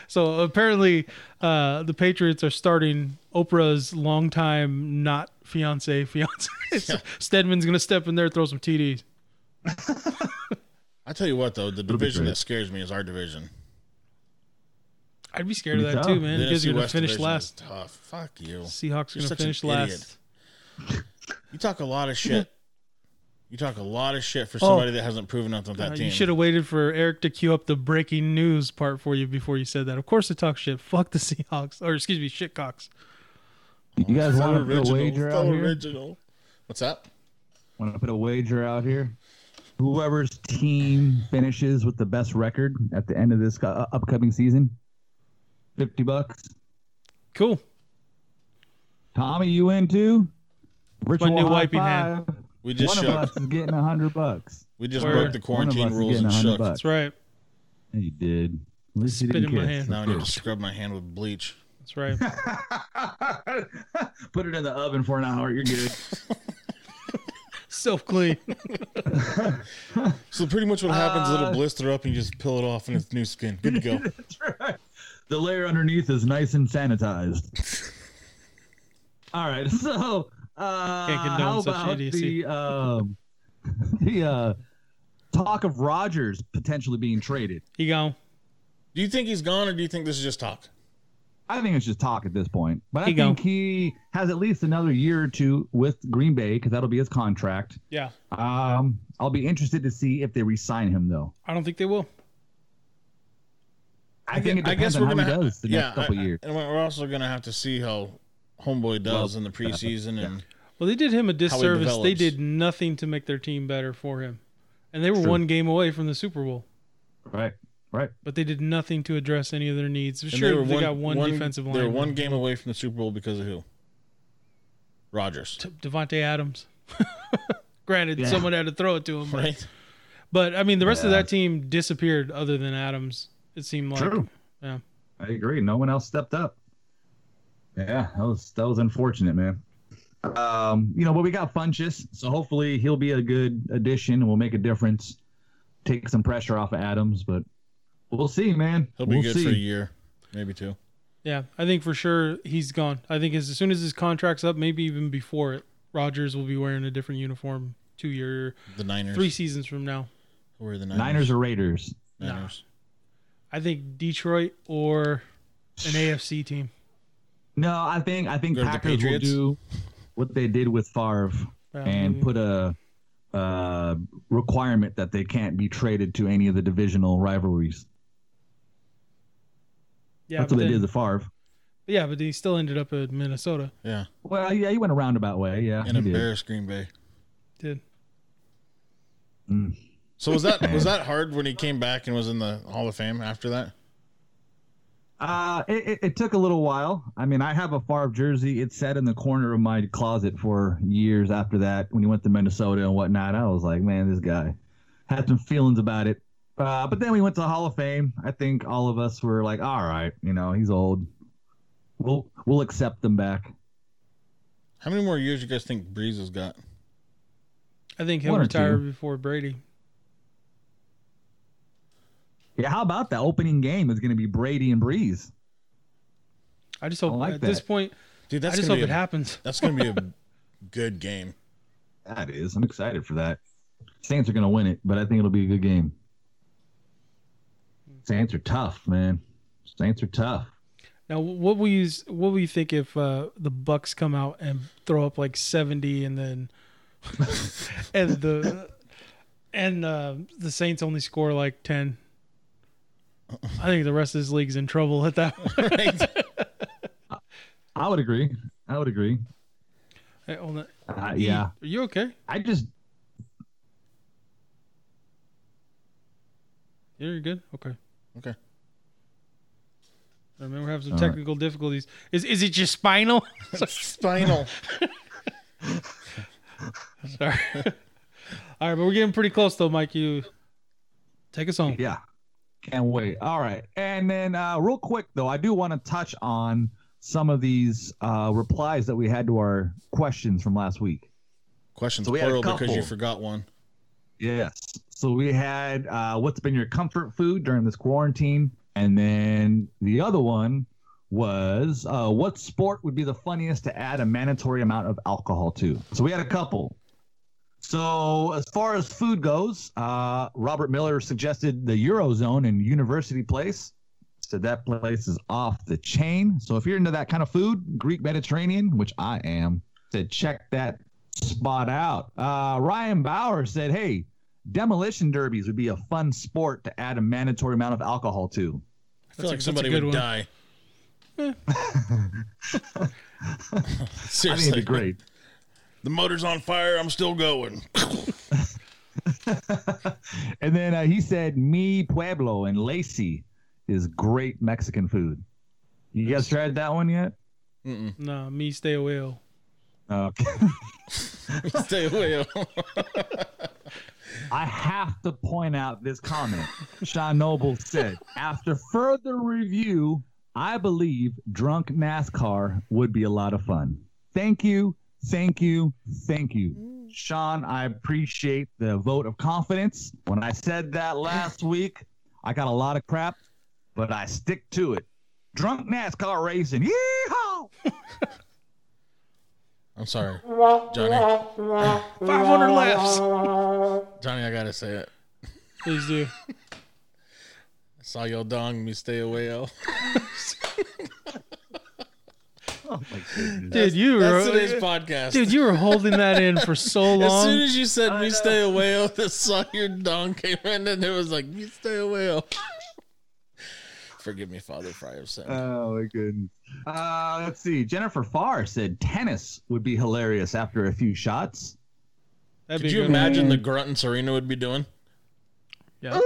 [SPEAKER 4] so apparently, uh, the Patriots are starting Oprah's long time not
[SPEAKER 3] [LAUGHS]
[SPEAKER 4] fiance fiance. So Stedman's gonna step in there throw some TDs.
[SPEAKER 3] I tell you what though the
[SPEAKER 2] be
[SPEAKER 3] division
[SPEAKER 2] great.
[SPEAKER 3] that scares me is our division
[SPEAKER 4] I'd be scared of
[SPEAKER 2] It'd
[SPEAKER 4] that
[SPEAKER 2] be
[SPEAKER 4] too,
[SPEAKER 2] tough.
[SPEAKER 4] man.
[SPEAKER 3] The
[SPEAKER 4] You guys
[SPEAKER 3] NFC
[SPEAKER 4] are gonna
[SPEAKER 3] West
[SPEAKER 4] finish
[SPEAKER 3] division is
[SPEAKER 4] last.
[SPEAKER 3] tough fuck you
[SPEAKER 4] Seahawks are
[SPEAKER 3] You're
[SPEAKER 4] gonna
[SPEAKER 3] such an
[SPEAKER 4] finish
[SPEAKER 3] idiot.
[SPEAKER 4] last.
[SPEAKER 3] You talk a lot
[SPEAKER 4] [LAUGHS]
[SPEAKER 3] of shit. You talk a lot of shit for somebody that hasn't proven nothing with that
[SPEAKER 4] Oh. Uh,
[SPEAKER 3] team.
[SPEAKER 4] you should have waited for Eric to cue up the breaking news part for you before you said that. Of course, they talk shit. [LAUGHS] Fuck the Seahawks, or excuse me, shitcocks.
[SPEAKER 2] You guys
[SPEAKER 3] So
[SPEAKER 2] want to put a
[SPEAKER 3] original,
[SPEAKER 2] wager
[SPEAKER 3] so
[SPEAKER 2] out here?
[SPEAKER 3] original. What's up?
[SPEAKER 2] Want to put a wager out here? Whoever's team finishes with the best record at the end of this uh, upcoming season, fifty bucks.
[SPEAKER 4] Cool.
[SPEAKER 2] Tommy, you in too? Virtual
[SPEAKER 4] new
[SPEAKER 2] high
[SPEAKER 4] wiping
[SPEAKER 2] five.
[SPEAKER 3] We just
[SPEAKER 2] One of
[SPEAKER 3] shook.
[SPEAKER 2] us is getting a hundred bucks.
[SPEAKER 3] We just
[SPEAKER 4] Word.
[SPEAKER 3] broke the quarantine
[SPEAKER 2] One of us is
[SPEAKER 3] rules
[SPEAKER 2] getting
[SPEAKER 3] and
[SPEAKER 2] 100
[SPEAKER 3] shook.
[SPEAKER 2] bucks.
[SPEAKER 4] That's right.
[SPEAKER 2] Yeah, you did. At least you
[SPEAKER 4] Spit
[SPEAKER 2] didn't
[SPEAKER 4] in my
[SPEAKER 2] kiss.
[SPEAKER 4] hand.
[SPEAKER 3] Now I need to scrub my hand with bleach.
[SPEAKER 4] That's right.
[SPEAKER 2] Put it in the oven for an hour. You're
[SPEAKER 3] [LAUGHS]
[SPEAKER 2] good.
[SPEAKER 4] Self clean.
[SPEAKER 3] So pretty much what happens is
[SPEAKER 2] Uh,
[SPEAKER 3] it'll blister up and you just peel it off and it's new skin. Good to [LAUGHS] go.
[SPEAKER 2] the layer underneath is nice and sanitized. All right, [LAUGHS] so uh,
[SPEAKER 4] Can't condone
[SPEAKER 2] how
[SPEAKER 4] such
[SPEAKER 2] about
[SPEAKER 4] idiocy.
[SPEAKER 2] the um, [LAUGHS] the uh, talk of Rogers potentially being traded?
[SPEAKER 4] He gone.
[SPEAKER 3] Do you think he's gone or do you think this is just talk?
[SPEAKER 2] I think it's just talk at this point, but I
[SPEAKER 4] He go.
[SPEAKER 2] think he has at least another year or two with Green Bay because that'll be his contract.
[SPEAKER 4] Yeah.
[SPEAKER 2] Um, I'll be interested to see if they re-sign him though.
[SPEAKER 4] I don't think they will.
[SPEAKER 2] I, think it
[SPEAKER 3] I
[SPEAKER 2] depends
[SPEAKER 3] guess
[SPEAKER 2] on
[SPEAKER 3] we're
[SPEAKER 2] how
[SPEAKER 3] gonna
[SPEAKER 2] he
[SPEAKER 3] ha-
[SPEAKER 2] does the
[SPEAKER 3] yeah,
[SPEAKER 2] next couple
[SPEAKER 3] I- I-
[SPEAKER 2] years.
[SPEAKER 3] and we're also gonna have to see how homeboy does in the preseason and
[SPEAKER 4] Well, they did him a disservice. They
[SPEAKER 3] develops.
[SPEAKER 4] did nothing to make their team better for him, and they were
[SPEAKER 2] True.
[SPEAKER 4] one game away from the Super Bowl.
[SPEAKER 2] Right, right.
[SPEAKER 4] But they did nothing to address any of their needs.
[SPEAKER 3] And
[SPEAKER 4] Sure, they, got one, defensive line.
[SPEAKER 3] They were one game away from the Super Bowl because of who? Rogers,
[SPEAKER 4] Devonte Adams. [LAUGHS] Granted,
[SPEAKER 2] Yeah.
[SPEAKER 4] someone had to throw it to him, but
[SPEAKER 3] right?
[SPEAKER 4] But I mean, the rest of
[SPEAKER 2] Yeah.
[SPEAKER 4] that team disappeared, other than Adams. It seemed like
[SPEAKER 2] True.
[SPEAKER 4] Yeah.
[SPEAKER 2] I agree. No one else stepped up. Yeah, that was that was unfortunate, man. Um, you know, but we got Funches, so hopefully he'll be a good addition and will make a difference. Take some pressure off of Adams, but we'll see, man.
[SPEAKER 3] He'll be
[SPEAKER 2] we'll
[SPEAKER 3] good
[SPEAKER 2] see.
[SPEAKER 3] for a year, maybe two.
[SPEAKER 4] yeah. I think for sure he's gone. I think as, as soon as his contract's up, maybe even before it, Rogers will be wearing a different uniform two year,
[SPEAKER 3] The Niners.
[SPEAKER 4] three seasons from now.
[SPEAKER 3] Who are the
[SPEAKER 2] Niners
[SPEAKER 3] Niners?
[SPEAKER 2] or Raiders?
[SPEAKER 3] Niners.
[SPEAKER 4] I think Detroit or an AFC team.
[SPEAKER 2] No, I think I think
[SPEAKER 3] Go to the
[SPEAKER 2] Packers will
[SPEAKER 3] Patriots?
[SPEAKER 2] do. what they did with Favre
[SPEAKER 4] Um,
[SPEAKER 2] and put a uh, requirement that they can't be traded to any of the divisional rivalries.
[SPEAKER 4] yeah,
[SPEAKER 2] That's
[SPEAKER 4] but
[SPEAKER 2] what they
[SPEAKER 4] then-
[SPEAKER 2] did to Favre.
[SPEAKER 4] Yeah, but he still ended up at Minnesota.
[SPEAKER 3] Yeah.
[SPEAKER 2] Well, yeah, he went a roundabout way. Yeah,
[SPEAKER 3] And
[SPEAKER 2] he did.
[SPEAKER 3] embarrassed Green Bay.
[SPEAKER 4] Did
[SPEAKER 3] So was that
[SPEAKER 2] [LAUGHS]
[SPEAKER 3] was that hard when he came back and was in the Hall of Fame after that?
[SPEAKER 2] Uh, it, it, it took a little while. I mean, I have a Favre jersey. It sat in the corner of my closet for years after that. When he went to Minnesota and whatnot, I was like, man, this guy had some feelings about it. Uh, but then we went to the Hall of Fame. I think all of us were like, all right, you know, he's old. We'll we'll accept him back.
[SPEAKER 3] How many more years you guys think Breeze has got?
[SPEAKER 4] I think he'll
[SPEAKER 2] One or
[SPEAKER 4] retire
[SPEAKER 2] two.
[SPEAKER 4] before Brady?
[SPEAKER 2] Yeah, how about that opening game is going to be Brady and Breeze?
[SPEAKER 4] I just hope
[SPEAKER 2] like
[SPEAKER 4] at this
[SPEAKER 2] that.
[SPEAKER 4] point.
[SPEAKER 3] Dude,
[SPEAKER 4] I
[SPEAKER 3] that's
[SPEAKER 4] just
[SPEAKER 3] gonna
[SPEAKER 4] hope
[SPEAKER 3] be
[SPEAKER 4] it
[SPEAKER 3] a,
[SPEAKER 4] happens.
[SPEAKER 3] that's gonna
[SPEAKER 4] [LAUGHS]
[SPEAKER 3] be a good game.
[SPEAKER 2] That is. I'm excited for that. Saints are going to win it, but I think it'll be a good game. Saints are tough, man. Saints are tough.
[SPEAKER 4] Now, what will you what will you think if uh, the Bucks come out and throw up like seventy, and then [LAUGHS] and the and uh, the Saints only score like ten? I think the rest of this league's in trouble at that. point.
[SPEAKER 3] [LAUGHS]
[SPEAKER 2] I would agree. I would agree.
[SPEAKER 4] [LAUGHS] Hey, hold on.
[SPEAKER 2] Uh, yeah.
[SPEAKER 4] Are you okay?
[SPEAKER 2] I just
[SPEAKER 4] Yeah, you're good. Okay.
[SPEAKER 3] Okay.
[SPEAKER 4] I mean, we're having some
[SPEAKER 2] All right.
[SPEAKER 4] technical difficulties. Is is it your spinal? [LAUGHS]
[SPEAKER 3] Spinal.
[SPEAKER 4] Sorry. [LAUGHS] All right, but we're getting pretty close though, Mike. You take us home.
[SPEAKER 2] yeah. Can't wait. All right. And then uh, real quick though, I do want to touch on some of these uh, replies that we had to our questions from last week.
[SPEAKER 3] Questions
[SPEAKER 2] So we had a
[SPEAKER 3] plural because you
[SPEAKER 2] couple.
[SPEAKER 3] forgot one.
[SPEAKER 2] Yes. So we had uh, what's been your comfort food during this quarantine, and then the other one was uh, what sport would be the funniest to add a mandatory amount of alcohol to. So we had a couple. So as far as food goes, uh, Robert Miller suggested the Eurozone and University Place. Said that place is off the chain. So if you're into that kind of food, Greek Mediterranean, which I am, said check that spot out. Uh, Ryan Bauer said, "Hey, demolition derbies would be a fun sport to add a mandatory amount of alcohol to."
[SPEAKER 3] I feel
[SPEAKER 4] a-
[SPEAKER 3] like
[SPEAKER 4] that's
[SPEAKER 3] somebody
[SPEAKER 4] a good
[SPEAKER 3] would
[SPEAKER 4] one.
[SPEAKER 3] die.
[SPEAKER 2] [LAUGHS] I think
[SPEAKER 3] Seriously,
[SPEAKER 2] it'd be great.
[SPEAKER 3] The motor's on fire. I'm still going. [LAUGHS]
[SPEAKER 2] And then uh, he said, "Mi pueblo and Lacey is great Mexican food." You guys tried that one yet?
[SPEAKER 3] Mm-mm.
[SPEAKER 4] Nah, me stay away. oh.
[SPEAKER 2] Okay.
[SPEAKER 3] Stay away. [LAUGHS]
[SPEAKER 2] I have to point out this comment. Sean Noble said, "After further review, I believe drunk NASCAR would be a lot of fun." Thank you, thank you, thank you, Sean. I appreciate the vote of confidence. When I said that last week, I got a lot of crap, but I stick to it. Drunk NASCAR racing, yeehaw!
[SPEAKER 3] I'm sorry, Johnny.
[SPEAKER 4] 500 laps.
[SPEAKER 3] Johnny, I gotta say it.
[SPEAKER 4] Please do.
[SPEAKER 3] I saw your dong. Me stay away. Oh.
[SPEAKER 4] Dude, you
[SPEAKER 3] [LAUGHS]
[SPEAKER 4] were
[SPEAKER 3] That's today's
[SPEAKER 4] [LAUGHS]
[SPEAKER 3] podcast.
[SPEAKER 4] Dude, you were holding that in for so
[SPEAKER 3] As soon
[SPEAKER 4] long.
[SPEAKER 3] as you said "me stay away," [LAUGHS] oh, the saw your dong came in, and it was like "me stay away." Oh. Forgive me, Father, for I have
[SPEAKER 4] Uh,
[SPEAKER 3] sinned.
[SPEAKER 2] Oh my goodness. Uh, let's see. Jennifer Farr said tennis would be hilarious after a few shots.
[SPEAKER 4] That'd be
[SPEAKER 3] Could
[SPEAKER 4] a
[SPEAKER 3] you
[SPEAKER 4] good Mm. one.
[SPEAKER 3] imagine the grunt and Serena would be doing?
[SPEAKER 4] Yeah.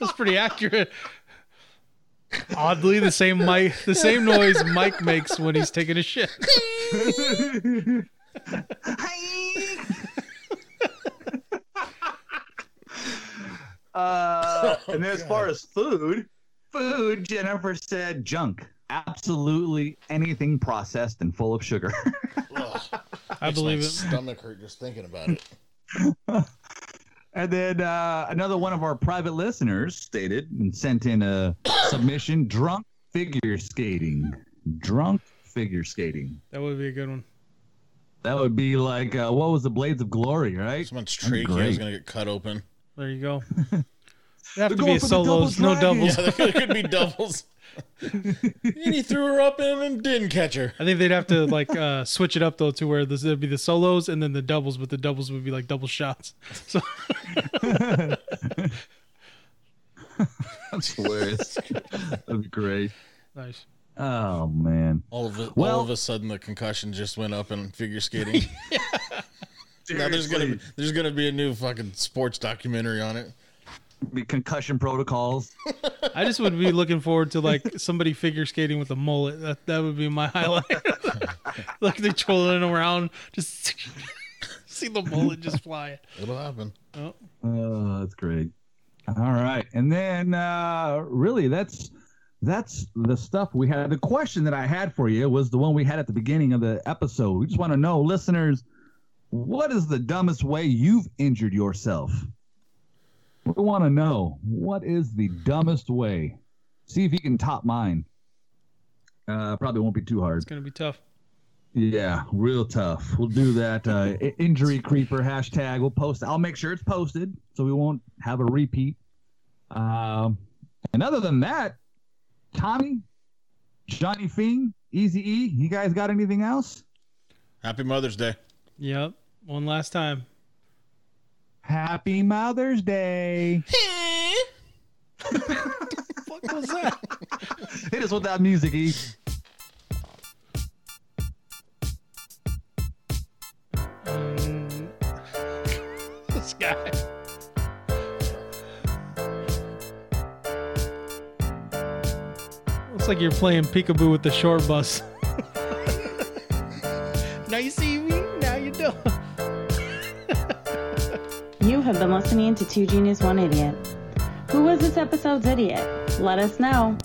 [SPEAKER 4] That's pretty accurate. Oddly, the same mic, the same noise Mike makes when he's taking a shit.
[SPEAKER 2] Uh, and then as far as food, food, Jennifer said junk. Absolutely anything processed and full of sugar.
[SPEAKER 4] [LAUGHS] I believe
[SPEAKER 3] My
[SPEAKER 4] it.
[SPEAKER 3] stomach hurt just thinking about it.
[SPEAKER 2] And then uh, another one of our private listeners stated and sent in a submission drunk figure skating. Drunk figure skating.
[SPEAKER 4] That would be a good one.
[SPEAKER 2] That would be like, uh, what was the Blades of Glory, right?
[SPEAKER 3] Someone's trachea
[SPEAKER 2] great.
[SPEAKER 3] [LAUGHS] is gonna get cut open.
[SPEAKER 4] There you go. They have
[SPEAKER 2] They're
[SPEAKER 4] to be
[SPEAKER 2] going
[SPEAKER 4] a
[SPEAKER 2] for the double
[SPEAKER 4] solos, no
[SPEAKER 2] dragon.
[SPEAKER 4] doubles.
[SPEAKER 3] Yeah, there could be
[SPEAKER 4] [LAUGHS]
[SPEAKER 3] doubles. and he threw her up and, and didn't catch her.
[SPEAKER 4] I think they'd have to like uh, switch it up though to where this, there'd be the solos and then the doubles, but the doubles would be like double shots. [LAUGHS] So
[SPEAKER 2] That's hilarious. [LAUGHS] That'd be great.
[SPEAKER 4] nice.
[SPEAKER 2] Oh man,
[SPEAKER 3] All of a,
[SPEAKER 2] Well-
[SPEAKER 3] all of a sudden, the concussion just went up in figure
[SPEAKER 4] [LAUGHS]
[SPEAKER 3] skating. now there's gonna be,
[SPEAKER 2] Seriously.
[SPEAKER 3] there's gonna be a new fucking sports documentary on it.
[SPEAKER 2] Be concussion protocols.
[SPEAKER 4] I just would be looking forward to like somebody figure skating with a mullet. That that would be my highlight. [LAUGHS] like they trolling around, just [LAUGHS] see the mullet just flying.
[SPEAKER 3] It'll happen.
[SPEAKER 4] Oh,
[SPEAKER 2] Oh, that's great. All right, and then uh, really, that's that's the stuff we had. The question that I had for you was the one we had at the beginning of the episode. We just want to know, listeners, what is the dumbest way you've injured yourself? We want to know what is the dumbest way. See if you can top mine. Uh, probably won't be too hard.
[SPEAKER 4] it's gonna be tough.
[SPEAKER 2] Yeah, real tough. We'll do that. Uh, i- injury creeper hashtag. We'll post. I'll make sure it's posted so we won't have a repeat. Um, and other than that, Tommy, Johnny Fiend, Easy E, you guys got anything else?
[SPEAKER 3] Happy Mother's Day.
[SPEAKER 4] Yep. One last time.
[SPEAKER 2] Happy Mother's Day.
[SPEAKER 4] What was that?
[SPEAKER 2] [LAUGHS] Hit us with that music, E.
[SPEAKER 4] this guy. Looks like you're playing peekaboo with the shore bus. now you see me, now you don't.
[SPEAKER 1] You have been listening to Two Genius, One Idiot. Who was this episode's idiot? Let us know.